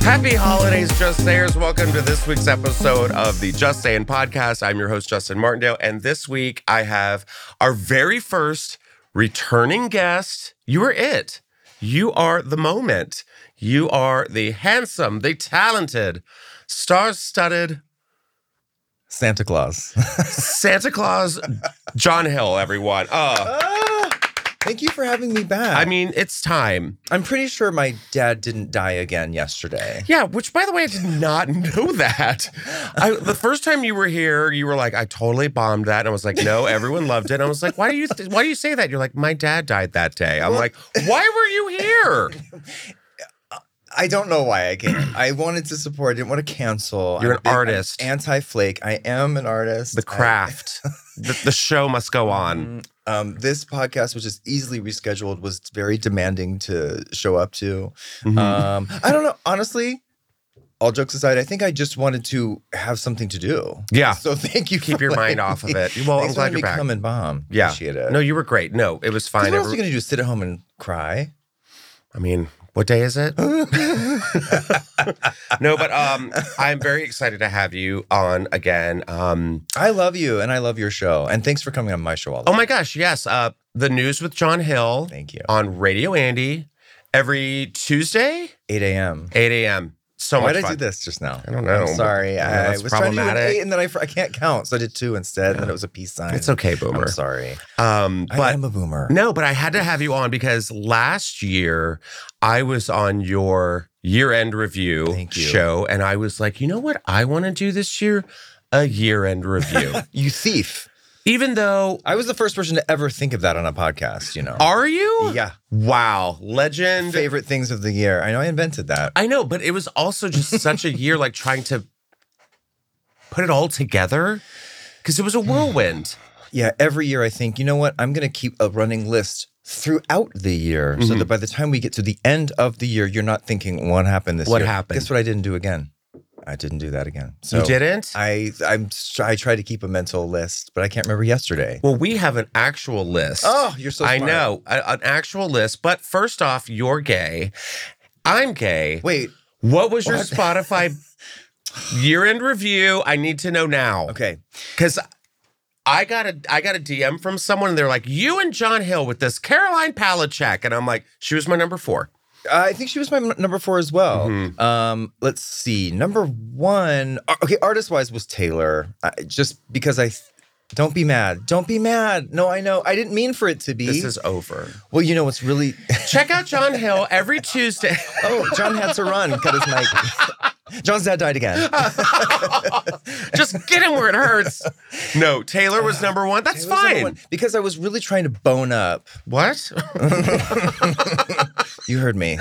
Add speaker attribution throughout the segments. Speaker 1: Happy holidays, Just Sayers. Welcome to this week's episode of the Just Saying podcast. I'm your host, Justin Martindale. And this week I have our very first returning guest. You are it. You are the moment. You are the handsome, the talented, star studded
Speaker 2: Santa Claus.
Speaker 1: Santa Claus, John Hill, everyone. Uh,
Speaker 2: Thank you for having me back.
Speaker 1: I mean, it's time.
Speaker 2: I'm pretty sure my dad didn't die again yesterday.
Speaker 1: Yeah, which by the way, I did not know that. I, the first time you were here, you were like, "I totally bombed that," and I was like, "No, everyone loved it." And I was like, "Why do you th- Why do you say that?" You're like, "My dad died that day." I'm like, "Why were you here?"
Speaker 2: I don't know why I came. I wanted to support. I didn't want to cancel.
Speaker 1: You're
Speaker 2: I'm
Speaker 1: an
Speaker 2: big- I'm
Speaker 1: artist.
Speaker 2: Anti-flake. I am an artist.
Speaker 1: The craft, the, the show must go on.
Speaker 2: I- um, this podcast, which is easily rescheduled, was very demanding to show up to.
Speaker 1: Hmm. Uh,
Speaker 2: Um, I don't know. Honestly, all jokes aside, I think I just wanted to have something to do.
Speaker 1: Yeah.
Speaker 2: So thank you.
Speaker 1: Keep
Speaker 2: for
Speaker 1: your mind
Speaker 2: letting
Speaker 1: off of
Speaker 2: me-
Speaker 1: it. Well, I'm
Speaker 2: Thanks
Speaker 1: glad
Speaker 2: for letting
Speaker 1: you're
Speaker 2: me
Speaker 1: back.
Speaker 2: Come and bomb.
Speaker 1: Yeah.
Speaker 2: Appreciate it.
Speaker 1: No, you were great. No, it was fine.
Speaker 2: what else are
Speaker 1: Every-
Speaker 2: you gonna do? Sit at home and cry?
Speaker 1: I mean, what day is it? no, but um, I'm very excited to have you on again. Um,
Speaker 2: I love you, and I love your show, and thanks for coming on my show. All
Speaker 1: oh my gosh, yes. Uh, the news with John Hill.
Speaker 2: thank you.
Speaker 1: on Radio Andy every Tuesday,
Speaker 2: 8 a.m.
Speaker 1: 8 a.m. So
Speaker 2: Why
Speaker 1: much
Speaker 2: did I
Speaker 1: fun.
Speaker 2: do this just now?
Speaker 1: I don't know,
Speaker 2: I'm
Speaker 1: but,
Speaker 2: sorry,
Speaker 1: you know,
Speaker 2: I
Speaker 1: that's
Speaker 2: was trying to do an
Speaker 1: problematic.
Speaker 2: eight, and then I, fr- I can't count, so I did two instead, and then it was a peace sign.
Speaker 1: It's okay, Boomer.
Speaker 2: I'm sorry,
Speaker 1: Um,
Speaker 2: I
Speaker 1: but
Speaker 2: am a boomer.
Speaker 1: no, but I had to have you on because last year I was on your year-end review
Speaker 2: Thank you.
Speaker 1: show, and I was like, you know what I want to do this year? A year-end review.
Speaker 2: You thief!
Speaker 1: Even though,
Speaker 2: I was the first person to ever think of that on a podcast. You know,
Speaker 1: are you?
Speaker 2: yeah,
Speaker 1: Wow, legend.
Speaker 2: favorite things of the year. I know I invented that.
Speaker 1: I know, but it was also just such a year like trying to put it all together because it was a whirlwind.
Speaker 2: Yeah, every year I think, you know what? I'm going to keep a running list throughout the year, so
Speaker 1: Mm-hmm.
Speaker 2: that by the time we get to the end of the year, you're not thinking what happened this
Speaker 1: What
Speaker 2: year.
Speaker 1: happened?
Speaker 2: Guess what? I didn't do again. I didn't do that again. So
Speaker 1: you didn't?
Speaker 2: I I'm str- I try to keep a mental list, but I can't remember yesterday.
Speaker 1: Well, we have an actual list.
Speaker 2: Oh, you're so
Speaker 1: I
Speaker 2: smart.
Speaker 1: know a- an actual list. But first off, you're gay. I'm gay.
Speaker 2: Wait.
Speaker 1: What was your Spotify year-end review? I need to know now.
Speaker 2: Okay.
Speaker 1: because I got a I got a DM from someone, and they're like, "You and John Hill with this Caroline Palachek," and I'm like, "She was my number four.
Speaker 2: Uh, I think she was my m- number four as well.
Speaker 1: Mm-hmm.
Speaker 2: Um, let's see. Number one. uh, Okay, artist wise was Taylor. Uh, just because I. th- don't be mad. Don't be mad. No, I know. I didn't mean for it to be.
Speaker 1: This is over."
Speaker 2: well, you know what's really
Speaker 1: Check out John Hill every Tuesday.
Speaker 2: Oh, John had to run, cut his mic. Ah, John's dad died again.
Speaker 1: Just get him where it hurts. No, Taylor was number one. That's
Speaker 2: It was Uh, number
Speaker 1: fine.
Speaker 2: one, Because I was really trying to bone up.
Speaker 1: What?
Speaker 2: You heard me.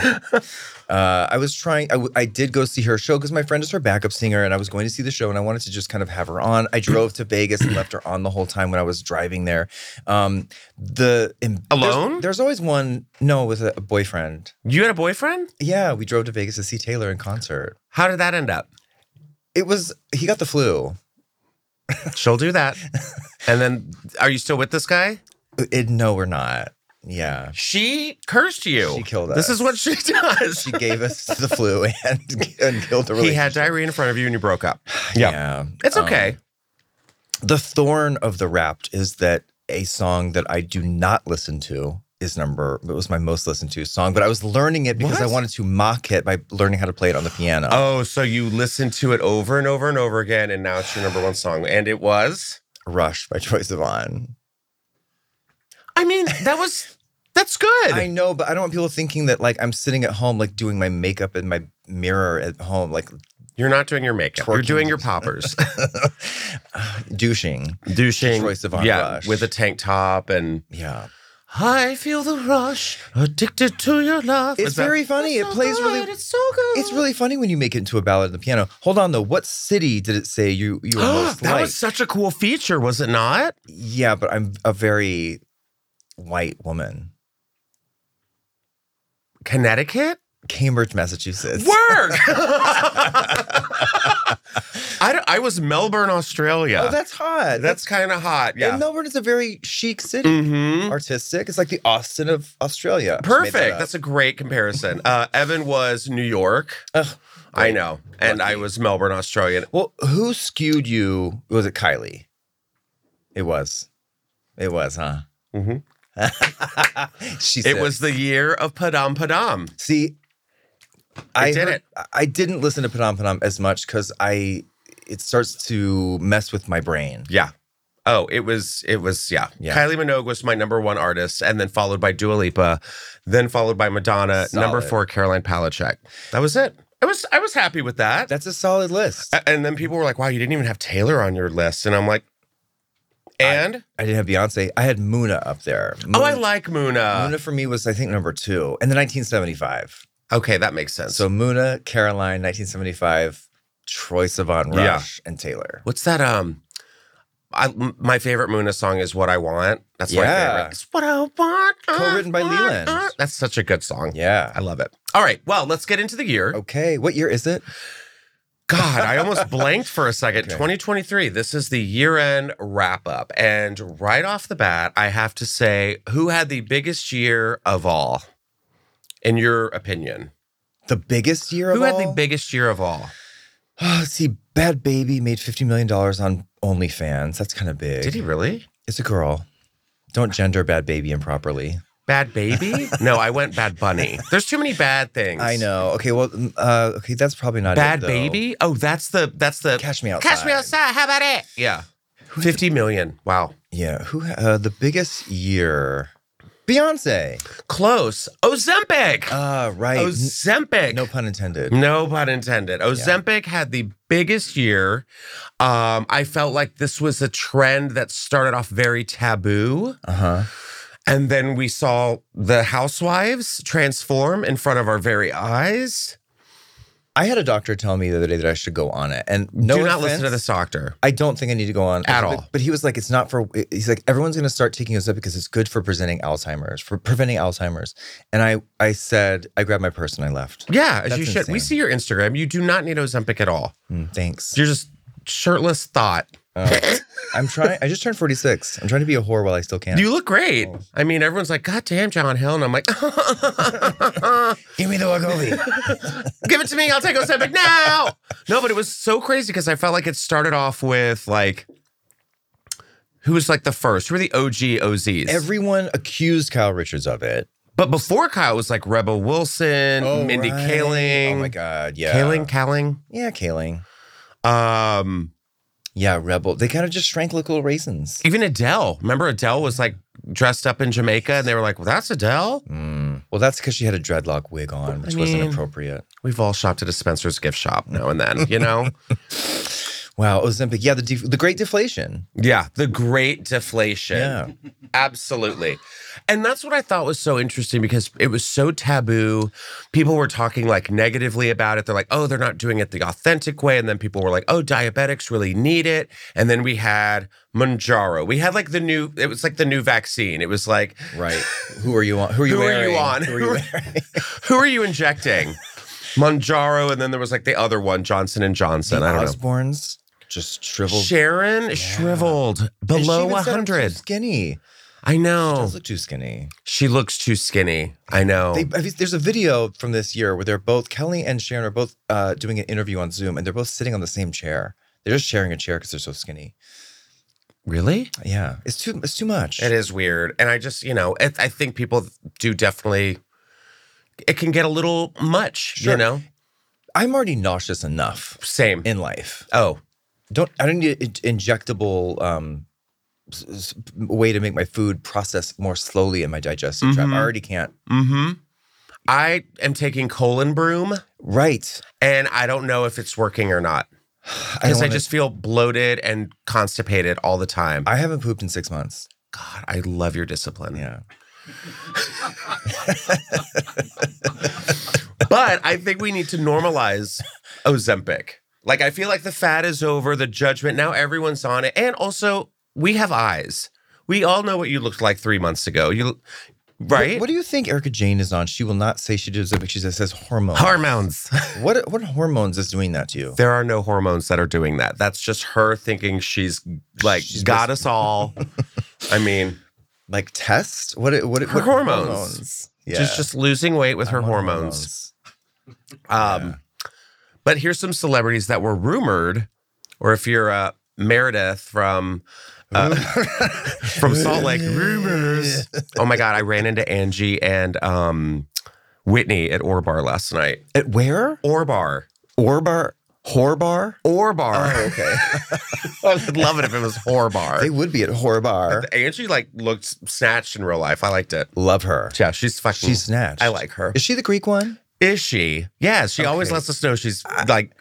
Speaker 2: Uh, I was trying, I, w- I did go see her show because my friend is her backup singer, and I was going to see the show, and I wanted to just kind of have her on. I drove to Vegas and left her on the whole time when I was driving there. Um, the em- there's-
Speaker 1: Alone?
Speaker 2: There's, always one. No, with a, a boyfriend.
Speaker 1: You had a boyfriend?
Speaker 2: Yeah, we drove to Vegas to see Taylor in concert.
Speaker 1: How did that end up?
Speaker 2: It was he got the flu.
Speaker 1: She'll do that. And then, are you still with this guy?
Speaker 2: It, no, we're not. Yeah,
Speaker 1: She cursed you.
Speaker 2: She killed
Speaker 1: This
Speaker 2: us.
Speaker 1: is what she does.
Speaker 2: she gave us the flu and, and killed the
Speaker 1: he
Speaker 2: relationship.
Speaker 1: had diarrhea in front of you and you broke up.
Speaker 2: Yeah.
Speaker 1: It's
Speaker 2: Um,
Speaker 1: okay.
Speaker 2: the thorn of the Wrapped is that a song that I do not listen to is number, it was my most listened to song, but I was learning it because I
Speaker 1: What?
Speaker 2: wanted to mock it by learning how to play it on the piano.
Speaker 1: oh, so you listened to it over and over and over again, and now it's your number one song. And it was?
Speaker 2: Rush by Troy Sivan.
Speaker 1: I mean, that was, that's good.
Speaker 2: I know, but I don't want people thinking that like I'm sitting at home, like doing my makeup in my mirror at home, like
Speaker 1: You're not doing your makeup. You're
Speaker 2: Twerking.
Speaker 1: doing your poppers.
Speaker 2: douching.
Speaker 1: Douching.
Speaker 2: Troye Sivan
Speaker 1: yeah,
Speaker 2: Rush.
Speaker 1: with a tank top and
Speaker 2: Yeah.
Speaker 1: I feel the rush, addicted to your love.
Speaker 2: It's
Speaker 1: Is that-
Speaker 2: very funny.
Speaker 1: It's
Speaker 2: It
Speaker 1: so
Speaker 2: plays
Speaker 1: good,
Speaker 2: really-
Speaker 1: It's so good.
Speaker 2: It's really funny when you make it into a ballad on the piano. Hold on though, what city did it say you you were most
Speaker 1: that
Speaker 2: like?
Speaker 1: was such a cool feature, was it not?
Speaker 2: Yeah, but I'm a very white woman.
Speaker 1: Connecticut?
Speaker 2: Cambridge, Massachusetts.
Speaker 1: Work! I, don't- I was Melbourne, Australia.
Speaker 2: Oh, that's hot.
Speaker 1: that's
Speaker 2: That's,
Speaker 1: kind of hot.
Speaker 2: yeah. Mm.
Speaker 1: Yeah.
Speaker 2: And Melbourne is a very chic city,
Speaker 1: mm-hmm.
Speaker 2: artistic. It's like the Austin of Australia. I just made that
Speaker 1: Perfect.
Speaker 2: up.
Speaker 1: That's a great comparison. Uh, Evan was New York.
Speaker 2: Ugh.
Speaker 1: I know. And I was Melbourne, Australian.
Speaker 2: Well, who skewed you? Was it Kylie? It was. It was, huh?
Speaker 1: Mhm.
Speaker 2: she said,
Speaker 1: It was the year of Padam Padam.
Speaker 2: See,
Speaker 1: I did
Speaker 2: heard-
Speaker 1: it.
Speaker 2: I- I didn't listen to Padam Padam as much because I it starts to mess with my brain.
Speaker 1: Yeah. Oh, it was, it was, yeah.
Speaker 2: Yeah.
Speaker 1: Kylie Minogue was my number one artist, and then followed by Dua Lipa, then followed by Madonna, number
Speaker 2: Solid.
Speaker 1: four, Caroline Palachek. That was it. I was, I was happy with that.
Speaker 2: That's a solid list.
Speaker 1: A- and then people were like, wow, you didn't even have Taylor on your list. And I'm like, and?
Speaker 2: I didn't have Beyonce. I had Muna up there.
Speaker 1: oh, I
Speaker 2: Muna-
Speaker 1: like Muna.
Speaker 2: Muna for me was I think number two, and then 1975.
Speaker 1: Okay, that makes sense.
Speaker 2: So Muna, Caroline, 1975, Troy Sivan,
Speaker 1: Yeah.
Speaker 2: Rush, and Taylor.
Speaker 1: What's that? Um, I, m- my favorite Muna song is "What I Want." That's my
Speaker 2: Yeah.
Speaker 1: favorite. It's what I want. uh,
Speaker 2: Co-written by
Speaker 1: uh,
Speaker 2: Leland.
Speaker 1: uh. That's such a good song. I
Speaker 2: Yeah.
Speaker 1: love it. All right, well, let's get into the year.
Speaker 2: Okay. What year is it?
Speaker 1: God, I almost blanked for a second.
Speaker 2: Okay.
Speaker 1: 2023. This is the year-end wrap up, and right off the bat, I have to say, who had the biggest year of all, in your opinion?
Speaker 2: The biggest year
Speaker 1: who
Speaker 2: of
Speaker 1: had the
Speaker 2: all?
Speaker 1: biggest year of all?
Speaker 2: Oh, see, Bad Baby made $50 million on OnlyFans. That's kind of big.
Speaker 1: Did he really?
Speaker 2: It's a girl. Don't gender Bad Baby improperly.
Speaker 1: Bad baby? no, I went bad bunny. There's too many bad things.
Speaker 2: I know. Okay, well, mm, uh, okay, that's probably not it,
Speaker 1: Bad
Speaker 2: though.
Speaker 1: Baby? Oh, that's the that's the
Speaker 2: Catch me outside.
Speaker 1: Catch me outside. How about it? Yeah. Fifty million. Wow.
Speaker 2: Yeah, who ha- uh, the biggest year? Beyonce.
Speaker 1: Close. Ozempic.
Speaker 2: Uh,
Speaker 1: Oh,
Speaker 2: right. N-
Speaker 1: Ozempic.
Speaker 2: no pun intended.
Speaker 1: No pun intended. Ozempic had the biggest year. Um, I felt like this was a trend that started off very taboo.
Speaker 2: Uh-huh.
Speaker 1: And then we saw the housewives transform in front of our very eyes.
Speaker 2: I had a doctor tell me the other day that I should go on it. And no
Speaker 1: Do not
Speaker 2: offense,
Speaker 1: listen to this doctor.
Speaker 2: I don't think I need to go on
Speaker 1: At
Speaker 2: Ozempic,
Speaker 1: all.
Speaker 2: But he was like, it's not for. He's like, everyone's going to start taking Ozempic because it's good for presenting Alzheimer's, for preventing Alzheimer's. And I, I said, I grabbed my purse and I left.
Speaker 1: Yeah, as
Speaker 2: That's
Speaker 1: you should. We
Speaker 2: insane.
Speaker 1: see your Instagram. You do not need Ozempic at all.
Speaker 2: Mm, thanks.
Speaker 1: You're just shirtless thought.
Speaker 2: Uh, I'm trying. I just turned 46. I'm trying to be a whore while I still can.
Speaker 1: You look great. I mean, everyone's like, God damn, John Hill. And I'm like,
Speaker 2: give me the Wagovi.
Speaker 1: give it to me. I'll take Ozempic now. No, but it was so crazy because I felt like it started off with like, who was like the first? Who were the OG OZs?
Speaker 2: Everyone accused Kyle Richards of it.
Speaker 1: but before Kyle was like Rebel Wilson, Mindy
Speaker 2: Oh, right.
Speaker 1: Kaling.
Speaker 2: Oh my God. Yeah.
Speaker 1: Kaling, Kaling.
Speaker 2: Yeah, Kaling.
Speaker 1: Um,
Speaker 2: Yeah, Rebel. They kind of just shrank like little raisins.
Speaker 1: even Adele. Remember Adele was like dressed up in Jamaica and they were like, well, that's Adele.
Speaker 2: Mm. Well, that's because she had a dreadlock wig on, which
Speaker 1: I mean-
Speaker 2: wasn't appropriate.
Speaker 1: We've all shopped at a Spencer's gift shop now and then, you know?
Speaker 2: Wow, Ozempic. Yeah, the def- the great deflation.
Speaker 1: Yeah, the great deflation.
Speaker 2: Yeah.
Speaker 1: Absolutely. And that's what I thought was so interesting because it was so taboo. People were talking like negatively about it. They're like, oh, they're not doing it the authentic way. And then people were like, oh, diabetics really need it. And then we had Manjaro. We had like the new, it was like the new vaccine. It was like,
Speaker 2: Right. Who are you on? Who are you
Speaker 1: Who are you
Speaker 2: wearing?
Speaker 1: on?
Speaker 2: Who are you wearing?
Speaker 1: who are you injecting? Manjaro. And then there was like the other one, Johnson and Johnson. I don't know.
Speaker 2: Osborne's just shriveled.
Speaker 1: Sharon shriveled
Speaker 2: And she
Speaker 1: below Oh.
Speaker 2: even said I'm too
Speaker 1: 100.
Speaker 2: Skinny.
Speaker 1: I know.
Speaker 2: Does look too skinny.
Speaker 1: She looks too skinny. I know.
Speaker 2: They, I mean, there's a video from this year where they're both Kelly and Sharon are both uh, doing an interview on Zoom, and they're both sitting on the same chair. They're just sharing a chair because they're so skinny.
Speaker 1: really?
Speaker 2: Yeah, it's too it's too much.
Speaker 1: It is weird. And I just, you know, it, I think people do definitely, it can get a little much, you
Speaker 2: Sure.
Speaker 1: know?
Speaker 2: I'm already nauseous enough
Speaker 1: Same.
Speaker 2: in life.
Speaker 1: oh,
Speaker 2: Don't I don't need an injectable um, s- s- way to make my food process more slowly in my digestive tract.
Speaker 1: Mhm.
Speaker 2: I already can't.
Speaker 1: mm hmm. I am taking colon broom
Speaker 2: Right.
Speaker 1: and I don't know if it's working or not
Speaker 2: don't
Speaker 1: because I,
Speaker 2: wanna-
Speaker 1: just feel bloated and constipated all the time.
Speaker 2: I haven't pooped in six months.
Speaker 1: God, I love your discipline.
Speaker 2: Yeah.
Speaker 1: But I think we need to normalize Ozempic. Like, I feel like the fad is over, the judgment. Now everyone's on it. And also, we have eyes. We all know what you looked like three months ago. You, right?
Speaker 2: What, what do you think Erica Jane is on? She will not say she does it, but she says says hormone.
Speaker 1: hormones.
Speaker 2: what what hormones is doing that to you?
Speaker 1: there are no hormones that are doing that. That's just her thinking she's like
Speaker 2: She's
Speaker 1: got us all. I mean,
Speaker 2: Like test? What it- what, it-
Speaker 1: Her
Speaker 2: what
Speaker 1: hormones.
Speaker 2: hormones? Yeah.
Speaker 1: she's just losing weight with her
Speaker 2: I'm on
Speaker 1: hormones. Um,
Speaker 2: Yeah.
Speaker 1: But But here's some celebrities that were rumored, or if you're uh, Meredith from uh, from Salt Lake, rumors. Oh my God, I ran into Angie and um, Whitney at Orbar last night.
Speaker 2: At where?
Speaker 1: Orbar.
Speaker 2: Orbar? Horbar?
Speaker 1: Orbar.
Speaker 2: Oh, okay.
Speaker 1: I would love it if it was Horbar.
Speaker 2: Oh. they would be at Horbar.
Speaker 1: Angie like looked snatched in real life. I liked it.
Speaker 2: Love her.
Speaker 1: Yeah, she's fucking.
Speaker 2: She's snatched.
Speaker 1: I like her.
Speaker 2: Is she the Greek one?
Speaker 1: Is she? Yeah, she always
Speaker 2: Okay.
Speaker 1: lets us know she's like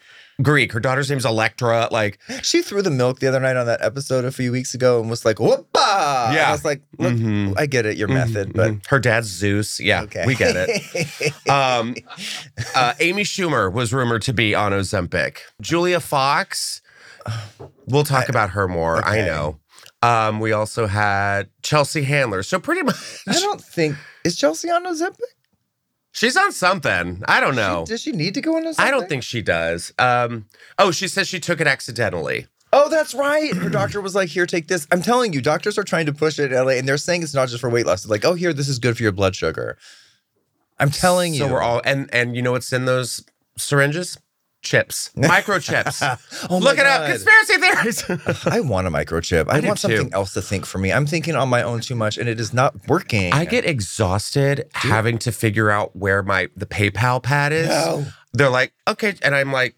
Speaker 1: Greek. Her daughter's name's Electra. Like,
Speaker 2: She threw the milk the other night on that episode a few weeks ago and was like, whoopah. Yeah. I was like, look,
Speaker 1: mhm,
Speaker 2: I get it, your method,
Speaker 1: mhm,
Speaker 2: but
Speaker 1: mhm. her dad's Zeus. Yeah,
Speaker 2: okay.
Speaker 1: we get it.
Speaker 2: it.
Speaker 1: Um, uh, Amy Schumer was rumored to be on Ozempic. Julia Fox. We'll talk about her more. I
Speaker 2: okay.
Speaker 1: know. Um, we also had Chelsea Handler. So pretty much,
Speaker 2: I don't think, is Chelsea on Ozempic?
Speaker 1: she's on something. I don't know.
Speaker 2: Does she need to go on Ozempic?
Speaker 1: I don't think she does. Um, oh, she says she took it accidentally.
Speaker 2: Oh, that's right. Her doctor was like, "Here, take this." I'm telling you, doctors are trying to push it in LA, and they're saying it's not just for weight loss. They're like, "Oh, here, this is good for your blood sugar." I'm telling you.
Speaker 1: So we're all and and you know what's in those syringes? Chips, microchips.
Speaker 2: Oh my
Speaker 1: Look it up.
Speaker 2: God.
Speaker 1: Conspiracy theories.
Speaker 2: I want a microchip. I,
Speaker 1: do
Speaker 2: want
Speaker 1: too.
Speaker 2: something else to think for me. I'm thinking on my own too much, and it is not working.
Speaker 1: I get exhausted having to figure out where my the PayPal pad is.
Speaker 2: No.
Speaker 1: They're like, okay, and I'm like,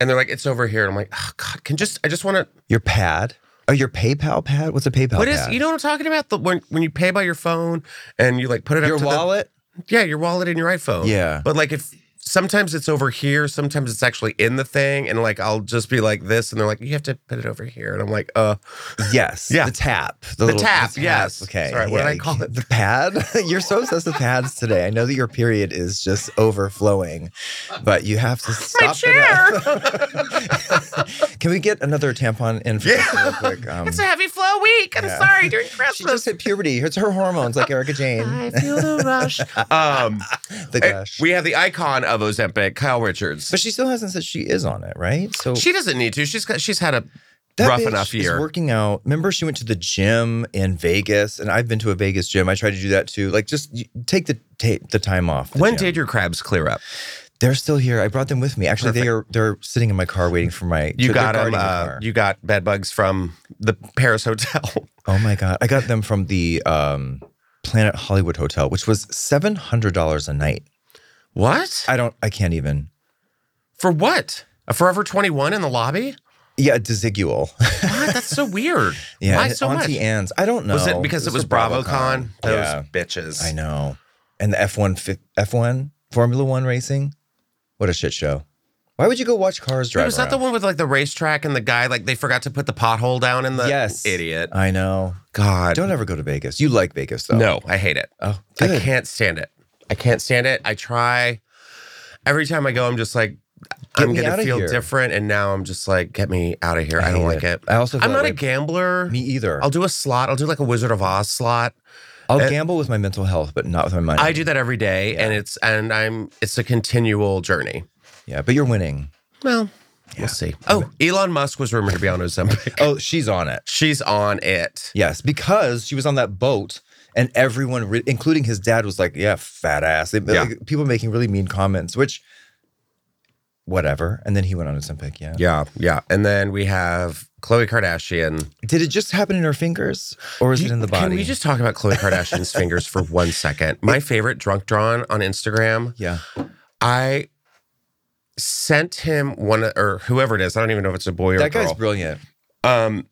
Speaker 1: and they're like, it's over here. And I'm like, oh God, can just I just want to.
Speaker 2: your pad. Oh, your PayPal pad. What's a PayPal?
Speaker 1: What is
Speaker 2: pad?
Speaker 1: you know what I'm talking about? The, when when you pay by your phone and you like put it
Speaker 2: your
Speaker 1: up to the-
Speaker 2: wallet?
Speaker 1: yeah, your wallet and your iPhone.
Speaker 2: Yeah.
Speaker 1: But like if sometimes it's over here, sometimes it's actually in the thing, and like I'll just be like this, and they're like, you have to put it over here, and I'm like, uh,
Speaker 2: yes.
Speaker 1: Yeah.
Speaker 2: The tap. The,
Speaker 1: tap, yes.
Speaker 2: Okay.
Speaker 1: Sorry, what did I
Speaker 2: you
Speaker 1: call
Speaker 2: can't-
Speaker 1: it?
Speaker 2: The pad. You're so obsessed with pads today. I know that your period is just overflowing, but you have to stop
Speaker 1: my chair.
Speaker 2: It up. Can we get another tampon in for us real quick? Um,
Speaker 1: it's a heavy flow week. I'm
Speaker 2: Yeah.
Speaker 1: sorry during
Speaker 2: she
Speaker 1: Christmas.
Speaker 2: just hit puberty. It's her hormones, like Erica
Speaker 1: I
Speaker 2: Jane.
Speaker 1: feel the rush. Um,
Speaker 2: The
Speaker 1: eh,
Speaker 2: gush.
Speaker 1: we have the icon of Ozempic, Kyle Richards.
Speaker 2: but she still hasn't said she is on it, right? So
Speaker 1: She doesn't need to. She's got, she's had a
Speaker 2: That
Speaker 1: rough
Speaker 2: bitch
Speaker 1: enough
Speaker 2: is
Speaker 1: year.
Speaker 2: working out. Remember, she went to the gym in Vegas, and I've been to a Vegas gym. I try to do that too. Like, just y- take the ta- the time off. the
Speaker 1: When
Speaker 2: gym.
Speaker 1: did your crabs clear up?
Speaker 2: they're still here? I brought them with me. Actually, they are they're sitting in my car waiting for my.
Speaker 1: You
Speaker 2: they're
Speaker 1: got 'em,
Speaker 2: guarding the
Speaker 1: uh,
Speaker 2: car.
Speaker 1: you got bed bugs from the Paris hotel.
Speaker 2: oh my god! I got them from the um, Planet Hollywood Hotel, which was seven hundred dollars a night.
Speaker 1: what
Speaker 2: I don't. I can't even.
Speaker 1: for what? A Forever 21 in the lobby?
Speaker 2: Yeah, desigual.
Speaker 1: What? That's so weird.
Speaker 2: yeah,
Speaker 1: Why
Speaker 2: and
Speaker 1: so much?
Speaker 2: Auntie Anne's. I don't know.
Speaker 1: Was it because it was,
Speaker 2: for
Speaker 1: BravoCon? Those
Speaker 2: Yeah.
Speaker 1: bitches.
Speaker 2: I know. And the F one F one Formula One racing, what a shit show. Why would you go watch cars drive?
Speaker 1: Wait, was that the
Speaker 2: around?
Speaker 1: one with like the racetrack and the guy like they forgot to put the pothole down in the
Speaker 2: Yes.
Speaker 1: idiot?
Speaker 2: I know.
Speaker 1: God,
Speaker 2: Don't ever go to Vegas. You like Vegas though.
Speaker 1: no, I hate it.
Speaker 2: Oh,
Speaker 1: I
Speaker 2: good.
Speaker 1: can't stand it. I can't stand it. I try every time I go. I'm just like I'm
Speaker 2: me
Speaker 1: gonna
Speaker 2: outta
Speaker 1: feel
Speaker 2: here.
Speaker 1: different, and now I'm just like get me out of here. I, don't
Speaker 2: hate
Speaker 1: like it.
Speaker 2: I also. Feel
Speaker 1: I'm
Speaker 2: that
Speaker 1: not
Speaker 2: way.
Speaker 1: a gambler.
Speaker 2: Me either.
Speaker 1: I'll
Speaker 2: I'll,
Speaker 1: do a slot. I'll do like a Wizard of Oz slot.
Speaker 2: gamble with my mental health, but not with my money.
Speaker 1: Eh, I do that every day, and it's and I'm it's a continual journey.
Speaker 2: Yeah, but you're winning.
Speaker 1: Well, we'll see. Oh, Elon Musk was rumored to be on Ozempic.
Speaker 2: Oh, she's on it.
Speaker 1: She's on it.
Speaker 2: Yes, because she was on that boat, and everyone, re- including his dad, was like, "Yeah, fat ass." They-
Speaker 1: Yeah.
Speaker 2: like, people making really mean comments, which, whatever. And then he went on Ozempic. Yeah.
Speaker 1: Yeah, yeah. And then we have Khloe Kardashian.
Speaker 2: Did it just happen in her fingers, or is it in the body?
Speaker 1: Can we just talk about Khloe Kardashian's fingers for one second? My favorite drunk drawn on Instagram.
Speaker 2: yeah.
Speaker 1: I sent him one or whoever it is. I don't even know if it's a boy or a
Speaker 2: That guy's
Speaker 1: girl.
Speaker 2: brilliant.
Speaker 1: Um,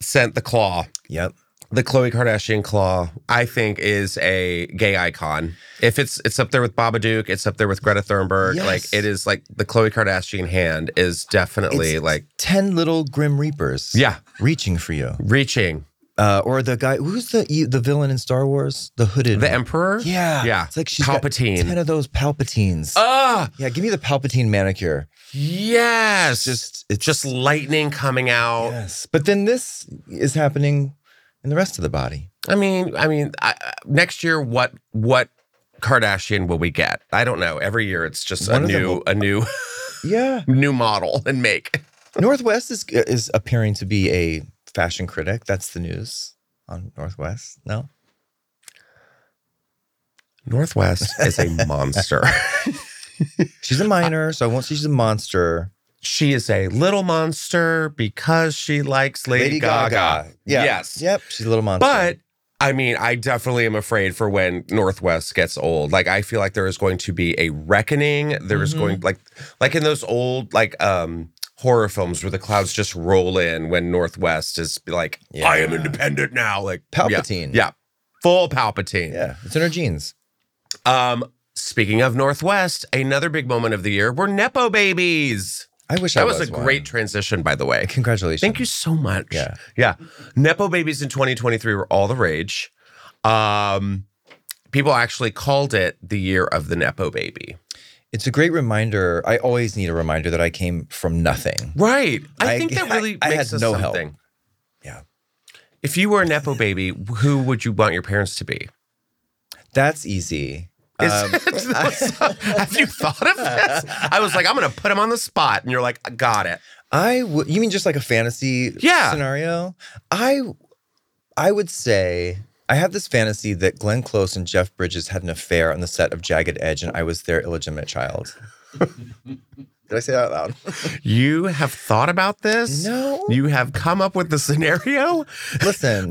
Speaker 1: sent the claw.
Speaker 2: Yep.
Speaker 1: The Khloe Kardashian claw, I think, is a gay icon. If it's it's up there with Babadook, it's up there with Greta Thunberg.
Speaker 2: Yes.
Speaker 1: Like it is like the Khloe Kardashian hand is definitely
Speaker 2: It's-
Speaker 1: like
Speaker 2: Ten little grim reapers.
Speaker 1: yeah,
Speaker 2: Reaching for you.
Speaker 1: reaching
Speaker 2: Uh, or the guy who's the you- the villain in Star Wars, the hooded.
Speaker 1: the
Speaker 2: one.
Speaker 1: emperor.
Speaker 2: yeah.
Speaker 1: yeah.
Speaker 2: It's like she's got ten
Speaker 1: Palpatine.
Speaker 2: of those Palpatines.
Speaker 1: Ah,
Speaker 2: yeah. Give me the Palpatine manicure.
Speaker 1: yes.
Speaker 2: It's just it's
Speaker 1: just lightning coming out.
Speaker 2: yes. But then this is happening in the rest of the body.
Speaker 1: I mean, I mean, I, I- next year, what what Kardashian will we get? I don't know. Every year, it's just
Speaker 2: One
Speaker 1: a
Speaker 2: of them
Speaker 1: new
Speaker 2: will-
Speaker 1: a new
Speaker 2: Yeah.
Speaker 1: new model and make.
Speaker 2: Northwest is is appearing to be a fashion critic. That's the news on Northwest. No.
Speaker 1: Northwest is a monster.
Speaker 2: She's a minor, so I won't say she's a monster.
Speaker 1: She is a little monster because she likes Lady, Gaga.
Speaker 2: Yeah.
Speaker 1: Yes.
Speaker 2: Yep. She's a little monster.
Speaker 1: But I mean, I definitely am afraid for when Northwest gets old. Like I feel like there is going to be a reckoning. There is
Speaker 2: Mhm.
Speaker 1: going like like in those old like um horror films where the clouds just roll in when Northwest is like, I am
Speaker 2: Yeah.
Speaker 1: independent now. Like yeah.
Speaker 2: Palpatine.
Speaker 1: Yeah. Full Palpatine.
Speaker 2: Yeah. It's in her genes.
Speaker 1: Um, speaking of Northwest, another big moment of the year were Nepo babies.
Speaker 2: I wish I
Speaker 1: That was, a
Speaker 2: one.
Speaker 1: great transition, by the way.
Speaker 2: Congratulations.
Speaker 1: Thank you so much.
Speaker 2: Yeah.
Speaker 1: Yeah. Nepo babies in 2023 were all the rage. Um, people actually called it the year of the Nepo baby.
Speaker 2: It's a great reminder. I always need a reminder that I came from nothing.
Speaker 1: Right. I,
Speaker 2: I-
Speaker 1: think that
Speaker 2: I-
Speaker 1: really
Speaker 2: I
Speaker 1: makes
Speaker 2: had
Speaker 1: us
Speaker 2: no help.
Speaker 1: something.
Speaker 2: Yeah.
Speaker 1: If you were a Nepo baby, who would you want your parents to be?
Speaker 2: That's easy.
Speaker 1: Is
Speaker 2: Um,
Speaker 1: have you thought of this? I was like, I'm going to put him on the spot. And you're like, I got it.
Speaker 2: I would. You mean just like a fantasy
Speaker 1: Yeah.
Speaker 2: scenario? I, I would say I have this fantasy that Glenn Close and Jeff Bridges had an affair on the set of Jagged Edge, and I was their illegitimate child. Did I say that out loud?
Speaker 1: You have thought about this?
Speaker 2: No.
Speaker 1: You have come up with the scenario?
Speaker 2: Listen,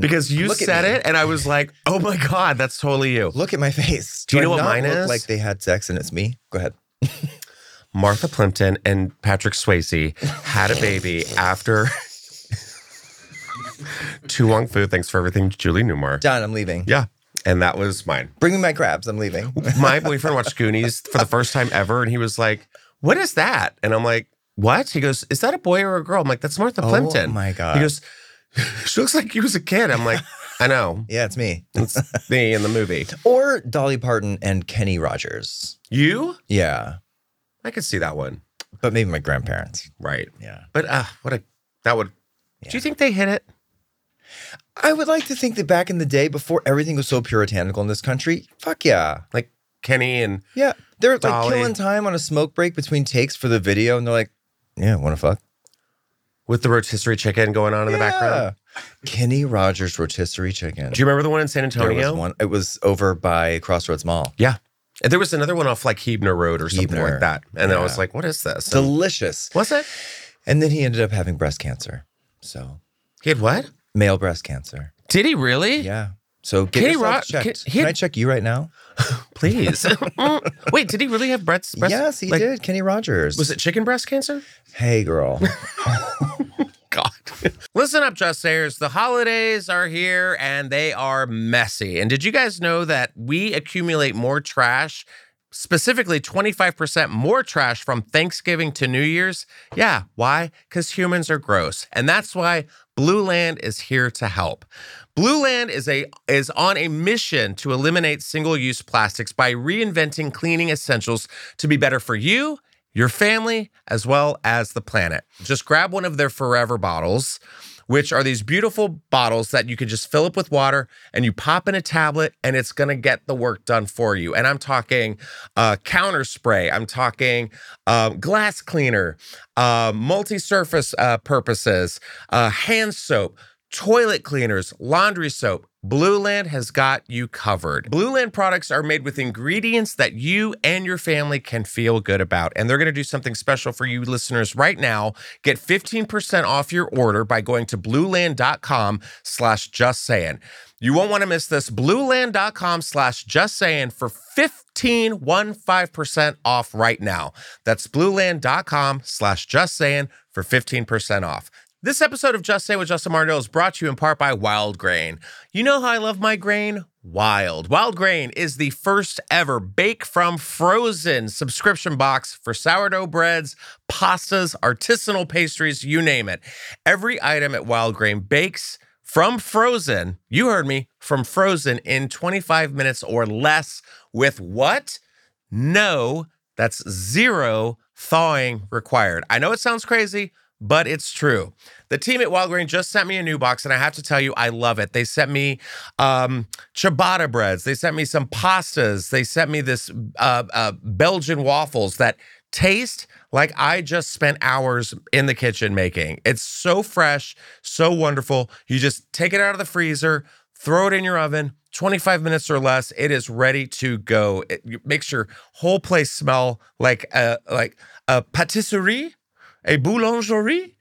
Speaker 1: Because you
Speaker 2: look at
Speaker 1: said
Speaker 2: me.
Speaker 1: it, and I was like, oh my God, that's totally you.
Speaker 2: Look at my face.
Speaker 1: Do you
Speaker 2: I
Speaker 1: know what
Speaker 2: not
Speaker 1: mine
Speaker 2: look
Speaker 1: is?
Speaker 2: Like they had sex, and it's me. Go ahead.
Speaker 1: Martha Plimpton and Patrick Swayze had a baby after. Tu Wong Fu, thanks for everything, Julie Newmar.
Speaker 2: John, I'm leaving.
Speaker 1: Yeah. And that was mine.
Speaker 2: Bring me my crabs. I'm leaving.
Speaker 1: My boyfriend watched Goonies for the first time ever, and he was like, What is that? And I'm like, What? He goes, Is that a boy or a girl? I'm like, That's Martha Plimpton.
Speaker 2: Oh my god.
Speaker 1: He goes, She looks like he was a kid. I'm like, I know.
Speaker 2: yeah, it's me.
Speaker 1: It's me in the movie.
Speaker 2: Or Dolly Parton and Kenny Rogers.
Speaker 1: You?
Speaker 2: Yeah,
Speaker 1: I could see that one.
Speaker 2: but maybe my grandparents.
Speaker 1: Right.
Speaker 2: Yeah.
Speaker 1: But uh, what a that would. Do you
Speaker 2: Yeah.
Speaker 1: think they hit it?
Speaker 2: I would like to think that back in the day, before everything was so puritanical in this country, fuck yeah.
Speaker 1: Like Kenny and
Speaker 2: Yeah. They're like
Speaker 1: Dolly.
Speaker 2: killing time on a smoke break between takes for the video, and they're like, yeah, wanna fuck?
Speaker 1: with the rotisserie chicken going on in the background.
Speaker 2: Yeah. Kenny Rogers rotisserie chicken.
Speaker 1: Do you remember the one in San
Speaker 2: There
Speaker 1: Antonio?
Speaker 2: was one. It was over by Crossroads Mall.
Speaker 1: Yeah. And there was another one off like Hebner Road or something
Speaker 2: Huebner.
Speaker 1: like that. And I was
Speaker 2: Yeah.
Speaker 1: like, what is this? And-
Speaker 2: Delicious.
Speaker 1: was it?
Speaker 2: And then he ended up having breast cancer. So
Speaker 1: He had what?
Speaker 2: male breast cancer.
Speaker 1: Did he really?
Speaker 2: Yeah. So get
Speaker 1: Kenny
Speaker 2: yourself
Speaker 1: Rog-
Speaker 2: checked.
Speaker 1: Ken-
Speaker 2: Can,
Speaker 1: he-
Speaker 2: I check you right now?
Speaker 1: Please. Mm. Wait, did he really have breast? breast
Speaker 2: yes, he
Speaker 1: like,
Speaker 2: did. Kenny Rogers.
Speaker 1: Was it chicken breast cancer?
Speaker 2: Hey, girl.
Speaker 1: God. Listen up, Just Sayers. The holidays are here and they are messy. And did you guys know that we accumulate more trash, specifically 25% more trash from Thanksgiving to New Year's? Yeah. Why? Because humans are gross. And that's why Blue Land is here to help. Blue Land is a is on a mission to eliminate single-use plastics by reinventing cleaning essentials to be better for you your family, as well as the planet. Just grab one of their forever bottles, which are these beautiful bottles that you can just fill up with water and you pop in a tablet and it's gonna get the work done for you. And I'm talking uh, counter spray, I'm talking uh, glass cleaner, uh, multi surface uh, purposes, uh, hand soap toilet cleaners, laundry soap, Blue Land has got you covered. Blue Land products are made with ingredients that you and your family can feel good about. And they're going to do something special for you listeners right now. Get 15% off your order by going to blueland.com slash just saying. You won't want to miss this. Blueland.com slash just saying for 15, 15% off right now. That's blueland.com slash just saying for 15% off. This episode of Just Say with Justin Martindale is brought to you in part by Wild Grain. You know how I love my grain? Wild. Wild Grain is the first ever bake from frozen subscription box for sourdough breads, pastas, artisanal pastries, you name it. Every item at Wild Grain bakes from frozen, you heard me, from frozen in 25 minutes or less with what? No, that's zero thawing required. I know it sounds crazy, but it's true. The team at Wild Grain just sent me a new box, and I have to tell you, I love it. They sent me um, ciabatta breads, they sent me some pastas, they sent me this uh, uh, Belgian waffles that taste like I just spent hours in the kitchen making. It's so fresh, so wonderful. You just take it out of the freezer, throw it in your oven 25 minutes or less. It is ready to go. It y- makes your whole place smell like a like a patisserie, a boulangerie.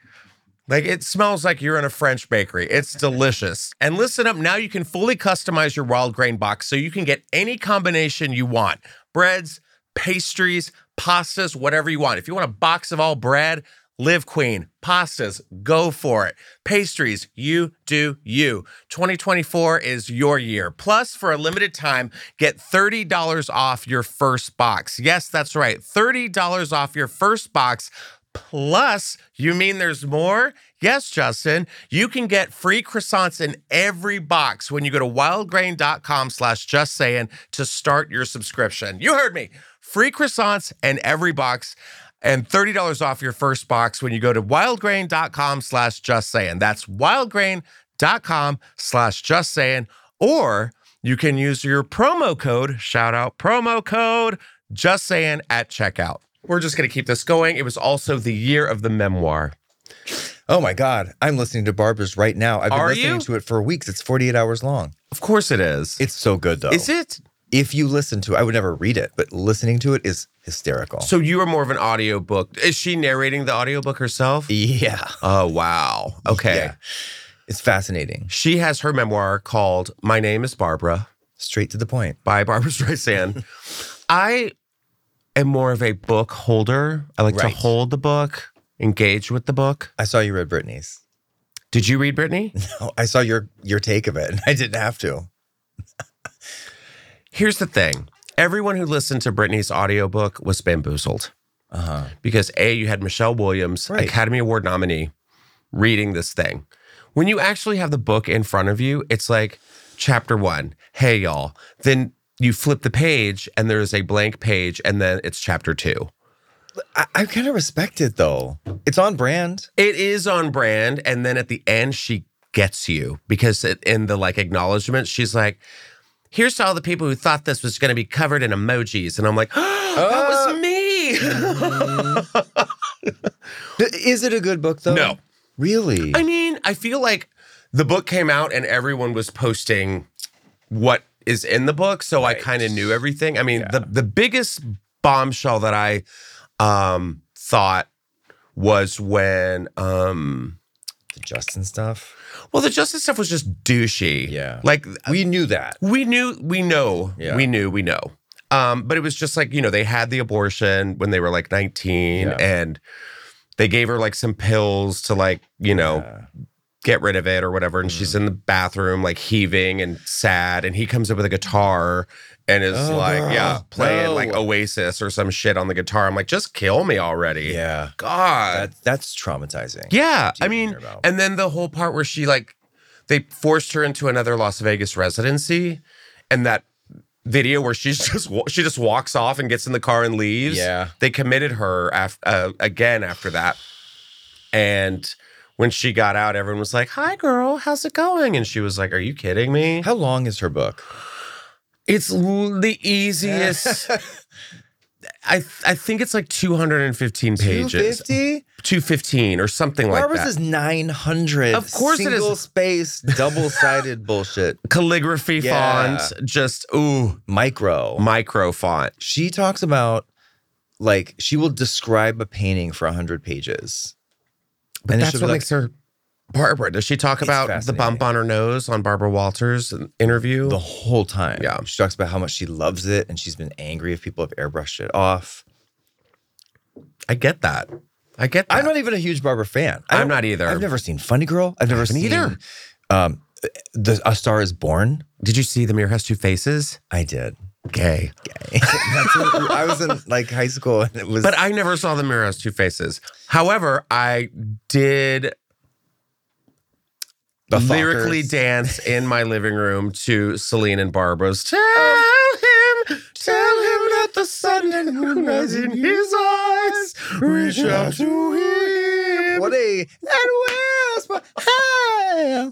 Speaker 1: Like it smells like you're in a French bakery. It's delicious. And listen up, now you can fully customize your wild grain box so you can get any combination you want. Breads, pastries, pastas, whatever you want. If you want a box of all bread, Live Queen, pastas, go for it. Pastries, you do you. 2024 is your year. Plus, for a limited time, get $30 off your first box. Yes, that's right. $30 off your first box Plus, you mean there's more? Yes, Justin. You can get free croissants in every box when you go to wildgrain.com slash just saying to start your subscription. You heard me. Free croissants in every box and $30 off your first box when you go to wildgrain.com slash just saying. That's wildgrain.com slash just saying. Or you can use your promo code, shout out promo code, just saying at checkout. We're just going to keep this going. It was also the year of the memoir.
Speaker 2: Oh my God. I'm listening to Barbers right now. I've been
Speaker 1: Are
Speaker 2: listening
Speaker 1: you?
Speaker 2: to it for weeks. It's 48 hours long.
Speaker 1: Of course it is.
Speaker 2: It's so good though.
Speaker 1: Is it?
Speaker 2: If you listen to I would never read it, but listening to it is hysterical.
Speaker 1: So you are more of an audiobook. Is she narrating the audiobook herself?
Speaker 2: yeah. Uh,
Speaker 1: Oh, wow. Okay.
Speaker 2: Yeah. It's fascinating.
Speaker 1: She has her memoir called My Name is Barbara
Speaker 2: Straight to the point.
Speaker 1: by Barbara Streisand. I am more of a book holder. I like
Speaker 2: Right.
Speaker 1: to hold the book, engage with the book.
Speaker 2: I saw you read Britney's.
Speaker 1: Did you read Brittany?
Speaker 2: Oh, I saw your your take of it and I didn't have to.
Speaker 1: Here's the thing. Everyone who listened to Britney's audiobook was bamboozled.
Speaker 2: Uh-huh.
Speaker 1: because A, you had Michelle Williams,
Speaker 2: Right.
Speaker 1: Academy Award nominee, reading this thing. When you actually have the book in front of you, it's like chapter one, hey y'all. Then you flip the page and there's a blank page, and then it's chapter two.
Speaker 2: I, I kind of respect it though. It's on brand.
Speaker 1: It is on brand. And then at the end, she gets you because it, in the like acknowledgement, she's like, here's to all the people who thought this was going to be covered in emojis. And I'm like, that
Speaker 2: Uh,
Speaker 1: was me.
Speaker 2: Th- Is it a good book though?
Speaker 1: No.
Speaker 2: Really?
Speaker 1: I mean, I feel like the book came out and everyone was posting what is in the book, so I
Speaker 2: Right.
Speaker 1: kind of knew everything. I mean, the the biggest bombshell that I um thought was when um
Speaker 2: the Justin stuff.
Speaker 1: well the justice stuff was just douchey.
Speaker 2: Yeah.
Speaker 1: Like
Speaker 2: We knew that.
Speaker 1: we knew we know.
Speaker 2: Yeah.
Speaker 1: We knew we know. Um but it was just like, you know, they had the abortion when they were like 19
Speaker 2: Yeah.
Speaker 1: and they gave her like some pills to like, you know,
Speaker 2: Yeah. Mm.
Speaker 1: get rid of it or whatever. And she's in the bathroom, like heaving and sad. And he comes up with a guitar and is
Speaker 2: Oh,
Speaker 1: like,
Speaker 2: girl.
Speaker 1: yeah, playing
Speaker 2: No.
Speaker 1: like Oasis or some shit on the guitar. I'm like, just kill me already.
Speaker 2: yeah.
Speaker 1: God.
Speaker 2: That, that's traumatizing.
Speaker 1: yeah.
Speaker 2: Do you
Speaker 1: I mean,
Speaker 2: hear about-
Speaker 1: and then the whole part where she like, they forced her into another Las Vegas residency and that video where she's just wa- she just walks off and gets in the car and leaves
Speaker 2: Yeah.
Speaker 1: they committed her af- uh, again after that. And when she got out, everyone was like, "Hi, girl, how's it going?" And she was like, "Are you kidding me?"
Speaker 2: How long is her book?
Speaker 1: It's l- the easiest. I th- I think it's like 215 pages,
Speaker 2: 250?
Speaker 1: 215 or something like
Speaker 2: Barbara's
Speaker 1: that.
Speaker 2: is 900.
Speaker 1: Of course it is.
Speaker 2: Single space, double sided bullshit.
Speaker 1: Calligraphy
Speaker 2: Yeah.
Speaker 1: font, just ooh,
Speaker 2: Micro.
Speaker 1: micro font.
Speaker 2: She talks about, like, she will describe a painting for 100 pages.
Speaker 1: But
Speaker 2: And it
Speaker 1: that's
Speaker 2: should
Speaker 1: what
Speaker 2: be like-
Speaker 1: makes her Barbara. Does she talk about the bump
Speaker 2: fascinating.
Speaker 1: on her nose on Barbara Walters interview?
Speaker 2: The whole time.
Speaker 1: Yeah.
Speaker 2: She talks about how much she loves it and she's been angry if people have airbrushed it off.
Speaker 1: I get that. I get that.
Speaker 2: I'm not even a huge Barbara fan. I
Speaker 1: I'm
Speaker 2: don't-
Speaker 1: not either.
Speaker 2: I've never seen Funny Girl. I've never
Speaker 1: haven't
Speaker 2: seen
Speaker 1: either.
Speaker 2: Um, the A Star Is Born.
Speaker 1: Did you see The Mirror Has Two Faces?
Speaker 2: I did.
Speaker 1: Gay.
Speaker 2: That's what, I was in like high school and it was.
Speaker 1: But I never saw The Mirror Has Two Faces. However, I did
Speaker 2: The
Speaker 1: lyrically
Speaker 2: Fockers.
Speaker 1: dance in my living room to Celine and Barbara's Tell him, tell him that the sun and moon is in his eyes. Reach out to him.
Speaker 2: What a that whisper.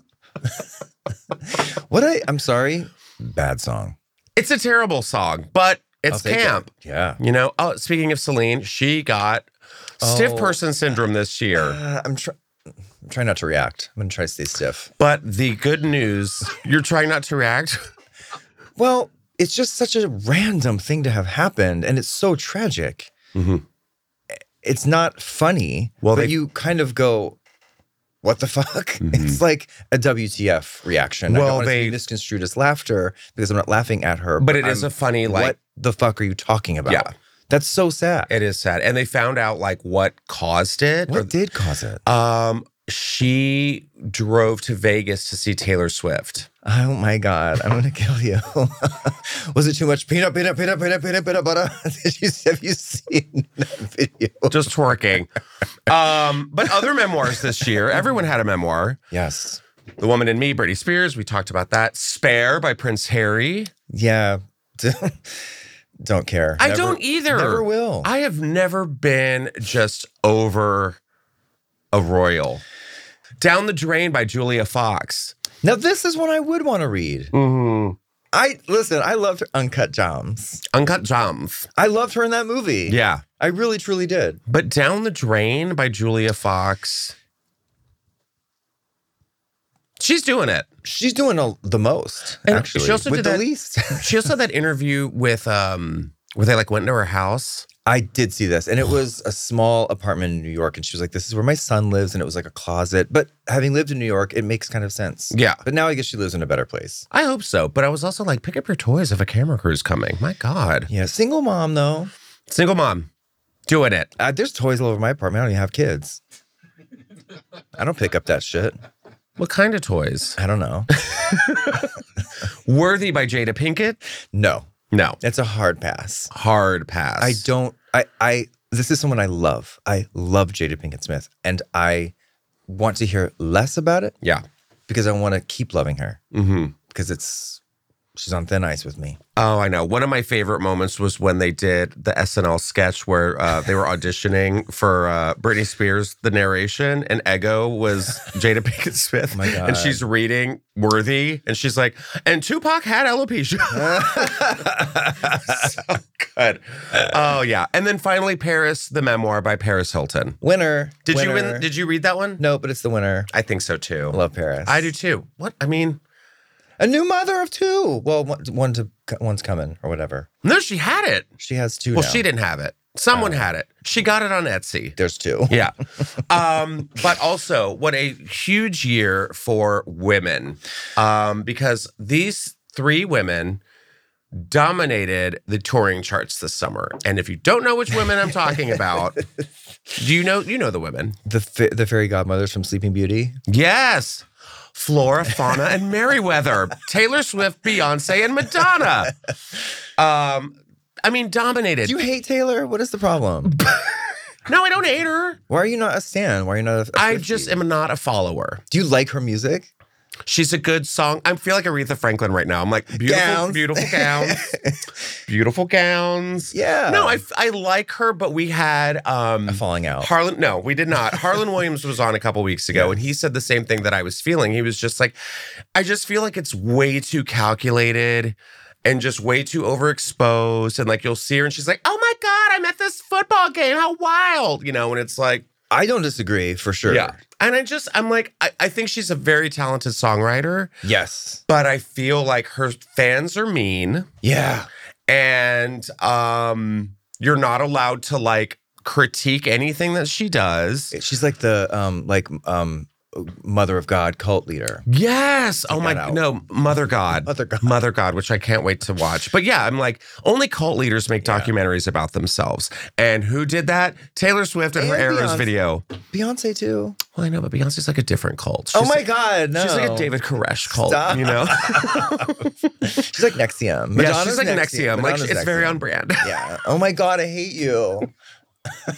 Speaker 2: what a I'm sorry. Bad song.
Speaker 1: It's a terrible song, but
Speaker 2: I'll
Speaker 1: it's
Speaker 2: take it.
Speaker 1: camp.
Speaker 2: Yeah.
Speaker 1: You know, oh, speaking of Celine, she got stiff
Speaker 2: Oh.
Speaker 1: person syndrome this year.
Speaker 2: Uh, I'm trying. I'm trying not to react. I'm gonna try to stay stiff.
Speaker 1: But the good news, you're trying not to react.
Speaker 2: Well, it's just such a random thing to have happened, and it's so tragic.
Speaker 1: Mhm.
Speaker 2: It's not funny.
Speaker 1: Well,
Speaker 2: Well, but
Speaker 1: they- Mm-hmm.
Speaker 2: you kind of go, "What the fuck?" It's like a WTF reaction. I
Speaker 1: Well,
Speaker 2: don't want to
Speaker 1: they-
Speaker 2: be misconstrued as laughter because I'm not laughing at her,
Speaker 1: But it is
Speaker 2: I'm,
Speaker 1: a funny like
Speaker 2: what the fuck are you talking about?
Speaker 1: Yeah.
Speaker 2: That's so sad.
Speaker 1: it is sad, and they found out like what caused it.
Speaker 2: what did cause it?
Speaker 1: um, she drove to Vegas to see Taylor Swift.
Speaker 2: Oh my God, I'm gonna kill you. Was it too much peanut, peanut, peanut, peanut, peanut, peanut butter? Did you, have you seen that video?
Speaker 1: Just twerking. um, but other memoirs this year. Everyone had a memoir.
Speaker 2: Yes.
Speaker 1: The Woman in Me, Britney Spears. We talked about that. Spare by Prince Harry.
Speaker 2: Yeah. don't care.
Speaker 1: I
Speaker 2: Never-
Speaker 1: don't either.
Speaker 2: Never will.
Speaker 1: I have never been just over a royal. Down the Drain by Julia Fox.
Speaker 2: now this is one I would want to read.
Speaker 1: Mm-hmm.
Speaker 2: I listen. I loved Uncut Gems.
Speaker 1: Uncut Gems.
Speaker 2: I loved her in that movie.
Speaker 1: Yeah.
Speaker 2: I really, truly did.
Speaker 1: But Down the Drain by Julia Fox. She's doing it.
Speaker 2: She's doing a, the most.
Speaker 1: And
Speaker 2: actually,
Speaker 1: she also
Speaker 2: with
Speaker 1: did
Speaker 2: the
Speaker 1: that-
Speaker 2: least.
Speaker 1: She also had that interview with um where they like went into her house.
Speaker 2: I did see this, and it was a small apartment in New York, and she was like, "This is where my son lives," and it was like a closet. But having lived in New York, it makes kind of sense.
Speaker 1: Yeah.
Speaker 2: But now I guess she lives in a better place.
Speaker 1: I hope so. But I was also like, pick up your toys if a camera crew's coming. My God.
Speaker 2: Yeah, single mom though.
Speaker 1: Single mom. Doing it.
Speaker 2: Uh, there's toys all over my apartment. I don't even have kids. I don't pick up that shit.
Speaker 1: What kind of toys?
Speaker 2: I don't know.
Speaker 1: Worthy by Jada Pinkett?
Speaker 2: No,
Speaker 1: No.
Speaker 2: it's a hard pass.
Speaker 1: hard pass.
Speaker 2: I don't. I. I. This is someone I love. I love Jada Pinkett Smith, and I want to hear less about it
Speaker 1: Yeah.
Speaker 2: because I want to keep loving her
Speaker 1: hmm
Speaker 2: because it's she's on thin ice with me.
Speaker 1: Oh, I know. One of my favorite moments was when they did the SNL sketch where uh, they were auditioning for uh, Britney Spears, the narration, and Ego was Jada Pinkett Smith.
Speaker 2: Oh my God.
Speaker 1: And she's reading Worthy, and she's like, and Tupac had alopecia. so good. Oh, yeah. And then finally, Paris, the memoir by Paris Hilton.
Speaker 2: Winner.
Speaker 1: Did you
Speaker 2: winner.
Speaker 1: win? Did you read that one?
Speaker 2: no, but it's the winner.
Speaker 1: I think so
Speaker 2: I
Speaker 1: too.
Speaker 2: love Paris.
Speaker 1: I do too. What? I mean,
Speaker 2: A new mother of two. Well, one, one to one's coming or whatever.
Speaker 1: no, she had it.
Speaker 2: She has two.
Speaker 1: Well,
Speaker 2: now.
Speaker 1: she didn't have it. Someone had it. She got it on Etsy.
Speaker 2: There's two.
Speaker 1: Yeah. um, but also, what a huge year for women um, because these three women dominated the touring charts this summer. And if you don't know which women I'm talking about, do you know you know the women?
Speaker 2: The fa- the fairy godmothers from Sleeping Beauty.
Speaker 1: Yes. Flora, Fauna, and Merriweather, Taylor Swift, Beyonce, and Madonna. Um, I mean, dominated.
Speaker 2: Do you hate Taylor? What is the problem?
Speaker 1: no, I don't hate her.
Speaker 2: Why are you not a stan? Why are you not? A, a
Speaker 1: I
Speaker 2: Swiftie?
Speaker 1: just am not a follower.
Speaker 2: Do you like her music?
Speaker 1: She's a good song. I feel like Aretha Franklin right now. I'm like beautiful,
Speaker 2: Gowns.
Speaker 1: beautiful gowns, beautiful gowns.
Speaker 2: Yeah.
Speaker 1: No, I, I like her, but we had um
Speaker 2: I'm falling out.
Speaker 1: Harlan. No, we did not. Harlan Williams was on a couple weeks ago, and he said the same thing that I was feeling. He was just like, I just feel like it's way too calculated. And just way too overexposed. And like you'll see her and she's like, oh my God, I'm at this football game. How wild. You know, and it's like,
Speaker 2: I don't disagree for sure.
Speaker 1: yeah. And I just, I'm like, I, I think she's a very talented songwriter,
Speaker 2: Yes.
Speaker 1: but I feel like her fans are mean
Speaker 2: Yeah.
Speaker 1: and um, you're not allowed to like critique anything that she does.
Speaker 2: She's like the um like um mother of God cult leader.
Speaker 1: Yes. Oh my
Speaker 2: that out.
Speaker 1: no, Mother God.
Speaker 2: Mother God.
Speaker 1: Mother God, which I can't wait to watch. But yeah, I'm like, only cult leaders make documentaries about themselves. And who did that? Taylor Swift and, her
Speaker 2: And
Speaker 1: Arrows
Speaker 2: Beyonce.
Speaker 1: video.
Speaker 2: Beyonce too.
Speaker 1: Well, I know, but Beyonce's like a different cult.
Speaker 2: oh
Speaker 1: She's
Speaker 2: my
Speaker 1: like-
Speaker 2: God. No.
Speaker 1: She's like a David Koresh cult,
Speaker 2: Stop.
Speaker 1: you know?
Speaker 2: She's like Nexium.
Speaker 1: yeah, she's
Speaker 2: Madonna's
Speaker 1: like Nexium. Like,
Speaker 2: Madonna's
Speaker 1: it's very
Speaker 2: Nexium.
Speaker 1: on brand.
Speaker 2: Yeah. Oh my God, I hate you.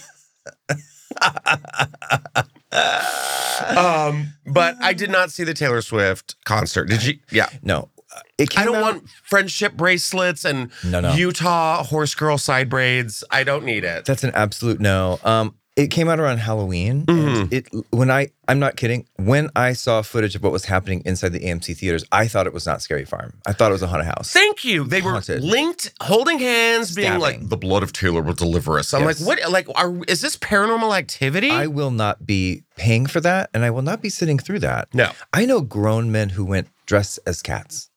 Speaker 1: Um, but I did not see the Taylor Swift concert. Did you? Yeah.
Speaker 2: No. uh, It came
Speaker 1: I don't
Speaker 2: out-
Speaker 1: want friendship bracelets and
Speaker 2: No, no.
Speaker 1: Utah horse girl side braids. I don't need it.
Speaker 2: That's an absolute no. Um, it came out around Halloween. and it when I I'm not kidding. When I saw footage of what was happening inside the AMC theaters, I thought it was not Scary Farm. I thought it was a haunted house.
Speaker 1: Thank you. They were
Speaker 2: Haunted.
Speaker 1: linked, holding hands, being like,
Speaker 2: Stabbing.
Speaker 1: "The blood of Taylor will deliver us." I'm
Speaker 2: Yes.
Speaker 1: like, "What? Like, are is this paranormal activity?"
Speaker 2: I will not be paying for that, and I will not be sitting through that.
Speaker 1: no.
Speaker 2: I know grown men who went dressed as cats.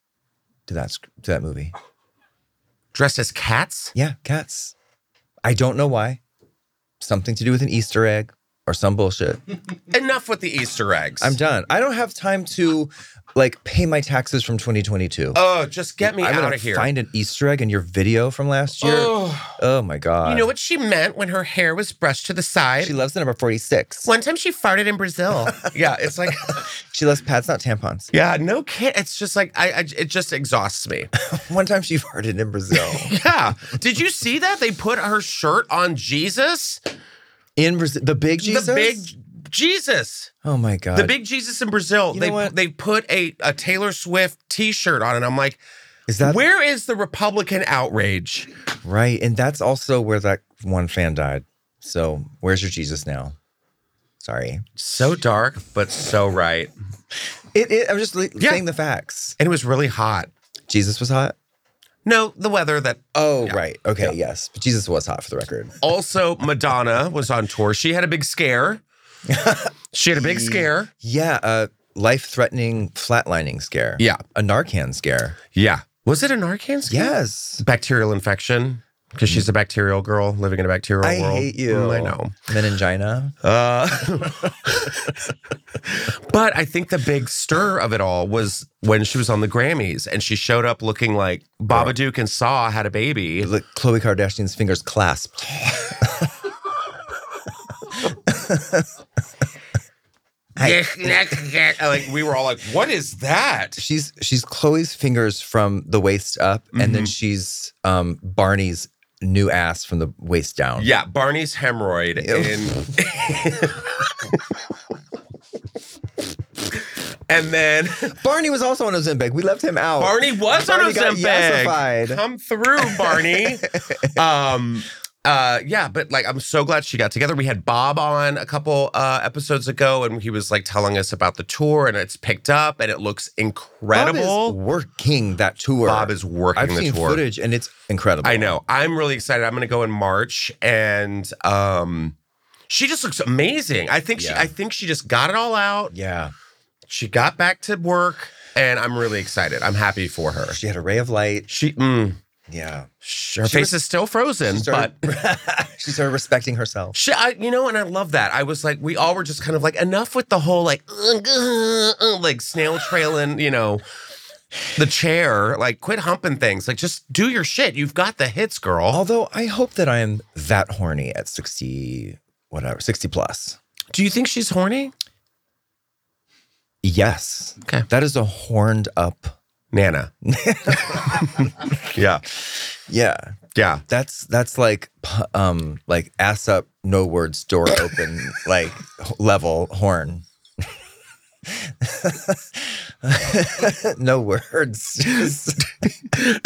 Speaker 2: to that sc- to that movie.
Speaker 1: Dressed as cats?
Speaker 2: Yeah, cats. I don't know why. Something to do with an Easter egg or some bullshit.
Speaker 1: Enough with the Easter eggs.
Speaker 2: I'm done. I don't have time to like pay my taxes from 2022.
Speaker 1: Oh, just get me
Speaker 2: I'm
Speaker 1: out
Speaker 2: gonna
Speaker 1: of here.
Speaker 2: Find an Easter egg in your video from last year. Oh,
Speaker 1: Oh.
Speaker 2: my god.
Speaker 1: You know what she meant when her hair was brushed to the side?
Speaker 2: She loves the number 46.
Speaker 1: One time she farted in Brazil. yeah, it's like,
Speaker 2: She loves pads, not tampons.
Speaker 1: yeah, no kid. It's just like, I, I, it just exhausts me.
Speaker 2: One time she farted in Brazil.
Speaker 1: Yeah. Did you see that? They put her shirt on Jesus.
Speaker 2: in Brazil, the big Jesus.
Speaker 1: The big Jesus.
Speaker 2: Oh my god.
Speaker 1: The big Jesus in Brazil.
Speaker 2: You know
Speaker 1: they
Speaker 2: what?
Speaker 1: they put a, a Taylor Swift t-shirt on and I'm like,
Speaker 2: is that
Speaker 1: where is the Republican outrage?
Speaker 2: right? And that's also where that one fan died. So where's your Jesus now? Sorry.
Speaker 1: So dark, but so right.
Speaker 2: It, it, I'm just li-
Speaker 1: Yeah.
Speaker 2: saying the facts.
Speaker 1: And it was really hot.
Speaker 2: Jesus was hot.
Speaker 1: No, the weather that
Speaker 2: Oh right. Okay. Yes. But Jesus was hot for the record.
Speaker 1: also Madonna was on tour. She had a big scare. she had a big scare.
Speaker 2: Yeah. Uh, life-threatening flatlining scare.
Speaker 1: Yeah.
Speaker 2: A Narcan scare.
Speaker 1: Yeah. Was it a Narcan scare?
Speaker 2: Yes.
Speaker 1: Bacterial infection. Because she's a bacterial girl living in a bacterial
Speaker 2: I
Speaker 1: world.
Speaker 2: hate you.
Speaker 1: Mm, I know.
Speaker 2: Meningina.
Speaker 1: Uh, but I think the big stir of it all was when she was on the Grammys and she showed up looking like Babadook and Saw had a baby.
Speaker 2: Look, Khloe Kardashian's fingers clasped.
Speaker 1: like we were all like, "What is that?"
Speaker 2: she's she's Chloe's fingers from the waist up, and
Speaker 1: Mm-hmm.
Speaker 2: then she's um Barney's new ass from the waist down.
Speaker 1: Yeah, Barney's hemorrhoid in. and then
Speaker 2: Barney was also on Ozempic. We left him out.
Speaker 1: Oh, Barney was on
Speaker 2: Barney got
Speaker 1: Ozempic.
Speaker 2: yassified.
Speaker 1: Come through, Barney. um, uh, yeah, but like, I'm so glad she got together. We had Bob on a couple uh, episodes ago, and he was like telling us about the tour, and it's picked up, and it looks
Speaker 2: Bob
Speaker 1: incredible.
Speaker 2: is working that tour.
Speaker 1: Bob is working
Speaker 2: I've
Speaker 1: the
Speaker 2: seen
Speaker 1: tour.
Speaker 2: footage, and it's incredible.
Speaker 1: I know. I'm really excited. I'm going to go in March, and um, she just looks amazing. I think she.
Speaker 2: Yeah.
Speaker 1: I think she just got it all out.
Speaker 2: Yeah,
Speaker 1: She got back to work, and I'm really excited. I'm happy for her.
Speaker 2: she had a ray of light.
Speaker 1: She. Mm,
Speaker 2: Yeah,
Speaker 1: sh- her
Speaker 2: She
Speaker 1: face
Speaker 2: was-
Speaker 1: is still frozen,
Speaker 2: she
Speaker 1: but
Speaker 2: started, she started respecting herself.
Speaker 1: She, I, you know, and I love that. I was like, we all were just kind of like, enough with the whole like, like snail trailing, you know, the chair. Like, quit humping things. Like, just do your shit. You've got the hits, girl.
Speaker 2: Although I hope that I am that horny at sixty, whatever, sixty plus.
Speaker 1: Do you think she's horny?
Speaker 2: Yes,
Speaker 1: Okay.
Speaker 2: that is a horned up.
Speaker 1: Nana. yeah.
Speaker 2: Yeah,
Speaker 1: Yeah.
Speaker 2: That's that's like pu- um like ass up, no words, door open, like h- level horn. no words. just-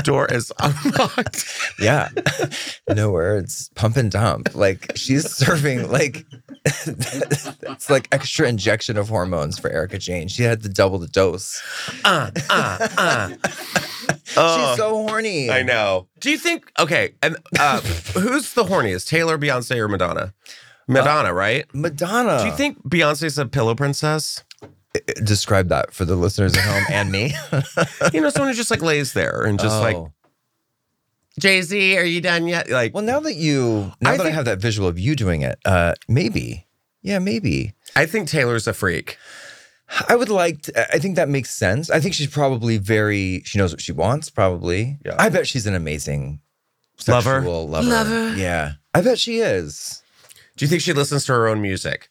Speaker 1: Door is unlocked.
Speaker 2: yeah. No words. Pump and dump. Like she's serving like it's like extra injection of hormones for Erica Jane. She had to double the dose.
Speaker 1: Uh, uh, uh. Oh,
Speaker 2: she's so horny.
Speaker 1: I know. Do you think, okay, and uh, who's the horniest, Taylor, Beyonce, or Madonna?
Speaker 2: Uh,
Speaker 1: Madonna, right?
Speaker 2: Madonna.
Speaker 1: Do you think Beyonce's a pillow princess?
Speaker 2: describe that for the listeners at home and me?
Speaker 1: You know, someone who just like lays there and just like,
Speaker 2: Oh.
Speaker 1: Jay Z, are you done yet? Like,
Speaker 2: Well, now that you,
Speaker 1: I
Speaker 2: now that I
Speaker 1: think-
Speaker 2: have that visual of you doing it, uh, maybe, yeah, maybe.
Speaker 1: I think Taylor's a freak.
Speaker 2: I would like. To, I think that makes sense. I think she's probably very. She knows what she wants. Probably.
Speaker 1: Yeah.
Speaker 2: I bet she's an amazing
Speaker 1: Lover.
Speaker 2: sexual lover.
Speaker 1: Lover.
Speaker 2: Yeah. I bet she is.
Speaker 1: Do you think she listens to her own music?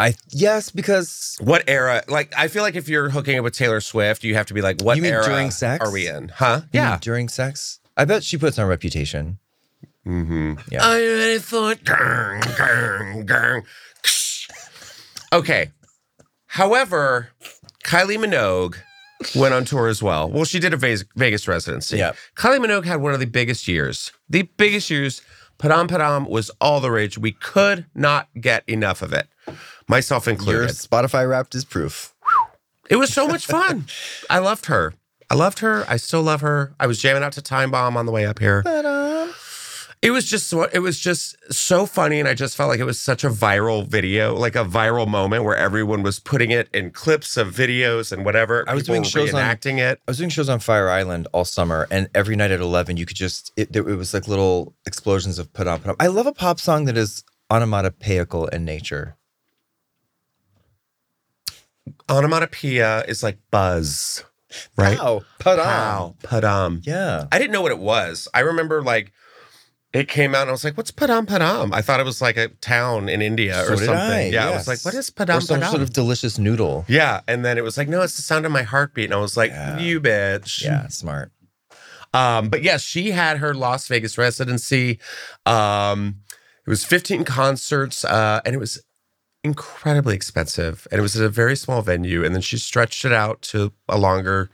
Speaker 2: I yes because
Speaker 1: What era? Like, I feel like if you're hooking up with Taylor Swift, you have to be like, what
Speaker 2: You mean
Speaker 1: era
Speaker 2: during sex?
Speaker 1: are we in? Huh? Yeah.
Speaker 2: during sex. I bet she puts on reputation. Yeah.
Speaker 1: Are you ready for it? Grrng, grrng, grrng. Ksh. Okay. However, Kylie Minogue went on tour as well. Well, she did a Vegas Vegas residency.
Speaker 2: Yep.
Speaker 1: Kylie Minogue had one of the biggest years. The biggest years. Padam Padam was all the rage. We could not get enough of it, myself
Speaker 2: Your
Speaker 1: included.
Speaker 2: Spotify Wrapped is proof.
Speaker 1: It was so much fun. I loved her. I loved her. I still love her. I was jamming out to Time Bomb on the way up here.
Speaker 2: But um,
Speaker 1: It was just so- it was just so funny, and I just felt like it was such a viral video, like a viral moment where everyone was putting it in clips of videos and whatever.
Speaker 2: I was
Speaker 1: People
Speaker 2: doing shows on-
Speaker 1: reenacting it.
Speaker 2: I was doing shows on Fire Island all summer, and every night at eleven, you could just it, it was like little explosions of put on, put on. I love a pop song that is onomatopoeical in nature.
Speaker 1: Onomatopoeia is like buzz, right?
Speaker 2: Pow, put on.
Speaker 1: Pow, padam.
Speaker 2: Yeah.
Speaker 1: I didn't know what it was. I remember like it came out and I was like, what's Padam Padam? I thought it was like a town in India
Speaker 2: So
Speaker 1: or
Speaker 2: did
Speaker 1: something.
Speaker 2: I,
Speaker 1: yeah, I was
Speaker 2: yes.
Speaker 1: like, what is
Speaker 2: Or
Speaker 1: Padam
Speaker 2: some
Speaker 1: Padam?
Speaker 2: sort of delicious noodle.
Speaker 1: yeah. And then it was like, no, it's the sound of my heartbeat. And I was like,
Speaker 2: Yeah.
Speaker 1: you bitch.
Speaker 2: Yeah, smart.
Speaker 1: Um, but yes, she had her Las Vegas residency. Um, it was 15 concerts, uh, and it was incredibly expensive. And it was at a very small venue. And then she stretched it out to a longer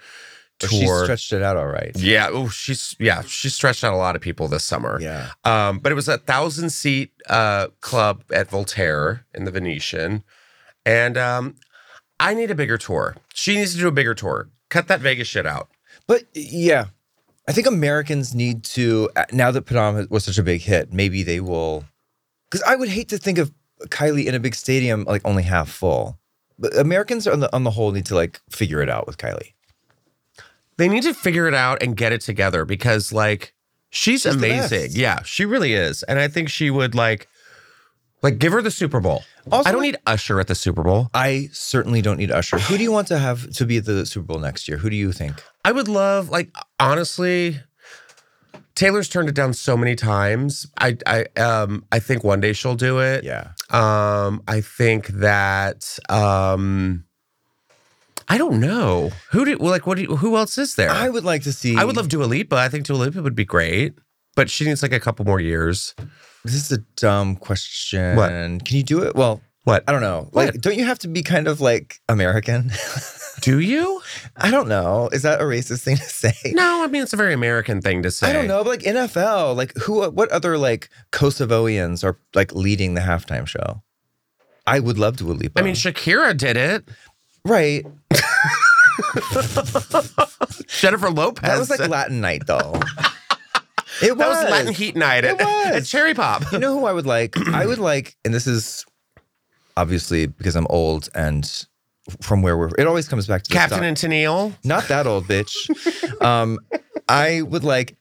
Speaker 2: But she
Speaker 1: tour.
Speaker 2: stretched it out all right.
Speaker 1: yeah, oh, she's yeah, she stretched out a lot of people this summer.
Speaker 2: Yeah.
Speaker 1: Um, but it was a thousand seat uh, club at Voltaire in the Venetian. And um, I need a bigger tour. She needs to do a bigger tour. Cut that Vegas shit out.
Speaker 2: But yeah, I think Americans need to uh, now that Padam was such a big hit, maybe they will. Because I would hate to think of Kylie in a big stadium like only half full. But Americans on the on the whole need to like figure it out with Kylie.
Speaker 1: They need to figure it out and get it together because, like, she's,
Speaker 2: the
Speaker 1: amazing.
Speaker 2: best.
Speaker 1: Yeah, she really is. And I think she would like, like, give her the Super Bowl.
Speaker 2: Also-
Speaker 1: I don't need Usher at the Super Bowl.
Speaker 2: I certainly don't need Usher. Who do you want to have to be at the Super Bowl next year? Who do you think?
Speaker 1: I would love, like, honestly, Taylor's turned it down so many times. I, I, um, I think one day she'll do it.
Speaker 2: Yeah.
Speaker 1: Um, I think that um, I don't know who do well, like what? Do you, who else is there?
Speaker 2: I
Speaker 1: I,
Speaker 2: would like to see.
Speaker 1: would love Dua Lipa. I think Dua Lipa would be great, but she needs like a couple more years.
Speaker 2: This is a dumb question.
Speaker 1: What?
Speaker 2: Can you do it? Well,
Speaker 1: What
Speaker 2: I don't know.
Speaker 1: What?
Speaker 2: Like, don't you have to be kind of like American?
Speaker 1: do you?
Speaker 2: I don't know. Is that a racist thing to say?
Speaker 1: No, I mean it's a very American thing to say.
Speaker 2: I don't know, but like NFL, like who, uh, what other like Kosovoians are like leading the halftime show? I would love Dua Lipa.
Speaker 1: I mean Shakira did it.
Speaker 2: right?
Speaker 1: Jennifer Lopez.
Speaker 2: That was like Latin night, though. it was.
Speaker 1: That was Latin Heat night at,
Speaker 2: It was.
Speaker 1: at Cherry Pop.
Speaker 2: You know who I would like? I would like, and this is obviously because I'm old and from where we're. It always comes back to this
Speaker 1: Captain
Speaker 2: doc-
Speaker 1: and Tennille.
Speaker 2: Not that old, bitch. um, I would like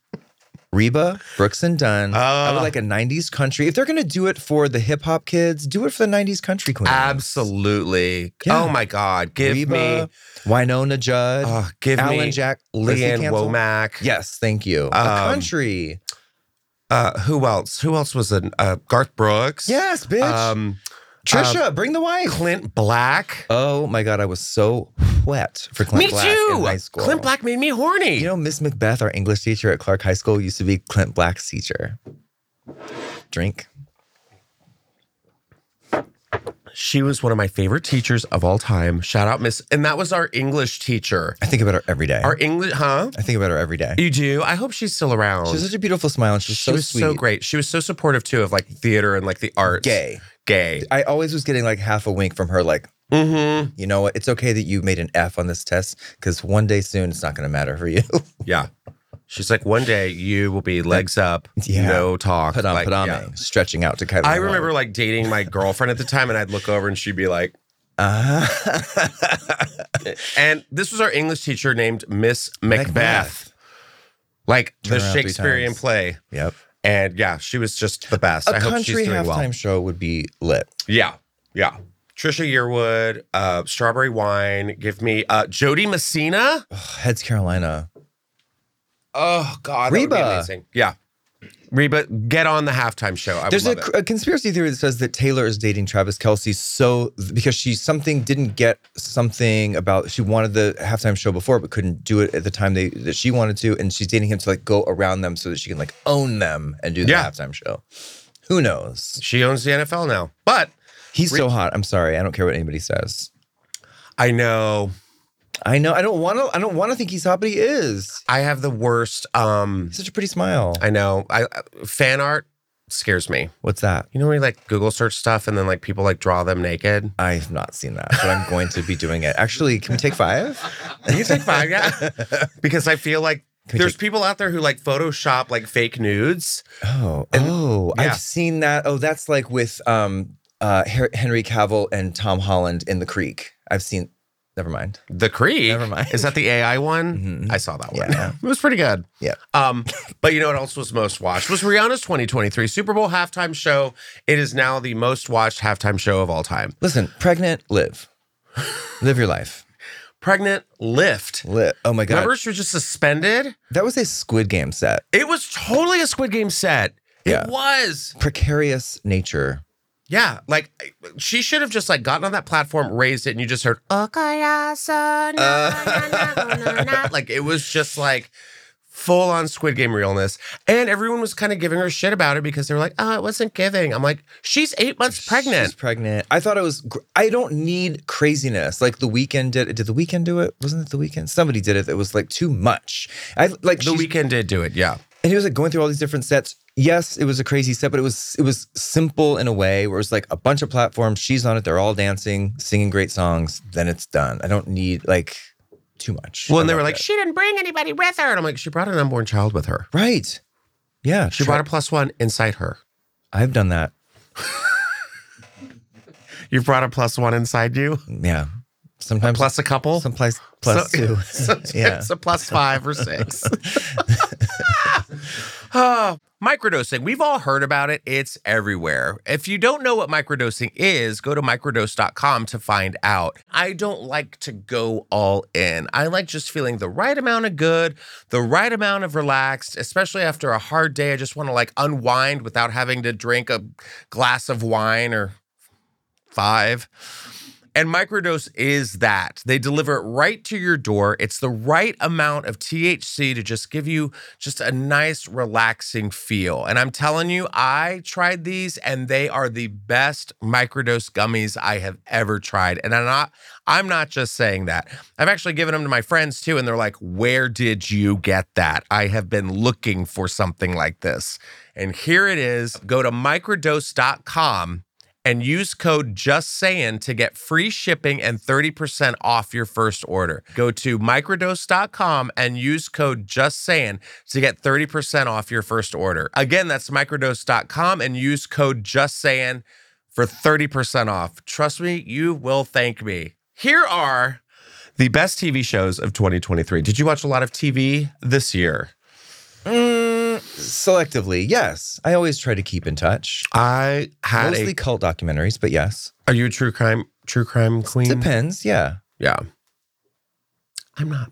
Speaker 2: Reba, Brooks and Dunn. I would
Speaker 1: Ah.
Speaker 2: like a 90s country. If they're going to do it for the hip hop kids, do it for the 90s country queens.
Speaker 1: Absolutely.
Speaker 2: Yeah.
Speaker 1: Oh my God. Give
Speaker 2: Reba,
Speaker 1: me.
Speaker 2: Winona Judd,
Speaker 1: Oh, give
Speaker 2: Alan
Speaker 1: me.
Speaker 2: Jack, Leslie
Speaker 1: Leanne
Speaker 2: Cancel.
Speaker 1: Womack.
Speaker 2: Yes, thank you. a
Speaker 1: Um,
Speaker 2: country.
Speaker 1: uh, who else? Who else was in uh, Garth Brooks?
Speaker 2: Yes, bitch.
Speaker 1: Um,
Speaker 2: Trisha, bring the wife.
Speaker 1: Clint Black.
Speaker 2: Oh my God, I was so wet for Clint
Speaker 1: me
Speaker 2: Black
Speaker 1: too.
Speaker 2: in high school.
Speaker 1: Clint Black made me horny.
Speaker 2: You know, Miss Macbeth, our English teacher at Clark High School, used to be Clint Black's teacher. Drink.
Speaker 1: she was one of my favorite teachers of all time. Shout out, Miss. And that was our English teacher.
Speaker 2: I think about her every day.
Speaker 1: Our English, huh?
Speaker 2: I think about her every day.
Speaker 1: You do. I hope she's still around.
Speaker 2: She has such a beautiful smile, and she's
Speaker 1: she
Speaker 2: so
Speaker 1: was
Speaker 2: sweet.
Speaker 1: so great. She was so supportive too of like theater and like the arts.
Speaker 2: Gay.
Speaker 1: Gay.
Speaker 2: I always was getting like half a wink from her, like,
Speaker 1: Mm-hmm.
Speaker 2: you know what? It's okay that you made an F on this test because one day soon it's not going to matter for you.
Speaker 1: Yeah. She's like, one day you will be legs up,
Speaker 2: Yeah.
Speaker 1: no talk.
Speaker 2: Padam
Speaker 1: like,
Speaker 2: padame,
Speaker 1: yeah.
Speaker 2: stretching out to Kylie.
Speaker 1: I remember like dating my girlfriend at the time, and I'd look over and she'd be like,
Speaker 2: Uh,
Speaker 1: And this was our English teacher named Miss Macbeth, like
Speaker 2: Turn
Speaker 1: the
Speaker 2: around three
Speaker 1: Shakespearean
Speaker 2: times.
Speaker 1: play.
Speaker 2: Yep.
Speaker 1: And yeah, she was just the best.
Speaker 2: A
Speaker 1: I hope she's
Speaker 2: country
Speaker 1: doing
Speaker 2: halftime
Speaker 1: well.
Speaker 2: show would be lit.
Speaker 1: Yeah, yeah. Trisha Yearwood, uh, Strawberry Wine. Give me uh, Jody Messina.
Speaker 2: Ugh, Heads Carolina.
Speaker 1: Oh God, that would be
Speaker 2: Reba.
Speaker 1: amazing. Yeah, Reba, get on the halftime show. I
Speaker 2: There's a,
Speaker 1: would love
Speaker 2: cr-
Speaker 1: it.
Speaker 2: a conspiracy theory that says that Taylor is dating Travis Kelsey so because she something didn't get something about she wanted the halftime show before but couldn't do it at the time they that she wanted to and she's dating him to like go around them so that she can like own them and do the
Speaker 1: Yeah.
Speaker 2: halftime show. Who knows?
Speaker 1: She owns the NFL now, but
Speaker 2: He's so hot. I'm sorry. I don't care what anybody says.
Speaker 1: I know
Speaker 2: I know. I don't want to. I don't want to think he's hot, but he is.
Speaker 1: I have the worst. Um,
Speaker 2: He's such a pretty smile.
Speaker 1: I know. I uh, fan art scares me.
Speaker 2: What's that?
Speaker 1: You know when you like Google search stuff and then like people like draw them naked.
Speaker 2: I've not seen that, but I'm going to be doing it. Actually, can we take five?
Speaker 1: Can you take five? Yeah, because I feel like
Speaker 2: Can we
Speaker 1: There's
Speaker 2: take-
Speaker 1: people out there who like Photoshop like fake nudes.
Speaker 2: oh, oh,
Speaker 1: yeah.
Speaker 2: I've seen that. Oh, that's like with um uh Her- Henry Cavill and Tom Holland in The Creek. I've seen. Never mind.
Speaker 1: The Creek.
Speaker 2: Never mind.
Speaker 1: Is that the AI one?
Speaker 2: Mhm.
Speaker 1: I saw that one.
Speaker 2: Yeah.
Speaker 1: It was pretty good.
Speaker 2: Yeah.
Speaker 1: Um, but you know what else was most watched was Rihanna's 2023 Super Bowl halftime show. It is now the most watched halftime show of all time.
Speaker 2: Listen, pregnant, live, live your life.
Speaker 1: Pregnant Lift.
Speaker 2: Live. Oh my god,
Speaker 1: Remember, she was just suspended.
Speaker 2: that was a Squid Game set.
Speaker 1: It was totally a Squid Game set.
Speaker 2: Yeah.
Speaker 1: It was.
Speaker 2: Precarious nature.
Speaker 1: Yeah. Like she should have just like gotten on that platform, raised it, and you just heard "Okoyasa na, na, na, na, na." like it was just like full on Squid Game realness. And everyone was kind of giving her shit about it because they were like, oh, it wasn't giving. I'm like, she's eight months pregnant.
Speaker 2: She's pregnant. I thought it was. gr- I don't need craziness. Like the weekend did. Did the weekend do it? Wasn't it the weekend? Somebody did it. It was like too much. I like
Speaker 1: the
Speaker 2: she's-
Speaker 1: weekend did do it, yeah.
Speaker 2: and he was like going through all these different sets. Yes, it was a crazy set, but it was it was simple in a way where it was like a bunch of platforms. She's on it. They're all dancing, singing great songs. Then it's done. I don't need like too much.
Speaker 1: Well, and they
Speaker 2: I'm
Speaker 1: were
Speaker 2: not
Speaker 1: like, she didn't bring anybody with her. And I'm like, she brought an unborn child with her.
Speaker 2: that- right. Yeah,
Speaker 1: She brought a plus one inside her.
Speaker 2: I've done that.
Speaker 1: You brought a plus one inside you,
Speaker 2: Yeah, sometimes
Speaker 1: plus a couple.
Speaker 2: someplace plus
Speaker 1: So-
Speaker 2: two.
Speaker 1: Sometimes
Speaker 2: Yeah.
Speaker 1: a plus five or six. oh, microdosing. We've all heard about it. It's everywhere. If you don't know what microdosing is, go to microdose.com to find out. I don't like to go all in. I like just feeling the right amount of good, the right amount of relaxed, especially after a hard day. I just want to like unwind without having to drink a glass of wine or five. And microdose is that. They deliver it right to your door. It's the right amount of THC to just give you just a nice relaxing feel. And I'm telling you, I tried these and they are the best microdose gummies I have ever tried. And I'm not I'm not just saying that. I've actually given them to my friends too and they're like, "Where did you get that? I have been looking for something like this." And here it is. Go to microdose.com and use code just saying to get free shipping and 30% off your first order go to microdose.com and use code just saying to get 30% off your first order again that's microdose.com and use code just saying for 30% off trust me you will thank me here are the best tv shows of 2023 did you watch a lot of tv this year
Speaker 2: Mm, selectively, yes. I always try to keep in touch.
Speaker 1: i had
Speaker 2: Mostly
Speaker 1: a
Speaker 2: cult documentaries, but yes.
Speaker 1: are you a true crime true crime queen
Speaker 2: Depends, yeah.
Speaker 1: Yeah. I'm not.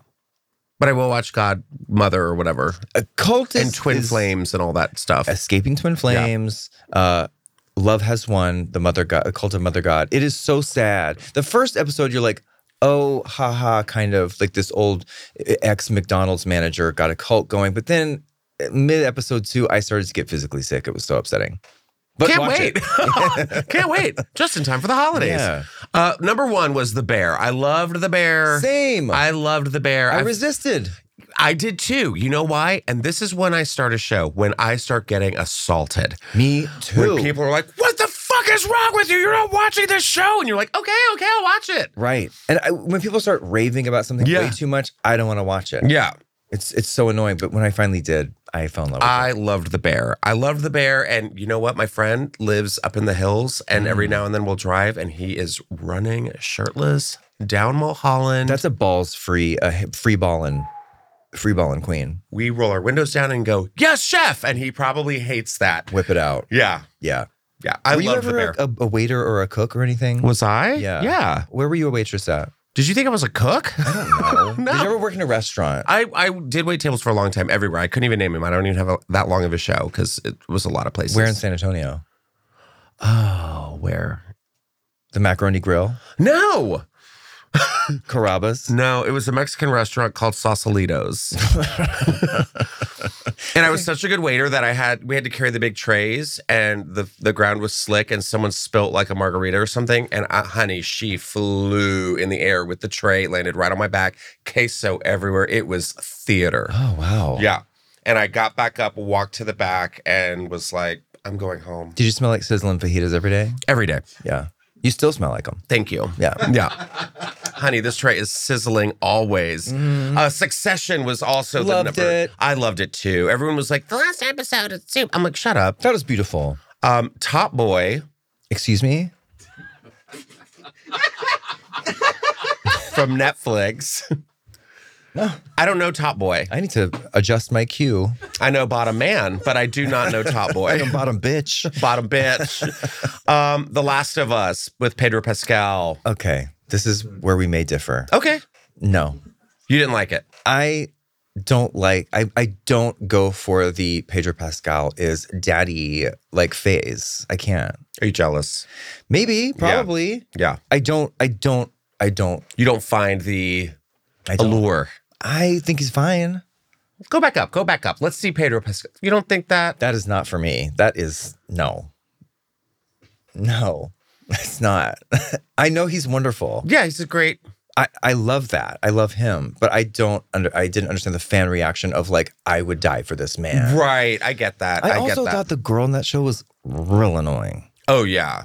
Speaker 1: But I will watch Godmother or whatever.
Speaker 2: A cult is,
Speaker 1: and Twin
Speaker 2: is
Speaker 1: Flames and all that stuff.
Speaker 2: Escaping Twin Flames. Uh Love Has Won, The Mother God, A Cult of Mother God. It is so sad. The first episode, you're like, oh, haha, kind of like this old ex McDonald's manager got a cult going. But then mid episode two, I started to get physically sick. It was so upsetting. But
Speaker 1: Can't
Speaker 2: watch
Speaker 1: wait.
Speaker 2: it.
Speaker 1: Can't wait. Just in time for the holidays.
Speaker 2: Yeah.
Speaker 1: Uh, number one was The Bear. I loved The Bear.
Speaker 2: Same. I,
Speaker 1: I loved The Bear. I,
Speaker 2: resisted.
Speaker 1: I did too. You know why? And this is when I start a show, when I start getting assaulted.
Speaker 2: Me too.
Speaker 1: When people are like, what the fuck is wrong with you? You're not watching this show. And you're like, okay, okay, I'll watch it.
Speaker 2: Right. And I, when people start raving about something
Speaker 1: Yeah.
Speaker 2: way too much, I don't want to watch it.
Speaker 1: Yeah.
Speaker 2: It's it's so annoying. But when I finally did, I fell in love with it.
Speaker 1: I loved the bear. I loved the bear. And you know what? My friend lives up in the hills, and every
Speaker 2: Mm.
Speaker 1: now and then we'll drive, and he is running shirtless down Mulholland.
Speaker 2: That's a balls free, a hip- free ballin', free ballin' queen.
Speaker 1: we roll our windows down and go, Yes, chef. And he probably hates that.
Speaker 2: Whip it out.
Speaker 1: Yeah.
Speaker 2: Yeah.
Speaker 1: Yeah. I
Speaker 2: were you
Speaker 1: love
Speaker 2: ever
Speaker 1: the bear.
Speaker 2: A, a waiter or a cook or anything?
Speaker 1: was I?
Speaker 2: Yeah.
Speaker 1: Yeah.
Speaker 2: Where were you a waitress at?
Speaker 1: Did you think I was a cook?
Speaker 2: No.
Speaker 1: No.
Speaker 2: Did you ever work in a restaurant?
Speaker 1: I, I did wait tables for a long time everywhere. I couldn't even name him. I don't even have a, that long of a show because it was a lot of places.
Speaker 2: Where in San Antonio?
Speaker 1: Oh, where?
Speaker 2: The Macaroni Grill,
Speaker 1: No.
Speaker 2: Carrabba's.
Speaker 1: No, it was a Mexican restaurant called Sausalitos. and I was such a good waiter that I had we had to carry the big trays and the the ground was slick and someone spilt like a margarita or something and I, honey, she flew in the air with the tray, landed right on my back, queso everywhere. It was theater.
Speaker 2: Oh wow.
Speaker 1: Yeah. And I got back up, walked to the back and was like, I'm going home
Speaker 2: Did you smell like sizzling fajitas every day?
Speaker 1: every day.
Speaker 2: Yeah. You still smell like them.
Speaker 1: Thank you.
Speaker 2: Yeah.
Speaker 1: Yeah. Honey, this tray is sizzling always. Uh, Succession was also
Speaker 2: Mm-hmm. Loved
Speaker 1: the number.
Speaker 2: it.
Speaker 1: I loved it too. Everyone was like, the last episode is soup. I'm like, shut up.
Speaker 2: That was beautiful.
Speaker 1: Um, Top Boy
Speaker 2: Excuse me?
Speaker 1: from Netflix.
Speaker 2: No.
Speaker 1: I don't know Top Boy.
Speaker 2: I need to adjust my cue.
Speaker 1: I know Bottom Man, but I do not know Top Boy.
Speaker 2: I'm bottom bitch.
Speaker 1: Bottom bitch. Um, the Last of Us with Pedro Pascal.
Speaker 2: Okay. This is where we may differ.
Speaker 1: Okay.
Speaker 2: No.
Speaker 1: You didn't like it.
Speaker 2: I don't like I, I don't go for the Pedro Pascal is daddy like phase. I can't.
Speaker 1: Are you jealous?
Speaker 2: Maybe, probably.
Speaker 1: Yeah.
Speaker 2: I don't I don't I don't
Speaker 1: You don't find the
Speaker 2: I don't
Speaker 1: allure.
Speaker 2: I think he's fine.
Speaker 1: Go back up. Go back up. Let's see Pedro Pascal. You don't think that?
Speaker 2: That is not for me. That is no. No. It's not. I know he's wonderful.
Speaker 1: Yeah, he's a great.
Speaker 2: I, I love that. I love him, but I don't under I didn't understand the fan reaction of like I would die for this man.
Speaker 1: Right. I get that. I,
Speaker 2: I,
Speaker 1: get
Speaker 2: also
Speaker 1: that.
Speaker 2: thought the girl in that show was real annoying.
Speaker 1: oh, yeah.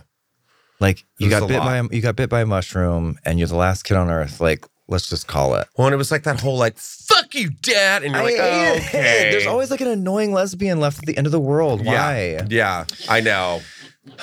Speaker 2: Like you
Speaker 1: was a
Speaker 2: got bit
Speaker 1: lot.
Speaker 2: by a, you got bit by a mushroom and you're the last kid on earth. Like let's just call it.
Speaker 1: Well, and it was like that whole like, fuck you, dad. And you're like, "Oh,
Speaker 2: I hate it.
Speaker 1: okay.
Speaker 2: There's always like an annoying lesbian left at the end of the world.
Speaker 1: Yeah.
Speaker 2: Why?
Speaker 1: Yeah. I know.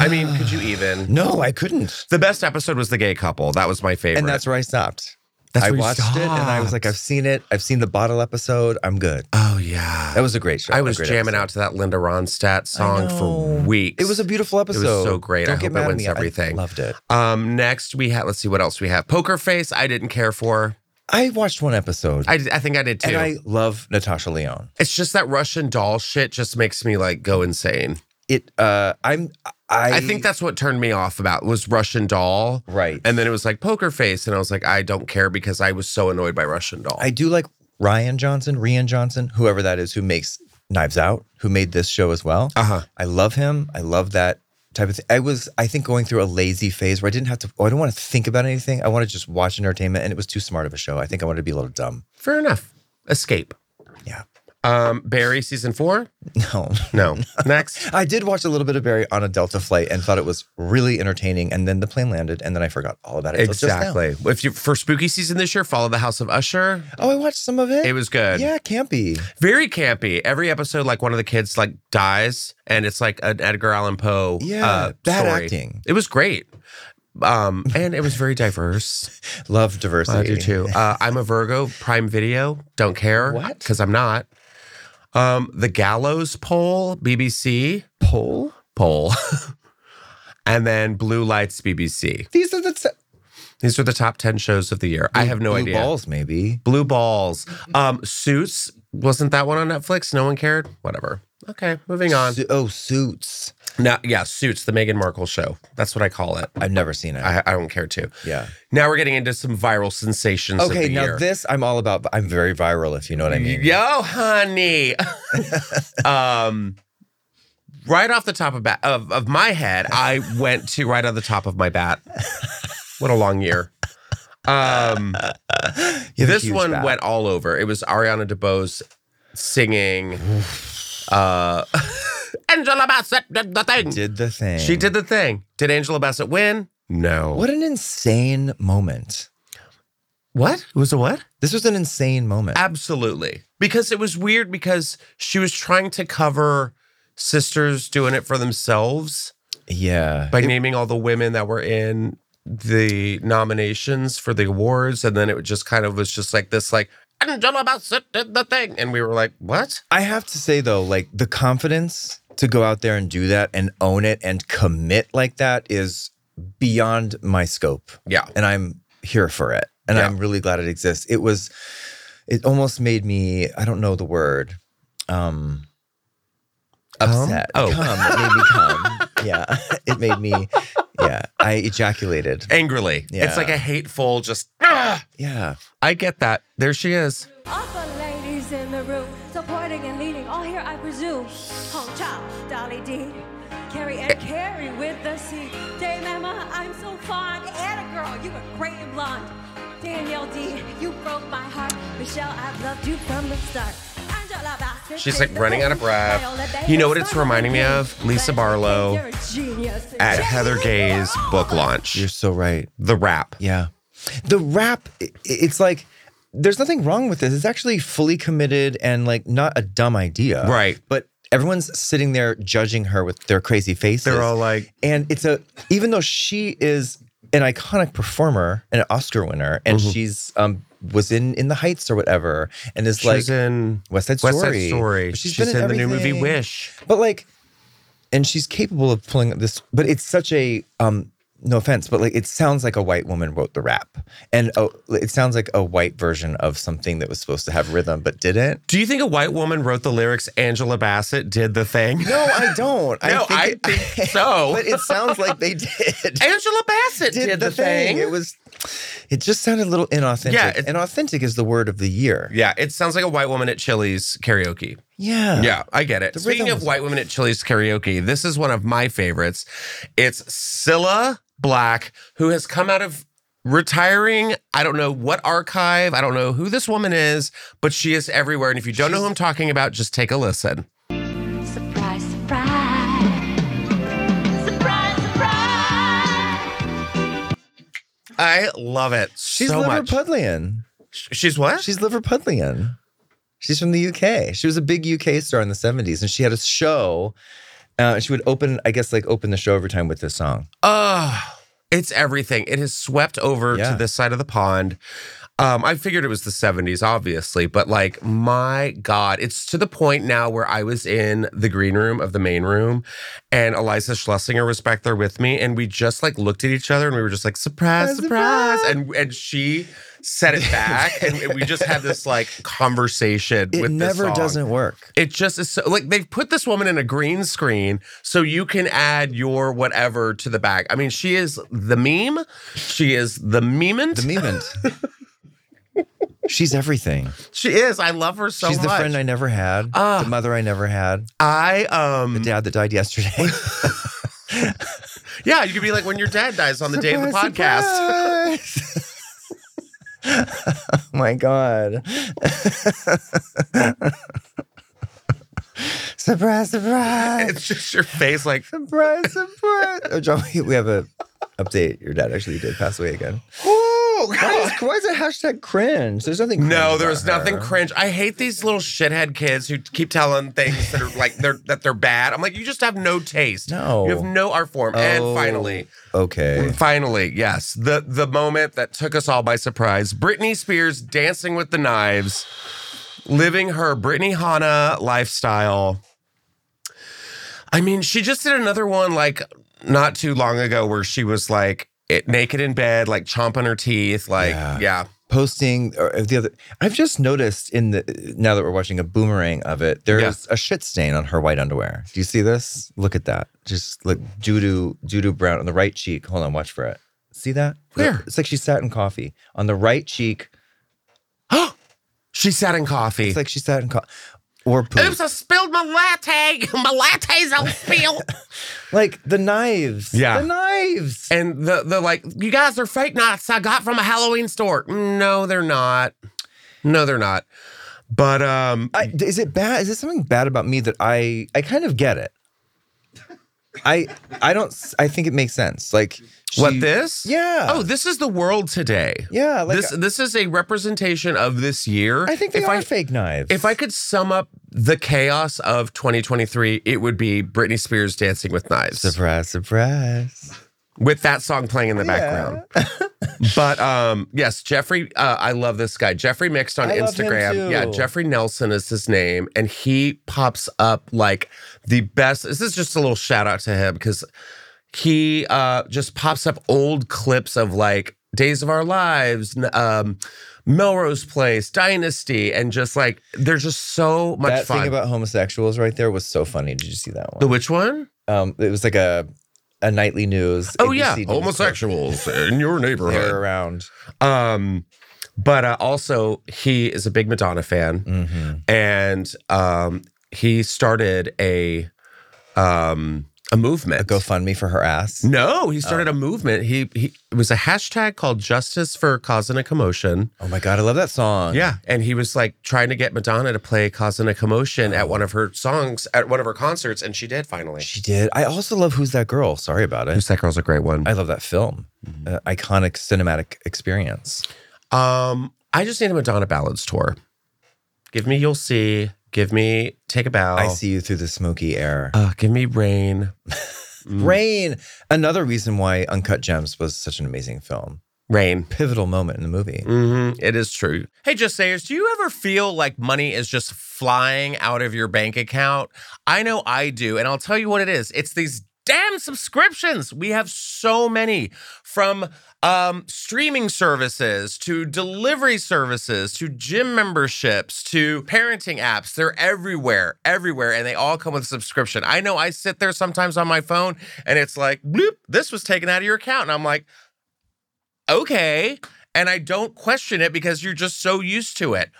Speaker 1: I mean, could you even?
Speaker 2: No, I couldn't.
Speaker 1: The best episode was the gay couple. That was my favorite.
Speaker 2: And that's where I stopped.
Speaker 1: That's
Speaker 2: I
Speaker 1: where you
Speaker 2: watched it and I was like,
Speaker 1: stopped.
Speaker 2: I've seen it. I've seen the bottle episode. I'm good.
Speaker 1: oh, yeah.
Speaker 2: That was a great show.
Speaker 1: I
Speaker 2: a
Speaker 1: was
Speaker 2: great
Speaker 1: jamming
Speaker 2: episode.
Speaker 1: out to that Linda Ronstadt song for
Speaker 2: know.
Speaker 1: weeks.
Speaker 2: It was a beautiful
Speaker 1: was
Speaker 2: episode.
Speaker 1: so great. I
Speaker 2: Don't
Speaker 1: hope
Speaker 2: get
Speaker 1: it
Speaker 2: mad at
Speaker 1: wins
Speaker 2: me. I
Speaker 1: everything.
Speaker 2: loved it.
Speaker 1: um next we had let's see what else we have. Poker Face I didn't care for.
Speaker 2: I watched one episode
Speaker 1: I, I think I did
Speaker 2: and
Speaker 1: too.
Speaker 2: I love Natasha Leone.
Speaker 1: it's just that Russian doll shit just makes me like go insane.
Speaker 2: It uh I'm I
Speaker 1: I think that's what turned me off about was Russian doll.
Speaker 2: right.
Speaker 1: And then it was like Poker Face and I was like I don't care because I was so annoyed by Russian doll.
Speaker 2: I do like Ryan Johnson, Rian Johnson, whoever that is who makes Knives Out, who made this show as well.
Speaker 1: uh-huh.
Speaker 2: I love him. I love that type of thing. I was, I think, going through a lazy phase where I didn't have to, oh, I don't want to think about anything. I want to just watch entertainment. And it was too smart of a show. I think I wanted to be a little dumb.
Speaker 1: Fair enough. Escape.
Speaker 2: Yeah.
Speaker 1: Um Barry season 4?
Speaker 2: No.
Speaker 1: No. next.
Speaker 2: I did watch a little bit of Barry on a Delta flight and thought it was really entertaining. And then the plane landed and then I forgot all about it. till just now.
Speaker 1: Exactly. If you for spooky season this year, follow the House of Usher.
Speaker 2: Oh, I watched some of it.
Speaker 1: It was good.
Speaker 2: Yeah, campy.
Speaker 1: Very campy. Every episode, like one of the kids like dies, and it's like an Edgar Allan Poe.
Speaker 2: Yeah,
Speaker 1: uh,
Speaker 2: bad
Speaker 1: story.
Speaker 2: acting.
Speaker 1: It was great, um, and it was very diverse.
Speaker 2: Love
Speaker 1: I
Speaker 2: diversity.
Speaker 1: do too. Uh, I'm a Virgo, Prime Video. Don't care
Speaker 2: What?
Speaker 1: because I'm not. Um, the Gallows Poll, BBC
Speaker 2: Pole?
Speaker 1: poll, and then Blue Lights, BBC.
Speaker 2: These are the t-
Speaker 1: These are the top ten shows of the year. I have no
Speaker 2: blue
Speaker 1: idea.
Speaker 2: balls, maybe.
Speaker 1: Blue Balls. Um, Suits wasn't that one on Netflix? No one cared. Whatever. Okay, moving on.
Speaker 2: Su- oh, suits.
Speaker 1: Now, yeah, Suits, the Meghan Markle show. That's what I call it.
Speaker 2: I've never seen it.
Speaker 1: I, I don't care to.
Speaker 2: yeah.
Speaker 1: Now we're getting into some viral sensations. of
Speaker 2: Okay,
Speaker 1: the
Speaker 2: now
Speaker 1: year.
Speaker 2: this I'm all about. But I'm very viral, if you know what I mean.
Speaker 1: Yo, honey. um, right off the top of, bat, of of my head, I went to right on the top of my bat. What a long year. Um,
Speaker 2: You have a
Speaker 1: this
Speaker 2: huge
Speaker 1: one
Speaker 2: back.
Speaker 1: went all over. It was Ariana DeBose singing. uh, Angela Bassett did the thing.
Speaker 2: Did the thing.
Speaker 1: She did the thing. Did Angela Bassett win? No.
Speaker 2: What an insane moment.
Speaker 1: What? It was a what?
Speaker 2: This was an insane moment.
Speaker 1: Absolutely. Because it was weird because she was trying to cover sisters doing it for themselves
Speaker 2: yeah.
Speaker 1: by naming all the women that were in the nominations for the awards. And then it just kind of was just like this, like, Angela Bassett did the thing. And we were like, what?
Speaker 2: I have to say though, like the confidence to go out there and do that and own it and commit like that is beyond my scope.
Speaker 1: Yeah.
Speaker 2: And I'm here for it. And
Speaker 1: Yeah.
Speaker 2: I'm really glad it exists. It was it almost made me, I don't know the word. Um upset.
Speaker 1: Oh.
Speaker 2: Come. It made me come. yeah. It made me yeah. I ejaculated.
Speaker 1: Angrily. It's
Speaker 2: Yeah.
Speaker 1: like a hateful, just, "Ah!"
Speaker 2: Yeah.
Speaker 1: I get that. There she is.
Speaker 3: All the ladies in the room, supporting and leading, all here, I presume. Hong Chao, Dolly D, Carrie and Carrie with the C. Dame Emma, I'm so fond. Anna girl, you were great and blonde. Danielle D, you broke my heart. Michelle, I've loved you from the start. Angela She's like running out of breath. You know what it's reminding me of? Lisa Barlow
Speaker 1: at Heather Gay's book launch.
Speaker 2: You're so right.
Speaker 1: The rap.
Speaker 2: Yeah. The rap, i- it's like, there's nothing wrong with this. It's actually fully committed and like not a dumb idea.
Speaker 1: Right.
Speaker 2: But everyone's sitting there judging her with their crazy faces.
Speaker 1: They're all like,
Speaker 2: and it's a, even though she is an iconic performer and an Oscar winner, and
Speaker 1: Mm-hmm.
Speaker 2: she's, um, was in in the heights or whatever, and is like
Speaker 1: she's in
Speaker 2: West Side
Speaker 1: West Side
Speaker 2: Story.
Speaker 1: Story.
Speaker 2: But
Speaker 1: She's,
Speaker 2: been
Speaker 1: in, the new movie
Speaker 2: everything.
Speaker 1: Wish.
Speaker 2: But like, and she's capable of pulling up this, but it's such a um no offense, but like it sounds like a white woman wrote the rap. And oh, it sounds like a white version of something that was supposed to have rhythm but didn't.
Speaker 1: Do you think a white woman wrote the lyrics? Angela Bassett did the thing.
Speaker 2: No, I don't.
Speaker 1: No, I
Speaker 2: it-
Speaker 1: think so.
Speaker 2: but it sounds like they did.
Speaker 1: Angela Bassett did, the, thing.
Speaker 2: It was it just sounded a little inauthentic.
Speaker 1: Yeah, it-
Speaker 2: and authentic is the word of the year.
Speaker 1: yeah, it sounds like a white woman at Chili's karaoke.
Speaker 2: Yeah.
Speaker 1: Yeah, I get it.
Speaker 2: The
Speaker 1: Speaking
Speaker 2: rhythm
Speaker 1: of
Speaker 2: was-
Speaker 1: white women at Chili's karaoke, this is one of my favorites. It's Scylla Black, who has come out of retiring. I don't know what archive, I don't know who this woman is, but she is everywhere. And if you don't know who I'm talking about, just take a listen.
Speaker 4: Surprise, surprise. Surprise, surprise.
Speaker 1: I love it
Speaker 2: She's
Speaker 1: so much.
Speaker 2: Liverpudlian.
Speaker 1: She's what?
Speaker 2: She's Liverpudlian. She's from the UK. She was a big UK star in the 70s and she had a show. Uh, she would open, I guess, like open the show every time with this song.
Speaker 1: Oh, it's everything. It has swept over
Speaker 2: Yeah.
Speaker 1: to this side of the pond. Um, I figured it was the 70s, obviously, but like, my God, it's to the point now where I was in the green room of the main room and Eliza Schlesinger was back there with me. And we just like looked at each other and we were just like, surprise, surprise.
Speaker 2: Surprise,
Speaker 1: And, and she said it back. and we just had this like conversation
Speaker 2: It
Speaker 1: with this
Speaker 2: never
Speaker 1: song.
Speaker 2: doesn't work.
Speaker 1: It just is so like they've put this woman in a green screen so you can add your whatever to the back. I mean, she is the meme. She is the memeant.
Speaker 2: The Meement. She's everything.
Speaker 1: she is. I love her so
Speaker 2: She's
Speaker 1: much. Ah.
Speaker 2: the friend I never had, the mother I never had,
Speaker 1: I um
Speaker 2: dad that died yesterday.
Speaker 1: yeah, you could be like when your dad dies on the day of the podcast.
Speaker 2: podcast. oh my God. surprise, surprise.
Speaker 1: It's just your face like
Speaker 2: Surprise, surprise. Oh, John, we- we have a update. Your dad actually did pass away again.
Speaker 1: oh
Speaker 2: Why is, why is it hashtag cringe? There's nothing cringe
Speaker 1: No,
Speaker 2: about
Speaker 1: there's nothing
Speaker 2: her.
Speaker 1: cringe. I hate these little shithead kids who keep telling things that are like they're that they're bad. I'm like, you just have no taste.
Speaker 2: No.
Speaker 1: You have no art form.
Speaker 2: Oh,
Speaker 1: And finally,
Speaker 2: Okay.
Speaker 1: Finally, yes, the the moment that took us all by surprise. Britney Spears dancing with the knives, living her Britney Hanna lifestyle. I mean, she just did another one like not too long ago where she was like it, naked in bed, like chomping her teeth, like
Speaker 2: Yeah.
Speaker 1: yeah.
Speaker 2: Posting or uh, the other. I've just noticed in the now that we're watching a boomerang of it, there's a shit stain on her white underwear. Do you see this? Look at that. Just look doo doo doo doo brown on the right cheek. Hold on, watch for it. See that?
Speaker 1: Where?
Speaker 2: It's like she sat in coffee on the right cheek.
Speaker 1: She sat in coffee.
Speaker 2: It's like she sat in coffee. Or poop.
Speaker 1: Oops, I spilled my latte. my latte's all spilled.
Speaker 2: Like the knives.
Speaker 1: Yeah.
Speaker 2: The knives.
Speaker 1: and the the like, you guys are fake knots I got from a Halloween store. Mm, No, they're not. No, they're not. But um
Speaker 2: I, is it bad? Is it something bad about me that I I kind of get it? I I don't. s- I think it makes sense. Like she-
Speaker 1: what this?
Speaker 2: Yeah.
Speaker 1: Oh, this is the world today.
Speaker 2: Yeah, like- uh,
Speaker 1: this this is a representation of this year.
Speaker 2: I think they
Speaker 1: if
Speaker 2: are
Speaker 1: I,
Speaker 2: fake knives.
Speaker 1: If I could sum up the chaos of 2023, it would be Britney Spears dancing with knives.
Speaker 2: surprise, surprise.
Speaker 1: with that song playing in the
Speaker 2: Yeah.
Speaker 1: background. but um, yes, Jeffrey, uh, I love this guy. Jeffrey Mixed on
Speaker 2: I love him
Speaker 1: Instagram.
Speaker 2: too.
Speaker 1: Yeah, Jeffrey Nelson is his name, and he pops up like the best. This is just a little shout out to him because he uh, just pops up old clips of like Days of Our Lives, n- um, Melrose Place, Dynasty, and just like they're just so much
Speaker 2: That
Speaker 1: fun.
Speaker 2: thing about homosexuals right there was so funny. Did you see that
Speaker 1: the
Speaker 2: one?
Speaker 1: which one?
Speaker 2: Um, it was like a a nightly news.
Speaker 1: Oh yeah,
Speaker 2: ABC news
Speaker 1: homosexuals in your
Speaker 2: clip.
Speaker 1: neighborhood.
Speaker 2: They're around.
Speaker 1: Um, but uh, also he is a big Madonna fan,
Speaker 2: Mm-hmm.
Speaker 1: and um, he started a um a movement.
Speaker 2: A Oh. GoFundMe for her ass.
Speaker 1: No, he started a movement. He he it was a hashtag called Justice for Causing a Commotion.
Speaker 2: Oh my God, I love that song.
Speaker 1: Yeah, and he was like trying to get Madonna to play Causing a Commotion at one of her songs at one of her concerts, and she did finally.
Speaker 2: She did. I also love Who's That Girl? Sorry about it.
Speaker 1: Who's that girl's a great one.
Speaker 2: I love that film. Uh, iconic cinematic experience.
Speaker 1: Um, I just need a Madonna ballads tour. Give me You'll See. Give me Take a Bow.
Speaker 2: I see you through the smoky air.
Speaker 1: Oh. Uh, give me Rain.
Speaker 2: Rain. Another reason why Uncut Gems was such an amazing film.
Speaker 1: Rain.
Speaker 2: Pivotal moment in the movie.
Speaker 1: hmm It is true. Hey, just sayers, do you ever feel like money is just flying out of your bank account? I know I do, and I'll tell you what it is. It's these damn subscriptions. We have so many from um, streaming services to delivery services to gym memberships to parenting apps. They're everywhere, everywhere, and they all come with a subscription. I know I sit there sometimes on my phone and it's like, bloop, this was taken out of your account. And I'm like, okay. And I don't question it because you're just so used to it.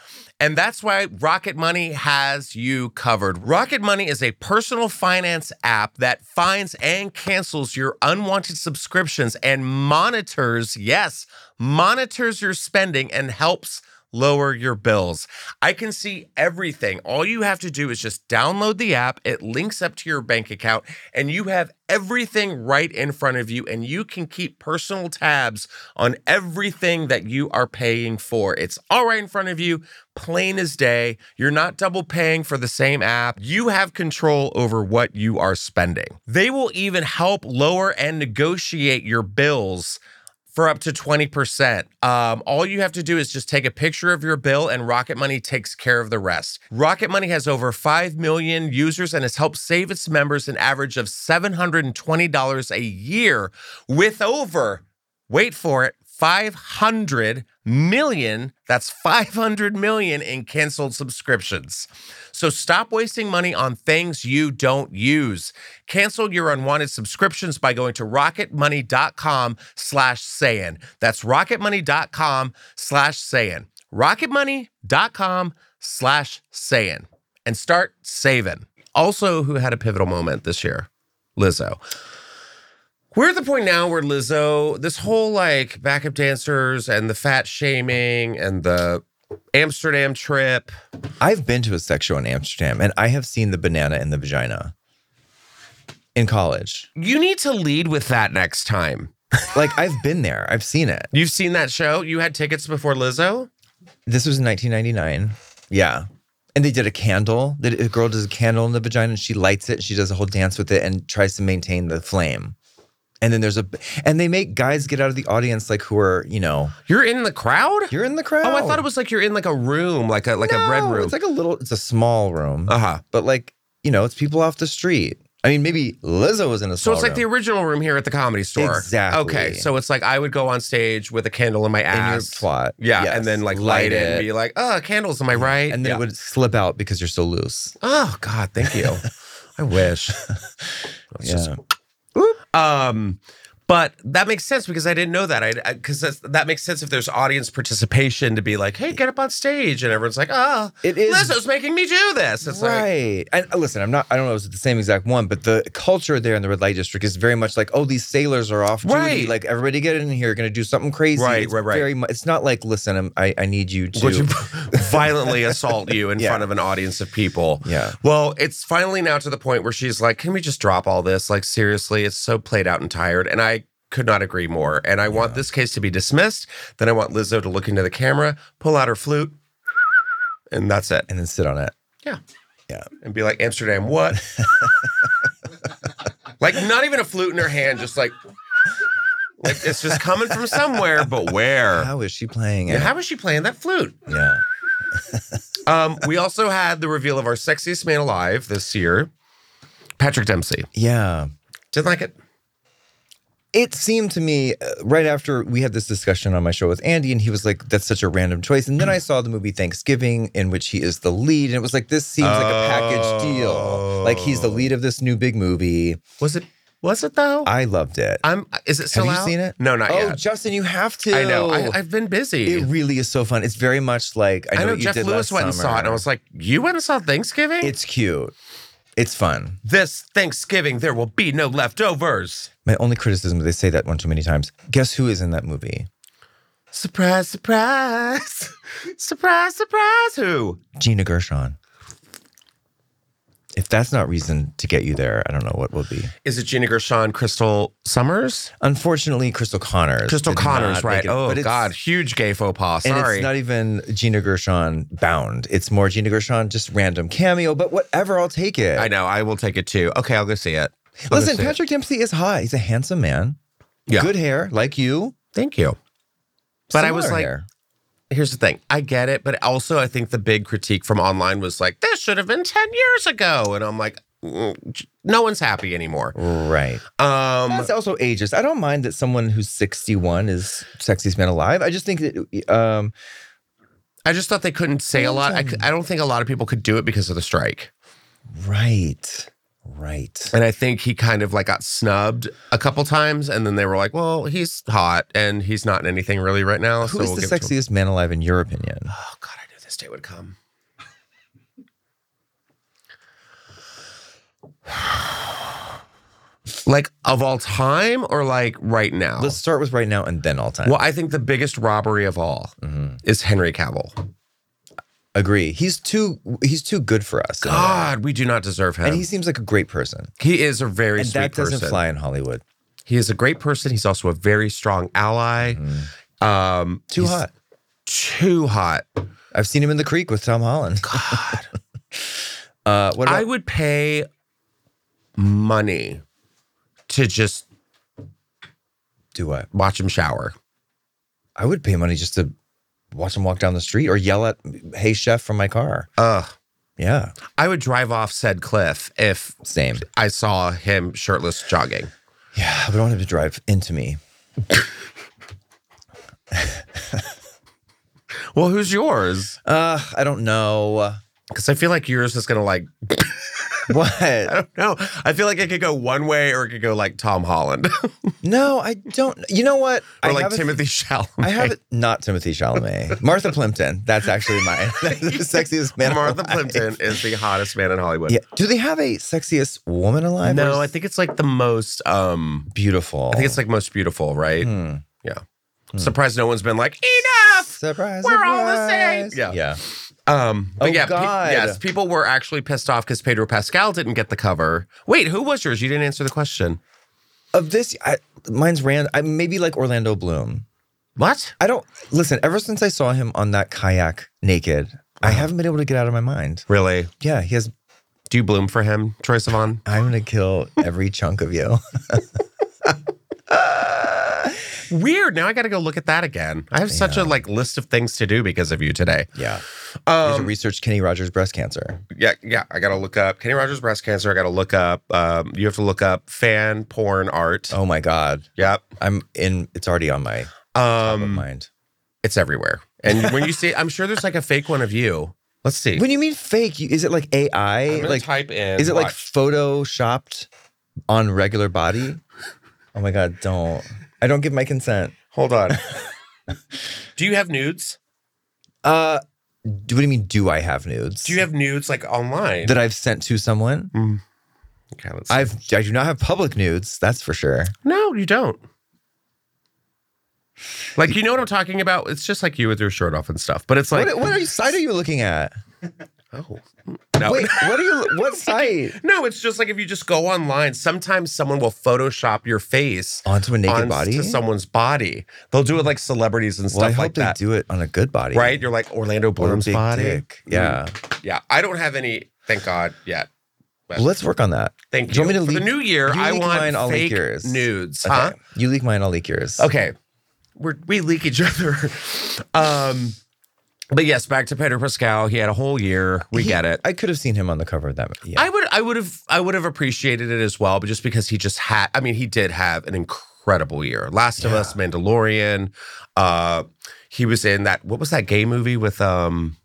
Speaker 1: And that's why Rocket Money has you covered. Rocket Money is a personal finance app that finds and cancels your unwanted subscriptions and monitors, yes, monitors your spending and helps lower your bills. I can see everything. All you have to do is just download the app. It links up to your bank account and you have everything right in front of you and you can keep personal tabs on everything that you are paying for. It's all right in front of you, plain as day. You're not double paying for the same app. You have control over what you are spending. They will even help lower and negotiate your bills for up to 20%. Um, all you have to do is just take a picture of your bill, and Rocket Money takes care of the rest. Rocket Money has over 5 million users and has helped save its members an average of $720 a year with over, wait for it, 500 million. That's 500 million in canceled subscriptions. So stop wasting money on things you don't use. Cancel your unwanted subscriptions by going to rocketmoney.com slash sayin. That's rocketmoney.com slash sayin. Rocketmoney.com slash sayin. And start saving. Also, who had a pivotal moment this year? Lizzo. We're at the point now where Lizzo, this whole like backup dancers and the fat shaming and the Amsterdam trip.
Speaker 2: I've been to a sex show in Amsterdam and I have seen the banana in the vagina in college.
Speaker 1: You need to lead with that next time.
Speaker 2: Like I've been there. I've seen it.
Speaker 1: You've seen that show? You had tickets before Lizzo?
Speaker 2: This was in 1999. Yeah. And they did a candle. They did- A girl does a candle in the vagina and she lights it. And she does a whole dance with it and tries to maintain the flame. And then there's a, and they make guys get out of the audience like who are, you know,
Speaker 1: You're in the crowd?
Speaker 2: you're in the crowd.
Speaker 1: Oh, I thought it was like you're in like a room, like a like a red
Speaker 2: No,
Speaker 1: room.
Speaker 2: It's like a little, it's a small room,
Speaker 1: uh-huh.
Speaker 2: but like, you know, it's people off the street. I mean, maybe Lizzo was in a
Speaker 1: So
Speaker 2: small
Speaker 1: it's like the
Speaker 2: room.
Speaker 1: original room here at the comedy store.
Speaker 2: Exactly.
Speaker 1: Okay. So it's like I would go on stage with a candle in my
Speaker 2: in your
Speaker 1: ass.
Speaker 2: twat.
Speaker 1: yeah.
Speaker 2: Yes.
Speaker 1: And then like light, it, and be like, oh, candles, am I right?
Speaker 2: and then
Speaker 1: Yeah.
Speaker 2: it would slip out because you're so loose.
Speaker 1: Oh God, thank you. I wish. It's just-
Speaker 2: Yeah.
Speaker 1: um, but that makes sense because I didn't know that. I because that makes sense if there's audience participation to be like, hey, get up on stage, and everyone's like, oh,
Speaker 2: It is-
Speaker 1: Lizzo's making me do this. It's like
Speaker 2: right. And uh, listen, I'm not. I don't know. if It's the same exact one, but the culture there in the red light district is very much like, oh, these sailors are off duty.
Speaker 1: Right.
Speaker 2: Like everybody get in here, going to do something crazy.
Speaker 1: Right,
Speaker 2: It's
Speaker 1: right, right.
Speaker 2: Very much. It's not like, listen, I'm, I I need you to.
Speaker 1: would you violently assault you in
Speaker 2: Yeah.
Speaker 1: front of an audience of people?
Speaker 2: Yeah.
Speaker 1: Well, it's finally now to the point where she's like, can we just drop all this? Like, seriously, it's so played out and tired. And I could not agree more. And I want this case to be dismissed. Then I want Lizzo to look into the camera, pull out her flute, and that's it.
Speaker 2: and then sit on it.
Speaker 1: Yeah.
Speaker 2: Yeah.
Speaker 1: And be like, Amsterdam, what? like, not even a flute in her hand, just like, like it's just coming from somewhere, but where?
Speaker 2: How is she playing it?
Speaker 1: And how is she playing that flute?
Speaker 2: yeah.
Speaker 1: Um, we also had the reveal of our sexiest man alive this year, Patrick Dempsey.
Speaker 2: Yeah.
Speaker 1: Didn't like it.
Speaker 2: it seemed to me uh, right after we had this discussion on my show with Andy, and he was like, "That's such a random choice." And then I saw the movie Thanksgiving, in which he is the lead, and it was like, "This seems like a package deal. Like he's the lead of this new big movie."
Speaker 1: Was it? Was it though? I,
Speaker 2: I loved it.
Speaker 1: am Is it still
Speaker 2: have you
Speaker 1: out?
Speaker 2: seen it?
Speaker 1: No, not
Speaker 2: oh,
Speaker 1: yet.
Speaker 2: Justin, you have to.
Speaker 1: I know. I, I've been busy.
Speaker 2: it really is so fun. It's very much like I
Speaker 1: I
Speaker 2: know,
Speaker 1: know
Speaker 2: what you
Speaker 1: Jeff
Speaker 2: did
Speaker 1: Lewis
Speaker 2: last
Speaker 1: went and
Speaker 2: summer.
Speaker 1: saw it, and I was like, "You went and saw Thanksgiving?"
Speaker 2: "It's cute." It's fun.
Speaker 1: This Thanksgiving, there will be no leftovers.
Speaker 2: My only criticism is they say that one too many times. Guess who is in that movie?
Speaker 1: Surprise, surprise. surprise, surprise. Who?
Speaker 2: Gina Gershon. If that's not reason to get you there, I don't know what will be.
Speaker 1: Is it Gina Gershon, Crystal Summers?
Speaker 2: Unfortunately, Crystal Connors.
Speaker 1: Crystal
Speaker 2: did
Speaker 1: Connors,
Speaker 2: not
Speaker 1: right.
Speaker 2: make it,
Speaker 1: oh,
Speaker 2: but it's-
Speaker 1: God. Huge gay faux pas.
Speaker 2: And
Speaker 1: Sorry.
Speaker 2: it's not even Gina Gershon bound. It's more Gina Gershon, just random cameo, but whatever, I'll take it.
Speaker 1: I know. I will take it too. Okay, I'll go see it. I'll go
Speaker 2: Listen,
Speaker 1: see it.
Speaker 2: Patrick Dempsey is hot. He's a handsome man.
Speaker 1: Yeah.
Speaker 2: Good hair, like you.
Speaker 1: Thank you. But I was
Speaker 2: Similar
Speaker 1: like,
Speaker 2: hair.
Speaker 1: here's the thing. I get it, but also I think the big critique from online was like, this should have been 10 years ago. And I'm like, mm, no one's happy anymore.
Speaker 2: right.
Speaker 1: Um
Speaker 2: That's also ageist. I don't mind that someone who's 61 is sexiest man alive. I just think that um,
Speaker 1: I just thought they couldn't say a lot. I, cou- I don't think a lot of people could do it because of the strike.
Speaker 2: right, right.
Speaker 1: And I think he kind of like got snubbed a couple times and then they were like, "Well, he's hot and he's not in anything really right now."
Speaker 2: Who is
Speaker 1: we'll
Speaker 2: the
Speaker 1: give it to him."
Speaker 2: sexiest man alive in your opinion?
Speaker 1: Oh god, I knew this day would come. like of all time or like right now?
Speaker 2: Let's start with right now and then all time.
Speaker 1: well, I think the biggest robbery of all
Speaker 2: Mm-hmm.
Speaker 1: is Henry Cavill.
Speaker 2: Agree. He's too he's too good for us. in a way.
Speaker 1: God, we do not deserve him.
Speaker 2: And he seems like a great person.
Speaker 1: he is a very
Speaker 2: And
Speaker 1: sweet
Speaker 2: that doesn't
Speaker 1: person.
Speaker 2: fly in Hollywood.
Speaker 1: He is a great person. He's also a very strong ally. Um,
Speaker 2: Mm-hmm. Too
Speaker 1: he's
Speaker 2: hot.
Speaker 1: Too hot.
Speaker 2: I've seen him in the creek with Tom Holland. God. uh, what about,
Speaker 1: I would pay money to just
Speaker 2: do what?
Speaker 1: watch him shower.
Speaker 2: I would pay money just to watch him walk down the street or yell at, hey, chef from my car.
Speaker 1: Ugh.
Speaker 2: Yeah.
Speaker 1: I would drive off said cliff if
Speaker 2: Same.
Speaker 1: I saw him shirtless jogging.
Speaker 2: Yeah, but I don't have to drive into me.
Speaker 1: Well, who's yours?
Speaker 2: Uh, I don't know.
Speaker 1: Because I feel like yours is gonna like I
Speaker 2: What?
Speaker 1: don't know. I feel like it could go one way or it could go like Tom Holland or
Speaker 2: no, I don't. You know what? I
Speaker 1: like
Speaker 2: have a-
Speaker 1: Timothy Chalamet.
Speaker 2: I have it. Not Timothy Chalamet. Martha Plimpton. That's actually mine. That's the sexiest man.
Speaker 1: Martha
Speaker 2: alive.
Speaker 1: Plimpton is the hottest man in Hollywood.
Speaker 2: Yeah. Do they have a sexiest woman alive?
Speaker 1: no,
Speaker 2: or
Speaker 1: I
Speaker 2: is-
Speaker 1: think it's like the most. um
Speaker 2: beautiful.
Speaker 1: I think it's like most beautiful, right?
Speaker 2: Hmm.
Speaker 1: Yeah. Surprised no one's been like enough.
Speaker 2: surprise.
Speaker 1: We're all the same.
Speaker 2: surprise. Yeah.
Speaker 1: Um, but
Speaker 2: Oh,
Speaker 1: yeah,
Speaker 2: God.
Speaker 1: yes, people were actually pissed off because Pedro Pascal didn't get the cover. Wait, who was yours? You didn't answer the question.
Speaker 2: Of this, I, mine's Rand. I, maybe like Orlando Bloom.
Speaker 1: What?
Speaker 2: I don't listen. Ever since I saw him on that kayak naked, I
Speaker 1: Uh-huh.
Speaker 2: haven't been able to get out of my mind.
Speaker 1: Really?
Speaker 2: Yeah, he has.
Speaker 1: Do you bloom for him, Troy Sivan?
Speaker 2: I'm gonna kill every chunk of you.
Speaker 1: Weird. Now I got to go look at that again. I have such a like list of things to do because of you today.
Speaker 2: Yeah. There's a
Speaker 1: Um,
Speaker 2: research Kenny Rogers breast cancer.
Speaker 1: yeah, yeah. I got to look up Kenny Rogers breast cancer. I got to look up. Um, you have to look up fan porn art.
Speaker 2: Oh my God.
Speaker 1: Yep.
Speaker 2: I'm in. It's already on my top of
Speaker 1: Um,
Speaker 2: mind.
Speaker 1: it's everywhere. And when you see, I'm sure there's like a fake one of you. Let's see.
Speaker 2: When you mean fake, you, is it like AI?
Speaker 1: I'm gonna
Speaker 2: Like,
Speaker 1: type in.
Speaker 2: is it like
Speaker 1: watch.
Speaker 2: photoshopped on regular body? Oh my God! Don't. I don't give my consent.
Speaker 1: Hold on. do you have nudes?
Speaker 2: Uh, do- what do you mean? Do I have nudes?
Speaker 1: Do you have nudes like online?
Speaker 2: that I've sent to someone?
Speaker 1: okay, let's see.
Speaker 2: I've. I do not have public nudes. That's for sure.
Speaker 1: No, you don't. Like you know what I'm talking about? It's just like you with your shirt off and stuff. But it's like
Speaker 2: what, what are you, side are you looking at?
Speaker 1: oh no.
Speaker 2: Wait, what are you? What site?
Speaker 1: No, it's just like if you just go online, sometimes someone will Photoshop your face
Speaker 2: Onto a naked
Speaker 1: onto
Speaker 2: body.
Speaker 1: someone's body. They'll do it like celebrities and stuff
Speaker 2: well, I hope
Speaker 1: like
Speaker 2: they
Speaker 1: that.
Speaker 2: do it Mm. on a good body,
Speaker 1: Right? You're like Orlando
Speaker 2: Or a
Speaker 1: Bloom's
Speaker 2: big
Speaker 1: body.
Speaker 2: dick. Yeah.
Speaker 1: Yeah. I don't have any, thank God, yet. But
Speaker 2: Well, let's work on that.
Speaker 1: thank
Speaker 2: do you want me to
Speaker 1: For
Speaker 2: leak-
Speaker 1: the new year,
Speaker 2: you
Speaker 1: I
Speaker 2: leak
Speaker 1: want
Speaker 2: mine, I'll leak
Speaker 1: fake
Speaker 2: yours.
Speaker 1: nudes.
Speaker 2: Okay.
Speaker 1: Huh?
Speaker 2: You leak mine, I'll leak yours.
Speaker 1: Okay. We're, we leak each other. um, but yes, back to Pedro Pascal. He had a whole year. We
Speaker 2: He-
Speaker 1: get it.
Speaker 2: I could have seen him on the cover of that. Yeah.
Speaker 1: I would I would have I would have appreciated it as well, but just because he just had I mean, he did have an incredible year. Last of Us, Mandalorian. Uh he was in that what was that gay movie with um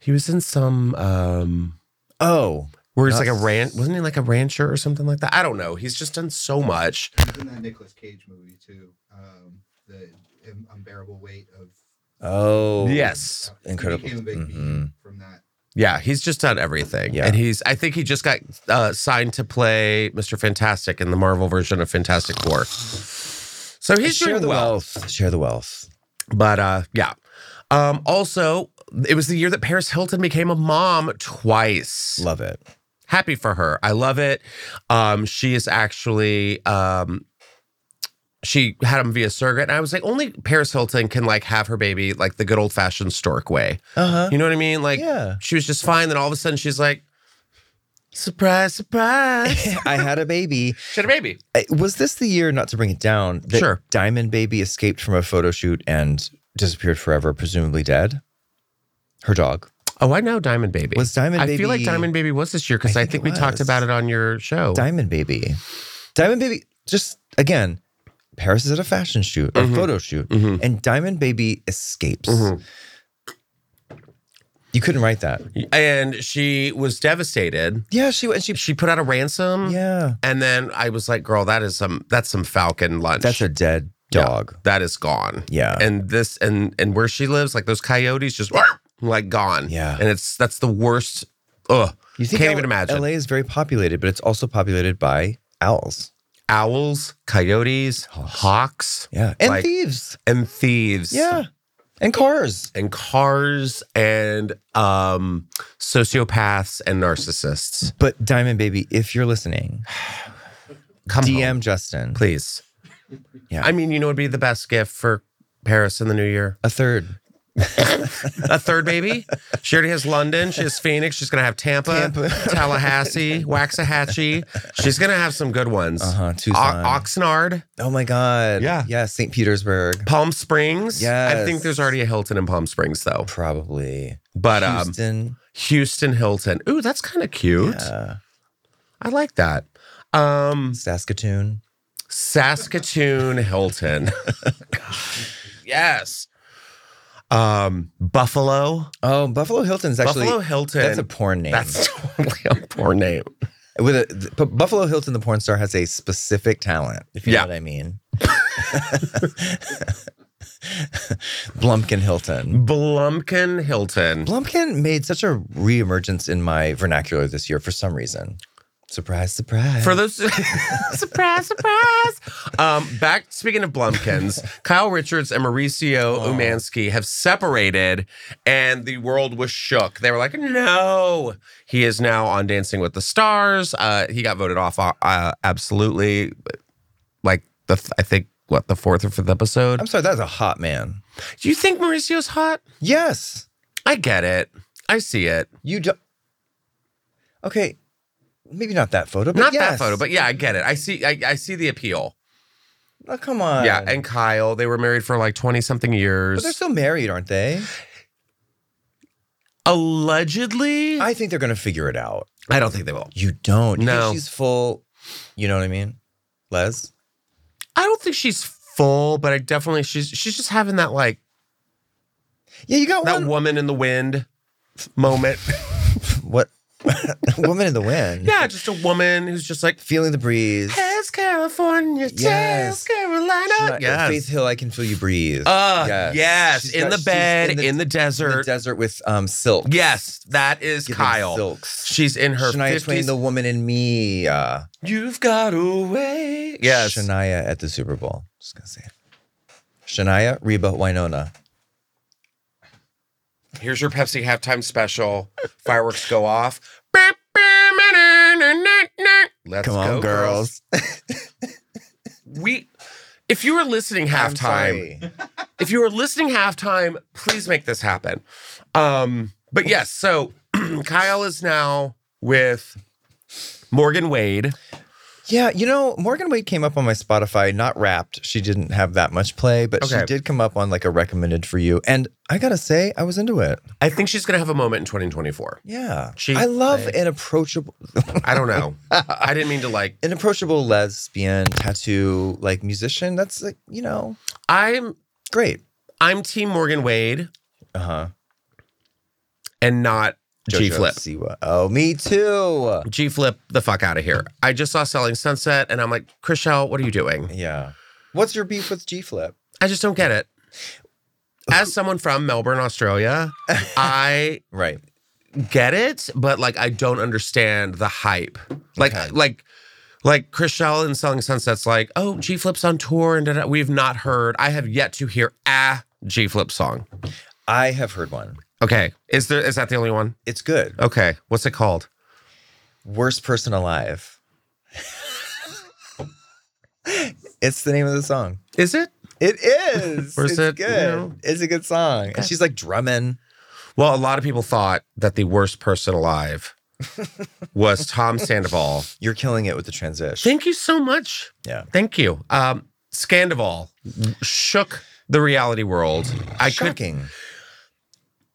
Speaker 1: he was in some um
Speaker 2: oh,
Speaker 1: where he's like a
Speaker 2: Us.
Speaker 1: ran wasn't he like a rancher or something like that? I don't know. He's just done so much.
Speaker 5: He's in that Nicolas Cage movie too. Um, the un- unbearable weight of
Speaker 2: oh,
Speaker 1: Yes.
Speaker 5: He
Speaker 2: Incredible.
Speaker 5: became a big
Speaker 2: Mhm.
Speaker 5: meme from that.
Speaker 1: Yeah, he's just done everything.
Speaker 2: Yeah.
Speaker 1: And he's I think he just got uh, signed to play Mr. Fantastic in the Marvel version of Fantastic Four. So he's
Speaker 2: Share
Speaker 1: doing
Speaker 2: the
Speaker 1: well.
Speaker 2: wealth. Share the wealth.
Speaker 1: But uh yeah. Um also it was the year that Paris Hilton became a mom twice.
Speaker 2: Love it.
Speaker 1: Happy for her. I love it. Um she is actually um she had him via surrogate and I was like only Paris Hilton can like have her baby like the good old fashioned stork way.
Speaker 2: Uh huh.
Speaker 1: You know what I mean? Like
Speaker 2: Yeah.
Speaker 1: she was just fine. Then all of a sudden she's like, surprise, surprise.
Speaker 2: I had a baby.
Speaker 1: she had a baby.
Speaker 2: Uh, Was this the year, not to bring it down, that
Speaker 1: Sure.
Speaker 2: Diamond Baby escaped from a photo shoot and disappeared forever, presumably dead? Her dog.
Speaker 1: Oh, I know Diamond Baby.
Speaker 2: Was Diamond
Speaker 1: I
Speaker 2: Baby.
Speaker 1: feel like Diamond Baby was this year because
Speaker 2: I
Speaker 1: I,
Speaker 2: think
Speaker 1: think
Speaker 2: it
Speaker 1: we talked
Speaker 2: was.
Speaker 1: about it on your show.
Speaker 2: Diamond Baby. Diamond Baby, just again, Paris is at a fashion shoot or
Speaker 1: Mhm.
Speaker 2: photo shoot,
Speaker 1: Mhm.
Speaker 2: and Diamond Baby escapes.
Speaker 1: Mhm.
Speaker 2: You couldn't write that.
Speaker 1: And she was devastated.
Speaker 2: Yeah, she and she.
Speaker 1: She put out a ransom.
Speaker 2: Yeah,
Speaker 1: And then I was like, girl, that is some that's some falcon lunch.
Speaker 2: that's a dead
Speaker 1: Yeah.
Speaker 2: dog.
Speaker 1: that is gone.
Speaker 2: Yeah,
Speaker 1: And this and and where she lives, like those coyotes just like gone.
Speaker 2: Yeah.
Speaker 1: And it's that's the worst. Ugh.
Speaker 2: you
Speaker 1: can't even imagine.
Speaker 2: LA is very populated, but it's also populated by owls.
Speaker 1: Owls, coyotes,
Speaker 2: Hawks.
Speaker 1: hawks.
Speaker 2: Yeah, and
Speaker 1: Like-
Speaker 2: thieves.
Speaker 1: and thieves
Speaker 2: Yeah, and cars.
Speaker 1: and cars and um sociopaths and narcissists
Speaker 2: But Diamond Baby, if you're listening,
Speaker 1: come
Speaker 2: DM
Speaker 1: home,
Speaker 2: Justin
Speaker 1: please
Speaker 2: Yeah.
Speaker 1: i mean you know what would be the best gift for paris in the new year
Speaker 2: a third.
Speaker 1: a third baby she already has london she has phoenix she's gonna have tampa,
Speaker 2: Tampa.
Speaker 1: tallahassee waxahachie she's gonna have some good ones
Speaker 2: Uh huh.
Speaker 1: O-
Speaker 2: Tucson.
Speaker 1: oxnard
Speaker 2: oh my God.
Speaker 1: Yeah.
Speaker 2: Yeah. St. Petersburg.
Speaker 1: palm springs i think
Speaker 2: Yes.
Speaker 1: there's already a hilton in palm springs though
Speaker 2: Probably.
Speaker 1: but um
Speaker 2: Houston.
Speaker 1: houston hilton ooh that's kind of cute
Speaker 2: Yeah.
Speaker 1: i like that um
Speaker 2: Saskatoon.
Speaker 1: Saskatoon Hilton. yes. Um, Buffalo.
Speaker 2: Oh, Buffalo Hilton's actually
Speaker 1: Buffalo Hilton.
Speaker 2: that's a porn name.
Speaker 1: That's totally a poor name.
Speaker 2: With a th- but Buffalo Hilton, the porn star, has a specific talent. If you
Speaker 1: Yeah.
Speaker 2: know what I mean. Blumpkin Hilton.
Speaker 1: Blumpkin Hilton.
Speaker 2: Blumpkin made such a reemergence in my vernacular this year for some reason. Surprise, surprise.
Speaker 1: For those surprise, surprise. Um, back speaking of Blumpkins, Kyle Richards and Mauricio
Speaker 2: Oh.
Speaker 1: Umansky have separated, and the world was shook. They were like, "No." He is now on Dancing with the Stars. Uh, he got voted off. Uh, uh, absolutely, like the th- I think what the fourth or fifth episode.
Speaker 2: I'm sorry, that's a hot man.
Speaker 1: Do you think Mauricio's hot?
Speaker 2: Yes.
Speaker 1: I get it. I see it.
Speaker 2: You don't. Okay, maybe not that photo, but
Speaker 1: Not
Speaker 2: yes.
Speaker 1: that photo, but yeah, I get it. I see. I, I see the appeal.
Speaker 2: Oh, come on.
Speaker 1: yeah, and Kyle, they were married for like twenty something years.
Speaker 2: but they're still married, aren't they?
Speaker 1: Allegedly,
Speaker 2: I think they're gonna figure it out.
Speaker 1: I don't think they will.
Speaker 2: You don't. You think
Speaker 1: No.
Speaker 2: she's full. You know what I mean, Les?
Speaker 1: I don't think she's full, but I definitely she's she's just having that like
Speaker 2: Yeah, you got
Speaker 1: that
Speaker 2: one.
Speaker 1: woman in the wind moment.
Speaker 2: what? Woman in the wind.
Speaker 1: yeah, just a woman who's just like
Speaker 2: Feeling the breeze.
Speaker 1: "Here's California,
Speaker 2: Yes.
Speaker 1: yes. Carolina.
Speaker 2: She's not-
Speaker 1: yes.
Speaker 2: Faith Hill, I can feel you breathe.
Speaker 1: Uh, er,
Speaker 2: Yes.
Speaker 1: yes.
Speaker 2: She's
Speaker 1: In
Speaker 2: got-
Speaker 1: the
Speaker 2: she's
Speaker 1: bed,
Speaker 2: in
Speaker 1: in
Speaker 2: the-
Speaker 1: the,
Speaker 2: In the
Speaker 1: desert.
Speaker 2: desert with um silk.
Speaker 1: yes, that is
Speaker 2: Giving
Speaker 1: Kyle.
Speaker 2: Silks.
Speaker 1: She's in her
Speaker 2: Shania
Speaker 1: 50s.
Speaker 2: Twain, the woman in me. Uh,
Speaker 1: You've got away. Yes.
Speaker 2: Shania at the Super Bowl. Just gonna say it. Shania, Reba, Winona.
Speaker 1: Here's your Pepsi halftime special. Fireworks go off. Let's
Speaker 2: Come on,
Speaker 1: go,
Speaker 2: girls.
Speaker 1: We, if you are listening
Speaker 2: I'm
Speaker 1: halftime,
Speaker 2: sorry.
Speaker 1: if you are listening halftime, please make this happen. Um, but yes, so Kyle is now with Morgan Wade.
Speaker 2: Yeah, you know, Morgan Wade came up on my Spotify, not wrapped. She didn't have that much play, but she
Speaker 1: Okay.
Speaker 2: did come up on like a recommended for you. And I gotta say, I was into it.
Speaker 1: I think she's gonna have a moment in 2024.
Speaker 2: Yeah.
Speaker 1: She
Speaker 2: I love
Speaker 1: played-
Speaker 2: an approachable
Speaker 1: I don't know. I didn't mean to like.
Speaker 2: an approachable lesbian tattoo like musician. That's like, you know,
Speaker 1: I'm
Speaker 2: great.
Speaker 1: I'm Team Morgan Wade
Speaker 2: Uh-huh.
Speaker 1: and not G
Speaker 2: JoJo
Speaker 1: Flip.
Speaker 2: Siwa. Oh, me too.
Speaker 1: G flip the fuck out of here. I just saw Selling Sunset and I'm like, Chriselle, what are you doing?
Speaker 2: Yeah. What's your beef with G Flip?
Speaker 1: I just don't get it. As someone from Melbourne, Australia, I
Speaker 2: Right.
Speaker 1: get it, but like I don't understand the hype. Like
Speaker 2: Okay.
Speaker 1: like like Chris Shell and Selling Sunset's like, oh, G Flip's on tour and da-da. we've not heard. I have yet to hear a G Flip song.
Speaker 2: I have heard one.
Speaker 1: Okay. Is there is that the only one?
Speaker 2: It's good.
Speaker 1: Okay. What's it called?
Speaker 2: Worst person alive. it's the name of the song.
Speaker 1: Is it?
Speaker 2: It is.
Speaker 1: Where's
Speaker 2: it's
Speaker 1: it?
Speaker 2: good.
Speaker 1: Yeah.
Speaker 2: It's a good song. And she's like drumming.
Speaker 1: Well, a lot of people thought that the worst person alive was Tom Sandoval.
Speaker 2: You're killing it with the transition.
Speaker 1: Thank you so much.
Speaker 2: Yeah.
Speaker 1: Thank you. Um, Scandival shook the reality world. I could.
Speaker 2: Shocking.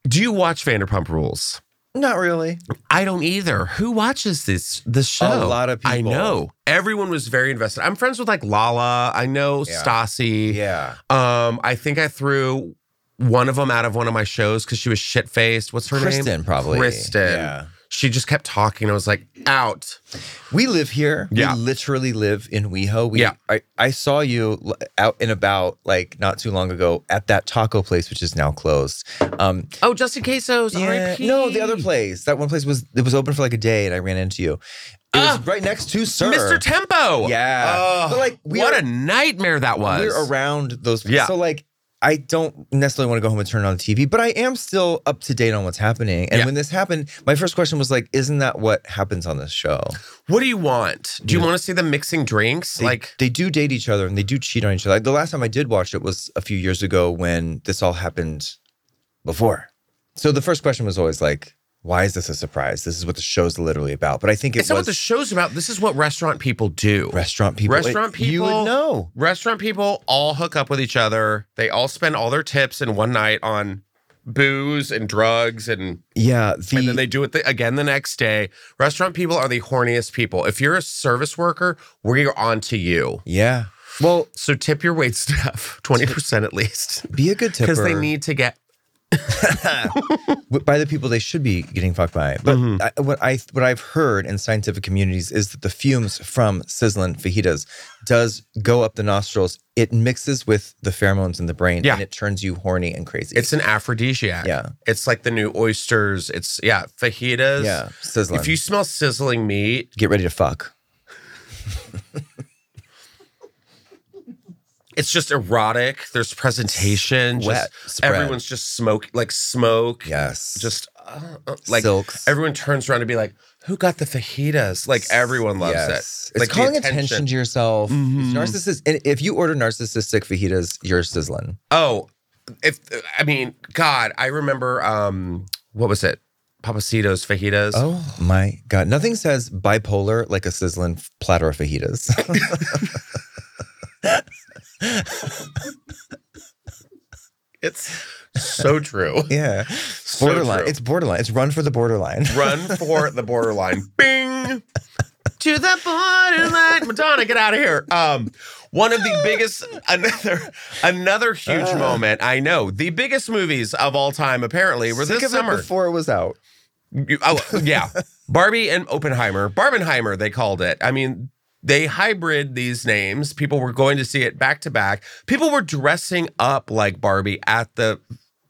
Speaker 1: Do you watch Vanderpump Rules?
Speaker 2: Not really.
Speaker 1: I don't either. Who watches this this show?
Speaker 2: A lot of
Speaker 1: I
Speaker 2: people.
Speaker 1: know. Everyone was very invested. I'm friends with like Lala. I know
Speaker 2: Yeah.
Speaker 1: Stassi.
Speaker 2: Yeah.
Speaker 1: Um, I think I threw one of them out of one of my shows because she was shit faced. What's her
Speaker 2: Kristen,
Speaker 1: name?
Speaker 2: probably.
Speaker 1: Kristen.
Speaker 2: Yeah.
Speaker 1: She just kept talking. I was like, out.
Speaker 2: We live here.
Speaker 1: Yeah.
Speaker 2: We literally live in WeHo. We,
Speaker 1: Yeah.
Speaker 2: I, I saw you l- out and about like not too long ago at that taco place, which is now closed. Um,
Speaker 1: Oh, Justin Quesos.
Speaker 2: yeah,
Speaker 1: RIP.
Speaker 2: no, the other place. That one place was it was open for like a day, and I ran into you. It
Speaker 1: Ah!
Speaker 2: was right next to Sir.
Speaker 1: Mr. Tempo.
Speaker 2: Yeah.
Speaker 1: Oh,
Speaker 2: But, like, we
Speaker 1: what
Speaker 2: are-
Speaker 1: a nightmare that was.
Speaker 2: We're around those.
Speaker 1: Yeah.
Speaker 2: So like, I don't necessarily want to go home and turn on the TV, but I am still up to date on what's happening. And
Speaker 1: Yeah.
Speaker 2: when this happened, my first question was like, "Isn't that what happens on this show?"
Speaker 1: What do you want? Do you want to see them mixing drinks?
Speaker 2: They,
Speaker 1: like,
Speaker 2: they do date each other and they do cheat on each other. Like, the last time I did watch it was a few years ago when this all happened before. So the first question was always like, "Why is this a surprise? This is what the show's literally about." But I think it
Speaker 1: it's not
Speaker 2: was
Speaker 1: what the show's about. This is what restaurant people do.
Speaker 2: restaurant people.
Speaker 1: Restaurant
Speaker 2: You
Speaker 1: people-
Speaker 2: would know.
Speaker 1: restaurant people all hook up with each other. They all spend all their tips in one night on booze and drugs and
Speaker 2: Yeah. The,
Speaker 1: and then they do it the, again the next day. Restaurant people are the horniest people. If you're a service worker, we're on to you.
Speaker 2: yeah. Well,
Speaker 1: So tip your wait staff 20% at least
Speaker 2: be a good tipper
Speaker 1: because they need to get
Speaker 2: w- by the people they should be getting fucked by. But
Speaker 1: Mm-hmm.
Speaker 2: I, what I what I've heard in scientific communities is that the fumes from sizzling fajitas does go up the nostrils. It mixes with the pheromones in the brain,
Speaker 1: Yeah.
Speaker 2: and it turns you horny and crazy.
Speaker 1: it's an aphrodisiac.
Speaker 2: Yeah.
Speaker 1: It's like the new oysters. It's yeah, fajitas.
Speaker 2: yeah, sizzling.
Speaker 1: If you smell sizzling meat,
Speaker 2: get ready to fuck,
Speaker 1: it's just erotic. There's presentation.
Speaker 2: Sweat
Speaker 1: just,
Speaker 2: spread.
Speaker 1: everyone's just smoke, like smoke.
Speaker 2: yes,
Speaker 1: Just uh, uh, like
Speaker 2: Silks.
Speaker 1: everyone turns around to be like, "Who got the fajitas?" Like everyone loves
Speaker 2: yes.
Speaker 1: it.
Speaker 2: It's
Speaker 1: Like the Mm-hmm.
Speaker 2: calling attention. to yourself. Narcissist. And if you order narcissistic fajitas, you're sizzling.
Speaker 1: Oh, if I mean, God, I remember. um What was it? Papacitos fajitas.
Speaker 2: Oh my god! Nothing says bipolar like a sizzling platter of fajitas.
Speaker 1: It's so true.
Speaker 2: yeah,
Speaker 1: So
Speaker 2: borderline.
Speaker 1: true.
Speaker 2: it's borderline. It's run for the borderline.
Speaker 1: run for the borderline. Bing. To the borderline. Madonna, get out of here. Um, one of the biggest another another huge
Speaker 2: Ah.
Speaker 1: moment. I know. The biggest movies of all time, apparently, were
Speaker 2: Think
Speaker 1: this
Speaker 2: of it
Speaker 1: summer.
Speaker 2: before it was out.
Speaker 1: You- oh, yeah. Barbie and Oppenheimer. Barbenheimer, they called it. I mean, they hybrid these names. People were going to see it back to back. People were dressing up like Barbie at the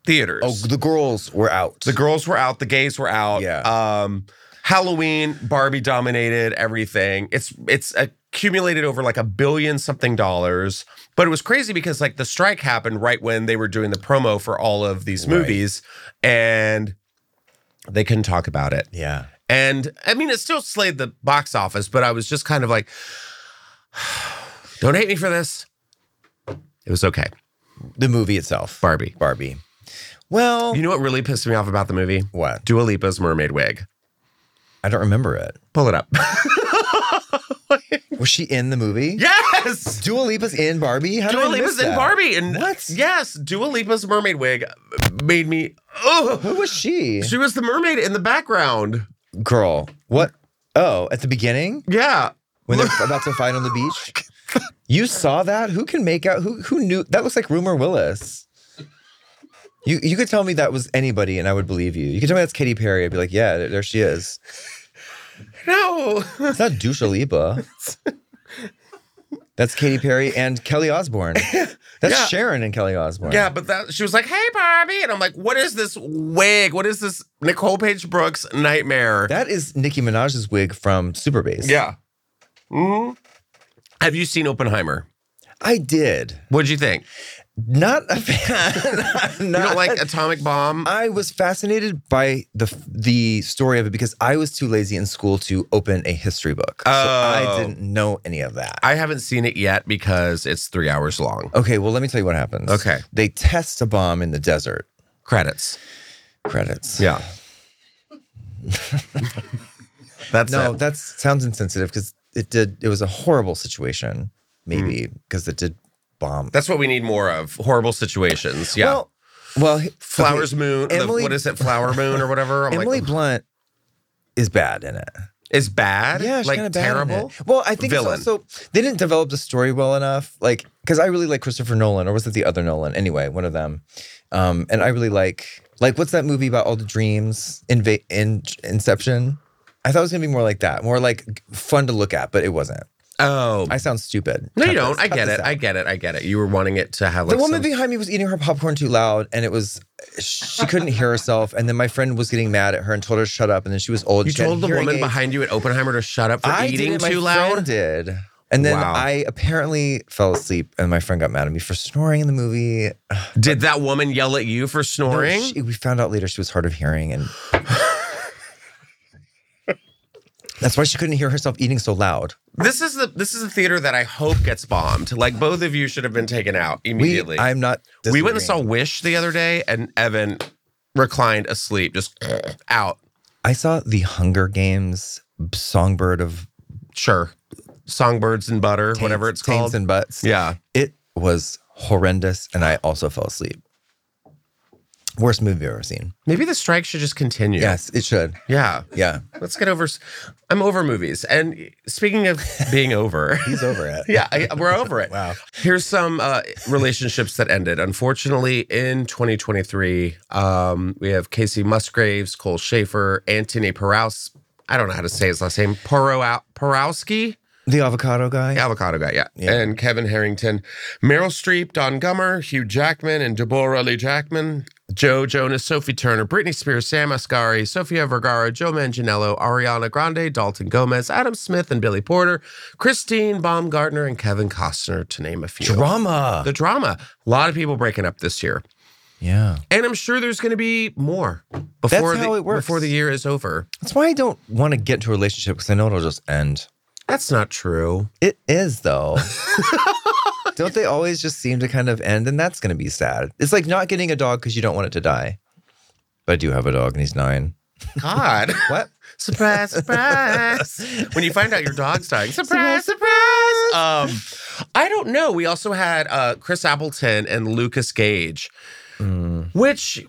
Speaker 1: theaters.
Speaker 2: Oh, the girls were out.
Speaker 1: The girls were out, the gays were out.
Speaker 2: Yeah.
Speaker 1: Um, Halloween, Barbie dominated everything. It's it's accumulated over like a billion something dollars. But it was crazy because like the strike happened right when they were doing the promo for all of these
Speaker 2: Right.
Speaker 1: movies, and they couldn't talk about it.
Speaker 2: yeah.
Speaker 1: And I mean, it still slayed the box office, but I was just kind of like, don't hate me for this. It was okay.
Speaker 2: The movie itself.
Speaker 1: Barbie.
Speaker 2: Barbie. Well,
Speaker 1: You know what really pissed me off about the movie?
Speaker 2: what?
Speaker 1: Dua Lipa's mermaid wig.
Speaker 2: I don't remember it.
Speaker 1: Pull it up.
Speaker 2: Was she in the movie?
Speaker 1: Yes.
Speaker 2: Dua Lipa's in Barbie? How did
Speaker 1: Dua
Speaker 2: I miss
Speaker 1: Lipa's in
Speaker 2: that?
Speaker 1: Barbie, and
Speaker 2: What?
Speaker 1: Yes, Dua Lipa's mermaid wig made me. Oh,
Speaker 2: Who was she?
Speaker 1: she was the mermaid in the background.
Speaker 2: Girl. What? Oh, at the beginning?
Speaker 1: Yeah,
Speaker 2: When they're about to fight on the
Speaker 1: Oh
Speaker 2: beach? You saw that? Who can make out? Who who knew? That looks like Rumor Willis. You you could tell me that was anybody and I would believe you. You could tell me that's Katy Perry. I'd be like, yeah, there- there she is.
Speaker 1: no,
Speaker 2: It's not Dusha Lipa. That's Katy Perry and Kelly Osbourne. That's
Speaker 1: Yeah.
Speaker 2: Sharon and Kelly Osbourne.
Speaker 1: Yeah, but that she was like, "Hey, Barbie," and I'm like, "What is this wig? What is this Nicole Page Brooks nightmare?"
Speaker 2: That is Nicki Minaj's wig from Superbase.
Speaker 1: yeah. hmm Have you seen Oppenheimer?
Speaker 2: I did.
Speaker 1: What'd you think?
Speaker 2: Not a fan.
Speaker 1: You don't
Speaker 2: Not Uh,
Speaker 1: like Atomic Bomb?
Speaker 2: I was fascinated by the the story of it because I was too lazy in school to open a history book. So
Speaker 1: Oh.
Speaker 2: I didn't know any of that.
Speaker 1: I haven't seen it yet because it's three hours long.
Speaker 2: okay, well, let me tell you what happens.
Speaker 1: Okay.
Speaker 2: They test a bomb in the desert.
Speaker 1: Credits.
Speaker 2: Credits.
Speaker 1: Yeah. That's
Speaker 2: No,
Speaker 1: it.
Speaker 2: that sounds insensitive because it did. It was a horrible situation, maybe
Speaker 1: Hmm.
Speaker 2: because it did bomb.
Speaker 1: That's what we need more of. Horrible situations. Yeah.
Speaker 2: Well, well, h- okay,
Speaker 1: Flowers Moon. the-
Speaker 2: Emily-
Speaker 1: what is it? Flower Moon or whatever. I'm
Speaker 2: Emily
Speaker 1: like, oh,
Speaker 2: Blunt is bad in it.
Speaker 1: is bad.
Speaker 2: Yeah, she's
Speaker 1: like
Speaker 2: kind of
Speaker 1: terrible.
Speaker 2: Well, I think
Speaker 1: Villain.
Speaker 2: it's also they didn't develop the story well enough. Like, because I really like Christopher Nolan, or was it the other Nolan? Anyway, one of them. Um, and I really like like what's that movie about all the dreams? Inva- in- Inception. I thought it was gonna be more like that, more like g- fun to look at, but it wasn't.
Speaker 1: Oh,
Speaker 2: I sound stupid.
Speaker 1: no, you
Speaker 2: Cut
Speaker 1: don't.
Speaker 2: this-
Speaker 1: I
Speaker 2: cut
Speaker 1: get
Speaker 2: this
Speaker 1: it.
Speaker 2: out.
Speaker 1: I get it. I get it. You were wanting it to have like
Speaker 2: the woman
Speaker 1: some-
Speaker 2: behind me was eating her popcorn too loud, and it was she couldn't hear herself. And then my friend was getting mad at her and told her to shut up. And then she was old.
Speaker 1: You
Speaker 2: she had
Speaker 1: told the
Speaker 2: hearing
Speaker 1: woman
Speaker 2: aids.
Speaker 1: behind you at Oppenheimer to shut up for
Speaker 2: I did
Speaker 1: eating
Speaker 2: it, my
Speaker 1: too loud.
Speaker 2: friend did. And then
Speaker 1: Wow.
Speaker 2: I apparently fell asleep, and my friend got mad at me for snoring in the movie. No,
Speaker 1: Did that woman yell at you for snoring?
Speaker 2: she- we found out later she was hard of hearing, and that's why she couldn't hear herself eating so loud.
Speaker 1: this is the this is the theater that I hope gets bombed. Like both of you should have been taken out
Speaker 2: We,
Speaker 1: immediately.
Speaker 2: I'm not.
Speaker 1: we went and saw
Speaker 2: disagreeing.
Speaker 1: Wish the other day, and Evan reclined asleep, just out.
Speaker 2: I saw the Hunger Games Songbird of
Speaker 1: Sure, songbirds and butter,
Speaker 2: Taints-
Speaker 1: whatever it's
Speaker 2: Taints
Speaker 1: called.
Speaker 2: and butts.
Speaker 1: yeah,
Speaker 2: It was horrendous, and I also fell asleep. Worst movie I've ever seen.
Speaker 1: maybe the strike should just continue.
Speaker 2: Yes, it should.
Speaker 1: Yeah.
Speaker 2: Yeah,
Speaker 1: Let's get over. s- I'm over movies. And speaking of being over,
Speaker 2: he's over it.
Speaker 1: yeah, I, we're over it.
Speaker 2: Wow.
Speaker 1: Here's some uh, relationships that ended. Unfortunately, in 2023, um, we have Casey Musgraves, Cole Schaefer, Anthony Porous. I don't know how to say his last name. Porow- Porowski?
Speaker 2: The avocado guy.
Speaker 1: Avocado guy, yeah.
Speaker 2: Yeah.
Speaker 1: And Kevin Harrington, Meryl Streep, Don Gummer, Hugh Jackman, and Deborah Lee Jackman, Joe Jonas, Sophie Turner, Britney Spears, Sam Asghari, Sofia Vergara, Joe Manganiello, Ariana Grande, Dalton Gomez, Adam Smith, and Billy Porter, Christine Baumgartner, and Kevin Costner, to name a few.
Speaker 2: Drama.
Speaker 1: The drama. A lot of people breaking up this year.
Speaker 2: Yeah.
Speaker 1: And I'm sure there's going to be more before,
Speaker 2: That's
Speaker 1: the,
Speaker 2: how it works.
Speaker 1: before the year is over.
Speaker 2: That's why I don't want to get into a relationship because I know it'll just end.
Speaker 1: That's not true.
Speaker 2: It is though. don't they always just seem to kind of end? And that's going to be sad. It's like not getting a dog because you don't want it to die. But I do have a dog and he's nine.
Speaker 1: God.
Speaker 2: What?
Speaker 1: surprise, surprise. when you find out your dog's dying, surprise, surprise. Um, I don't know. We also had uh, Chris Appleton and Lucas Gage,
Speaker 2: Mm.
Speaker 1: which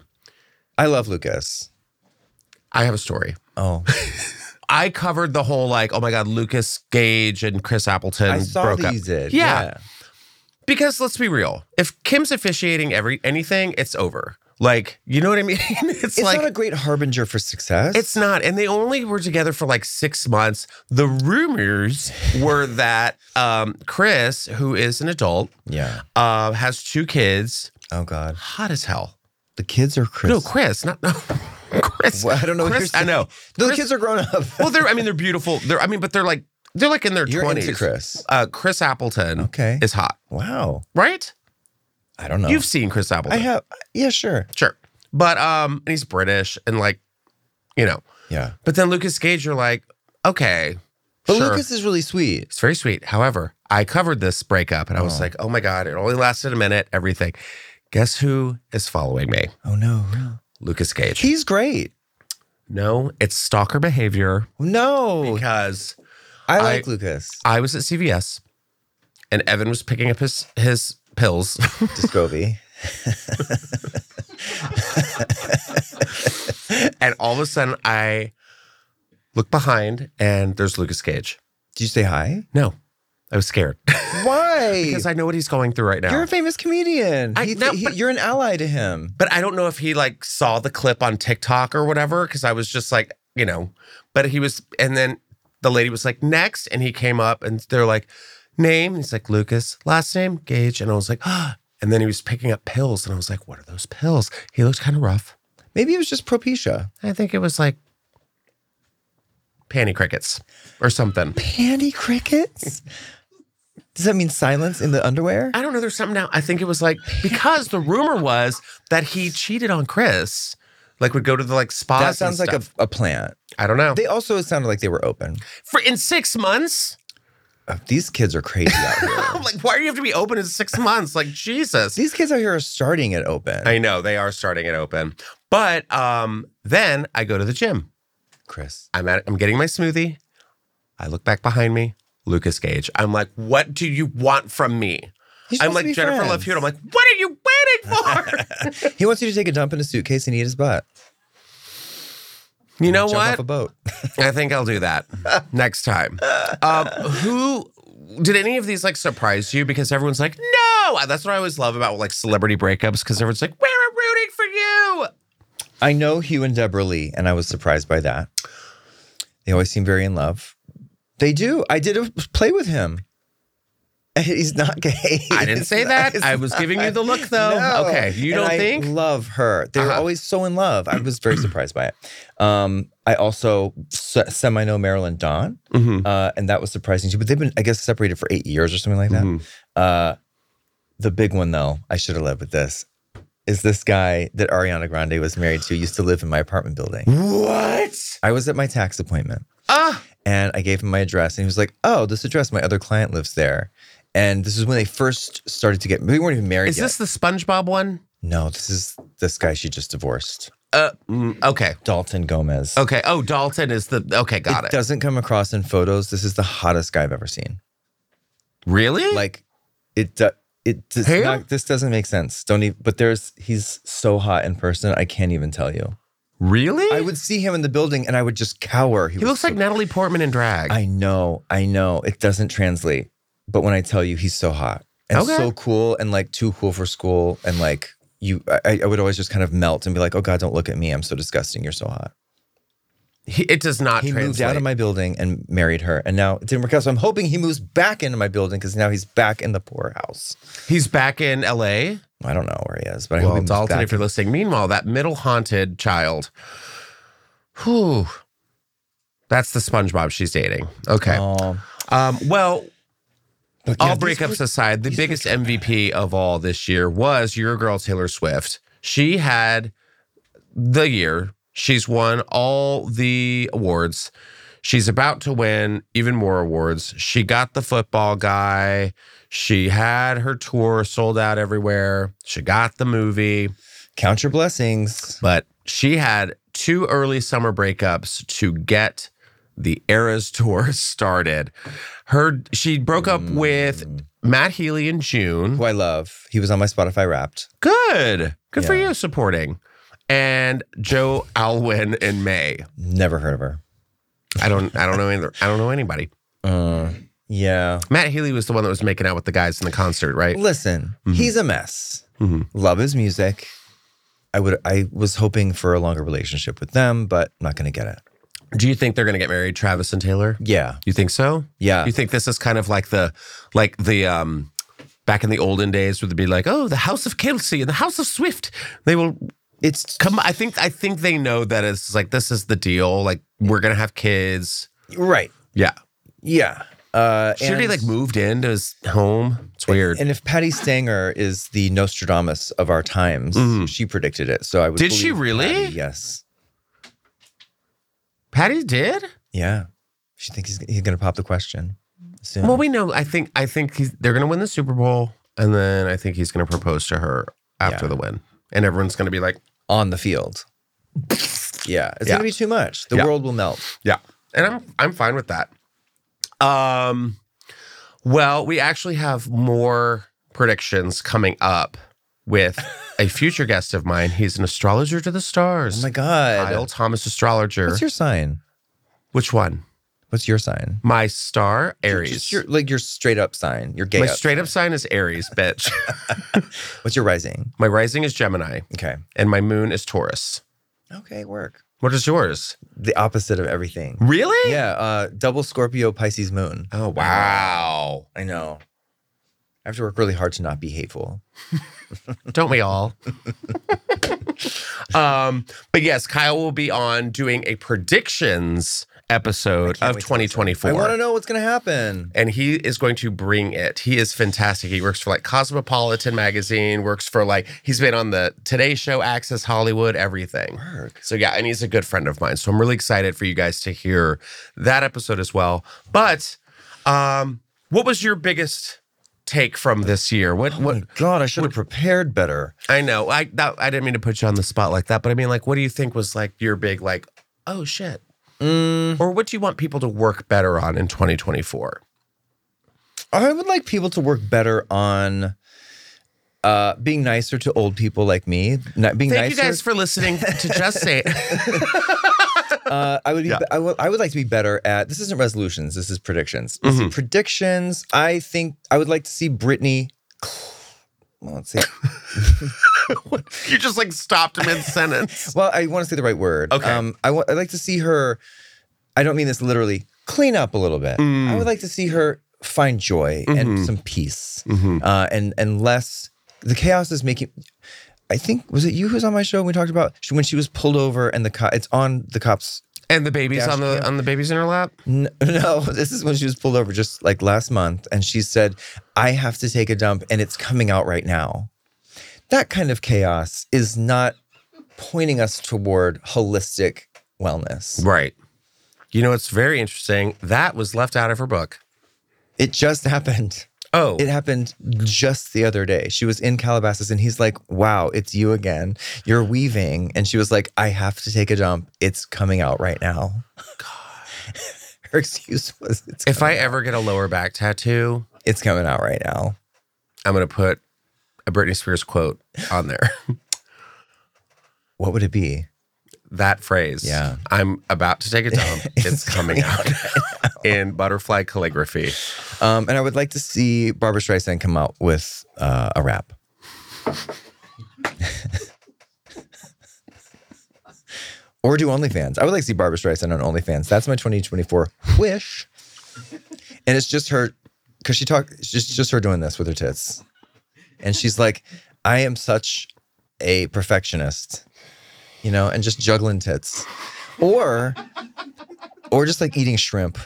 Speaker 2: I love Lucas.
Speaker 1: I have a story.
Speaker 2: Oh,
Speaker 1: I covered the whole like, oh my God, Lucas Gage and Chris Appleton
Speaker 2: I saw
Speaker 1: broke
Speaker 2: that
Speaker 1: up.
Speaker 2: you did.
Speaker 1: Yeah. Because let's be real, if Kim's officiating every anything, it's over. Like, you know what I mean? It's,
Speaker 2: It's
Speaker 1: like
Speaker 2: not a great harbinger for success.
Speaker 1: It's not. And they only were together for like six months. The rumors were that um, Chris, who is an adult,
Speaker 2: Yeah.
Speaker 1: uh, has two kids,
Speaker 2: Oh God.
Speaker 1: hot as hell.
Speaker 2: The kids are Chris.
Speaker 1: No, Chris, not no. Chris.
Speaker 2: Well, I don't know.
Speaker 1: Chris,
Speaker 2: what
Speaker 1: I
Speaker 2: you're saying.
Speaker 1: know.
Speaker 2: No, the
Speaker 1: Chris-
Speaker 2: kids are grown up.
Speaker 1: Well, they're. I mean, they're beautiful. They're. I mean, but they're like they're like in their
Speaker 2: You're into
Speaker 1: twenties.
Speaker 2: Chris.
Speaker 1: Uh, Chris Appleton.
Speaker 2: Okay.
Speaker 1: Is hot,
Speaker 2: Wow.
Speaker 1: right?
Speaker 2: I don't know.
Speaker 1: You've seen Chris
Speaker 2: I
Speaker 1: Appleton.
Speaker 2: have. Yeah. Sure.
Speaker 1: Sure. But um, and he's British and like, you know.
Speaker 2: Yeah.
Speaker 1: But then Lucas Gage, you're like, okay.
Speaker 2: But
Speaker 1: sure.
Speaker 2: Lucas is really sweet.
Speaker 1: It's very sweet. However, I covered this breakup and I was
Speaker 2: Oh.
Speaker 1: like, oh my God, it only lasted a minute, everything. Guess who is following me?
Speaker 2: Oh no.
Speaker 1: Lucas Gage.
Speaker 2: He's great.
Speaker 1: no, it's stalker behavior
Speaker 2: No.
Speaker 1: because
Speaker 2: I like
Speaker 1: I-
Speaker 2: Lucas.
Speaker 1: I was at CVS and Evan was picking up his his pills.
Speaker 2: Discovi.
Speaker 1: and all of a sudden I look behind and there's Lucas Gage.
Speaker 2: Did you say hi?
Speaker 1: No, I was scared
Speaker 2: Why?
Speaker 1: because I know what he's going through right now.
Speaker 2: you're a famous comedian.
Speaker 1: I-
Speaker 2: He-
Speaker 1: no,
Speaker 2: he-
Speaker 1: but-
Speaker 2: you're an ally to him.
Speaker 1: But I don't know if he like saw the clip on TikTok or whatever, because I was just like, you know, but he was, and then the lady was like, next. And he came up and they're like, name. And he's like, Lucas, last name, Gage. And I was like, ah. And then he was picking up pills. And I was like, what are those pills? He looked kind of rough.
Speaker 2: Maybe it was just Propecia.
Speaker 1: I think it was like panty crickets or something.
Speaker 2: Panty crickets? Does that mean silence in the underwear?
Speaker 1: I don't know. There's something now. I think it was like because the rumor was that he cheated on Chris, like would go to the like spas.
Speaker 2: That sounds like a, a plant.
Speaker 1: I I don't know.
Speaker 2: They also it sounded like they were open.
Speaker 1: For in six months,
Speaker 2: Uh, these kids are crazy out here.
Speaker 1: I'm like, why do you have to be open in six months? Like Jesus.
Speaker 2: these kids out here are starting it open.
Speaker 1: I know they are starting it open, but um, then I go to the gym.
Speaker 2: Chris.
Speaker 1: I'm at. I'm getting my smoothie. I look back behind me. Lucas Gage. I'm like, what do you want from me?
Speaker 2: He's
Speaker 1: I'm
Speaker 2: supposed to
Speaker 1: like
Speaker 2: be
Speaker 1: Jennifer Love
Speaker 2: friends.
Speaker 1: Hewitt. I'm like, what are you waiting for?
Speaker 2: He wants you to take a dump in a suitcase and eat his butt.
Speaker 1: you know
Speaker 2: Jump
Speaker 1: what?
Speaker 2: off a boat.
Speaker 1: I think I'll do that next time. Um, who did any of these like surprise you? Because everyone's like, no. That's what I always love about like celebrity breakups. Because everyone's like, we're rooting for you.
Speaker 2: I know Hugh and Deborah Lee, and I was surprised by that. They always seem very in love. They do. I did a play with him. He's not gay.
Speaker 1: I didn't
Speaker 2: It's
Speaker 1: say
Speaker 2: not-
Speaker 1: that.
Speaker 2: it's
Speaker 1: I was giving you the look though.
Speaker 2: No.
Speaker 1: Okay, you
Speaker 2: And
Speaker 1: don't
Speaker 2: I
Speaker 1: think?
Speaker 2: Love her. They were
Speaker 1: Uh-huh.
Speaker 2: always so in love. I was very surprised by it. Um, I also se- semi know Marilyn Dawn,
Speaker 1: Mm-hmm.
Speaker 2: uh, and that was surprising too. But they've been, I guess, separated for eight years or something like that.
Speaker 1: Mm-hmm.
Speaker 2: Uh, the big one though, I should have led with this. Is this guy that Ariana Grande was married to used to live in my apartment building?
Speaker 1: What?
Speaker 2: I was at my tax appointment
Speaker 1: Ah,
Speaker 2: and I gave him my address, and he was like, "Oh, this address, my other client lives there." And this is when they first started to get. We weren't even married
Speaker 1: is
Speaker 2: yet.
Speaker 1: this the SpongeBob one?
Speaker 2: no, this is this guy she just divorced,
Speaker 1: Uh, mm, okay,
Speaker 2: Dalton Gomez.
Speaker 1: okay. Oh, Dalton is the okay. Got it.
Speaker 2: doesn't come across in photos. This is the hottest guy I've ever seen.
Speaker 1: Really?
Speaker 2: Like, it. do- it does
Speaker 1: Hair?
Speaker 2: not, this doesn't make sense. Don't even. But there's he's so hot in person. I can't even tell you.
Speaker 1: really?
Speaker 2: I would see him in the building and I would just cower.
Speaker 1: he
Speaker 2: was
Speaker 1: looks like
Speaker 2: so-
Speaker 1: Natalie Portman in drag.
Speaker 2: I know, I know. It doesn't translate. But when I tell you he's so hot and
Speaker 1: Okay.
Speaker 2: so cool and like too cool for school and like you I, I would always just kind of melt and be like, Oh God, don't look at me. I'm so disgusting. You're so hot.
Speaker 1: he, it does not
Speaker 2: he
Speaker 1: translate.
Speaker 2: moved out of my building and married her. And now it didn't work out. So I'm hoping he moves back into my building because now he's back in the poorhouse.
Speaker 1: He's back in L.A.
Speaker 2: I don't know where he is, but I hope
Speaker 1: Well,
Speaker 2: he moves
Speaker 1: Dalton,
Speaker 2: back.
Speaker 1: if you're listening, meanwhile, that middle haunted child. Whew. That's the SpongeBob she's dating. Okay.
Speaker 2: Oh,
Speaker 1: Um, well,
Speaker 2: but yeah,
Speaker 1: all
Speaker 2: these
Speaker 1: breakups
Speaker 2: were-
Speaker 1: aside, the
Speaker 2: these were
Speaker 1: biggest
Speaker 2: dramatic.
Speaker 1: MVP of all this year was your girl Taylor Swift. She had the year. She's won all the awards. She's about to win even more awards. She got the football guy. She had her tour sold out everywhere. She got the movie.
Speaker 2: Count your blessings.
Speaker 1: But she had two early summer breakups to get the Eras tour started. Her she broke up with Matt Healy in June.
Speaker 2: Who I love. He was on my Spotify wrapped.
Speaker 1: Good. Good for
Speaker 2: Yeah.
Speaker 1: you supporting. And Joe Alwyn in May.
Speaker 2: Never heard of her.
Speaker 1: I don't I don't know either. I don't know anybody.
Speaker 2: Uh, yeah.
Speaker 1: Matt Healy was the one that was making out with the guys in the concert, right?
Speaker 2: Listen,
Speaker 1: Mhm.
Speaker 2: he's a mess.
Speaker 1: Mhm.
Speaker 2: Love his music. I would I was hoping for a longer relationship with them, but not gonna get it.
Speaker 1: Do you think they're gonna get married, Travis and Taylor?
Speaker 2: Yeah.
Speaker 1: You think so?
Speaker 2: Yeah.
Speaker 1: You think this is kind of like the like the um back in the olden days where they'd be like, oh, the house of Kelsey and the house of Swift. They will
Speaker 2: It's
Speaker 1: come I think I think they know that it's like this is the deal. Like we're gonna have kids.
Speaker 2: right.
Speaker 1: Yeah.
Speaker 2: Yeah. Uh
Speaker 1: Should he
Speaker 2: and-
Speaker 1: like moved into his home? It's weird.
Speaker 2: And if Patty Stanger is the Nostradamus of our times,
Speaker 1: Mhm.
Speaker 2: she predicted it. So I would
Speaker 1: Did she
Speaker 2: believe
Speaker 1: really?
Speaker 2: Patty, yes.
Speaker 1: Patty did?
Speaker 2: Yeah. She thinks he's, he's gonna pop the question soon.
Speaker 1: Well, we know I think I think he's, they're gonna win the Super Bowl and then I think he's gonna propose to her after
Speaker 2: Yeah.
Speaker 1: the win. And everyone's gonna be like,
Speaker 2: on the field. Yeah. It's
Speaker 1: Yeah.
Speaker 2: gonna be too much. The
Speaker 1: Yeah.
Speaker 2: world will melt.
Speaker 1: Yeah. And I'm I'm fine with that. Um well, we actually have more predictions coming up with a future guest of mine. He's an astrologer to the
Speaker 2: Oh
Speaker 1: stars.
Speaker 2: my god.
Speaker 1: Kyle Thomas astrologer.
Speaker 2: What's your sign?
Speaker 1: Which one?
Speaker 2: What's your sign?
Speaker 1: My star
Speaker 2: Your-
Speaker 1: Aries.
Speaker 2: just your- like your straight up sign. Your gay.
Speaker 1: My
Speaker 2: up
Speaker 1: straight up sign is Aries, bitch.
Speaker 2: sign. What's your rising?
Speaker 1: my rising is Gemini
Speaker 2: Okay.
Speaker 1: and my moon is Taurus.
Speaker 2: Okay, work.
Speaker 1: What is yours?
Speaker 2: The opposite of everything.
Speaker 1: Really?
Speaker 2: Yeah. Uh, double Scorpio Pisces moon.
Speaker 1: Oh wow.
Speaker 2: I know. I have to work really hard to not be hateful.
Speaker 1: Don't we all? um, but yes, Kyle will be on doing a predictions episode
Speaker 2: I can't
Speaker 1: of
Speaker 2: wait till it's over.
Speaker 1: 2024.
Speaker 2: I want to know what's going to happen.
Speaker 1: and he is going to bring it. He is fantastic. He works for like Cosmopolitan magazine, works for like he's been on the Today Show, Access Hollywood, everything.
Speaker 2: Work.
Speaker 1: So yeah, and he's a good friend of mine. So I'm really excited for you guys to hear that episode as well. But um what was your biggest take from this year? What
Speaker 2: Oh
Speaker 1: what
Speaker 2: my God, I should have prepared better.
Speaker 1: I know. I that, I didn't mean to put you on the spot like that, but I mean like what do you think was like your big like oh shit?
Speaker 2: Mm.
Speaker 1: Or what do you want people to work better on in 2024?
Speaker 2: I would like people to work better on uh, being nicer to old people like me. Not being
Speaker 1: Thank
Speaker 2: nicer.
Speaker 1: you guys for listening to Just Say It.
Speaker 2: uh, I would be.
Speaker 1: Yeah.
Speaker 2: I would. I would like to be better at. This isn't resolutions. This is predictions. This is predictions. I think I would like to see Britney. Well, let's see.
Speaker 1: You just like stopped mid sentence.
Speaker 2: Well, I want to say the right word. Um,
Speaker 1: Okay.
Speaker 2: I want. I'd like to see her. I don't mean this literally. Clean up a little bit. I would like to see her find joy and some peace, uh, and and less. The chaos is making. I think was it you who was on my show when we talked about she, when she was pulled over and the co- it's on the cops.
Speaker 1: And the baby's
Speaker 2: Dash
Speaker 1: on the
Speaker 2: cam.
Speaker 1: on the baby's in her lap.
Speaker 2: N- No, this is when she was pulled over just like last month, and she said, "I have to take a dump, and it's coming out right now." That kind of chaos is not pointing us toward holistic wellness.
Speaker 1: Right. You know, it's very interesting. That was left out of her book.
Speaker 2: It just happened.
Speaker 1: Oh,
Speaker 2: It happened just the other day. She was in Calabasas and he's like, Wow, it's you again. You're weaving. And she was like, I have to take a dump. It's coming out right now. God. Her excuse was, it's,
Speaker 1: if I ever get a lower back tattoo,
Speaker 2: it's coming out right now.
Speaker 1: I'm gonna put a Britney Spears quote on there.
Speaker 2: What would it be?
Speaker 1: that phrase.
Speaker 2: Yeah.
Speaker 1: I'm about to take a dump. it's, coming out in butterfly calligraphy.
Speaker 2: Um, and I would like to see Barbara Streisand come out with uh, a rap. or do OnlyFans. I would like to see Barbara Streisand on OnlyFans. That's my 2024 wish. And it's just her, because she talked, it's just, just her doing this with her tits. And she's like, I am such a perfectionist, you know, and just juggling tits. Or, or just like eating shrimp.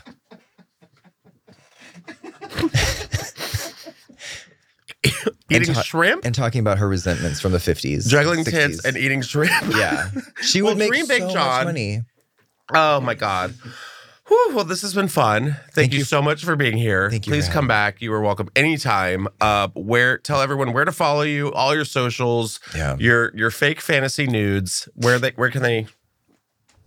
Speaker 1: Eating
Speaker 2: ta-
Speaker 1: shrimp,
Speaker 2: and talking about her resentments from the 50s,
Speaker 1: juggling
Speaker 2: 60s.
Speaker 1: tits, and eating shrimp.
Speaker 2: yeah, she
Speaker 1: Well,
Speaker 2: would make
Speaker 1: Dream Big
Speaker 2: so much
Speaker 1: John.
Speaker 2: money.
Speaker 1: Oh my God. Whew, well, this has been fun. Thank, you,
Speaker 2: you
Speaker 1: so much for being here.
Speaker 2: Thank you
Speaker 1: Please
Speaker 2: for
Speaker 1: come
Speaker 2: having me.
Speaker 1: back. You are welcome anytime. Uh, where tell everyone where to follow you, all your socials,
Speaker 2: Yeah.
Speaker 1: your your fake fantasy nudes. Where they where can they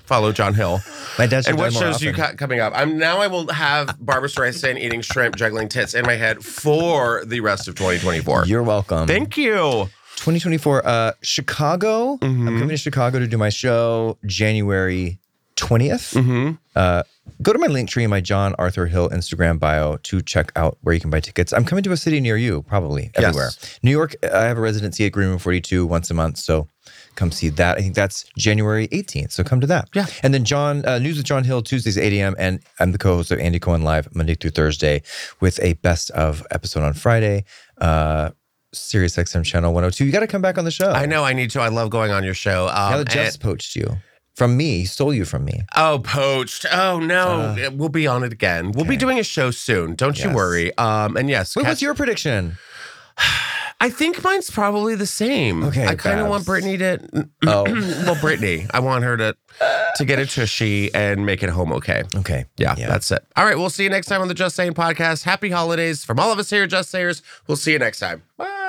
Speaker 1: follow John Hill?
Speaker 2: My dad should
Speaker 1: and
Speaker 2: die
Speaker 1: what
Speaker 2: more
Speaker 1: shows you
Speaker 2: often.
Speaker 1: ca- coming up? I'm now I will have Barbara Streisand eating shrimp, juggling tits in my head for the rest of 2024.
Speaker 2: You're welcome.
Speaker 1: Thank you.
Speaker 2: 2024, uh, Chicago.
Speaker 1: Mm-hmm.
Speaker 2: I'm coming to Chicago to do my show January 20th. Uh, go to my link tree in my John Arthur Hill Instagram bio to check out where you can buy tickets. I'm coming to a city near you, probably everywhere. New York, I have a residency at Green Room 42 once a month. So come see that. I think that's January 18th. So come to that.
Speaker 1: Yeah.
Speaker 2: And then John, uh, News with John Hill, Tuesdays, 8 a.m. And I'm the co host of Andy Cohen Live, Monday through Thursday, with a best of episode on Friday. Uh, Sirius XM channel 102. You got to come back on the show.
Speaker 1: I know I need to. I love going on your show. Um,
Speaker 2: Now that Jeff's
Speaker 1: and-
Speaker 2: poached you from me, he stole you from me.
Speaker 1: Oh, poached. Oh no, we'll be on it again. We'll be doing a show soon. Don't you
Speaker 2: Uh, Yes.
Speaker 1: worry. Um, and yes,
Speaker 2: Wait,
Speaker 1: catch-
Speaker 2: what's your prediction?
Speaker 1: I think mine's probably the same.
Speaker 2: Okay,
Speaker 1: I kind of want
Speaker 2: Babs.
Speaker 1: Brittany to.
Speaker 2: Oh,
Speaker 1: well, Brittany, I want her to to get a tushy and make it home okay.
Speaker 2: okay.
Speaker 1: Yeah, that's it. All right, we'll see you next time on the Just Saying podcast. Happy holidays from all of us here at Just Sayers. We'll see you next time. Bye.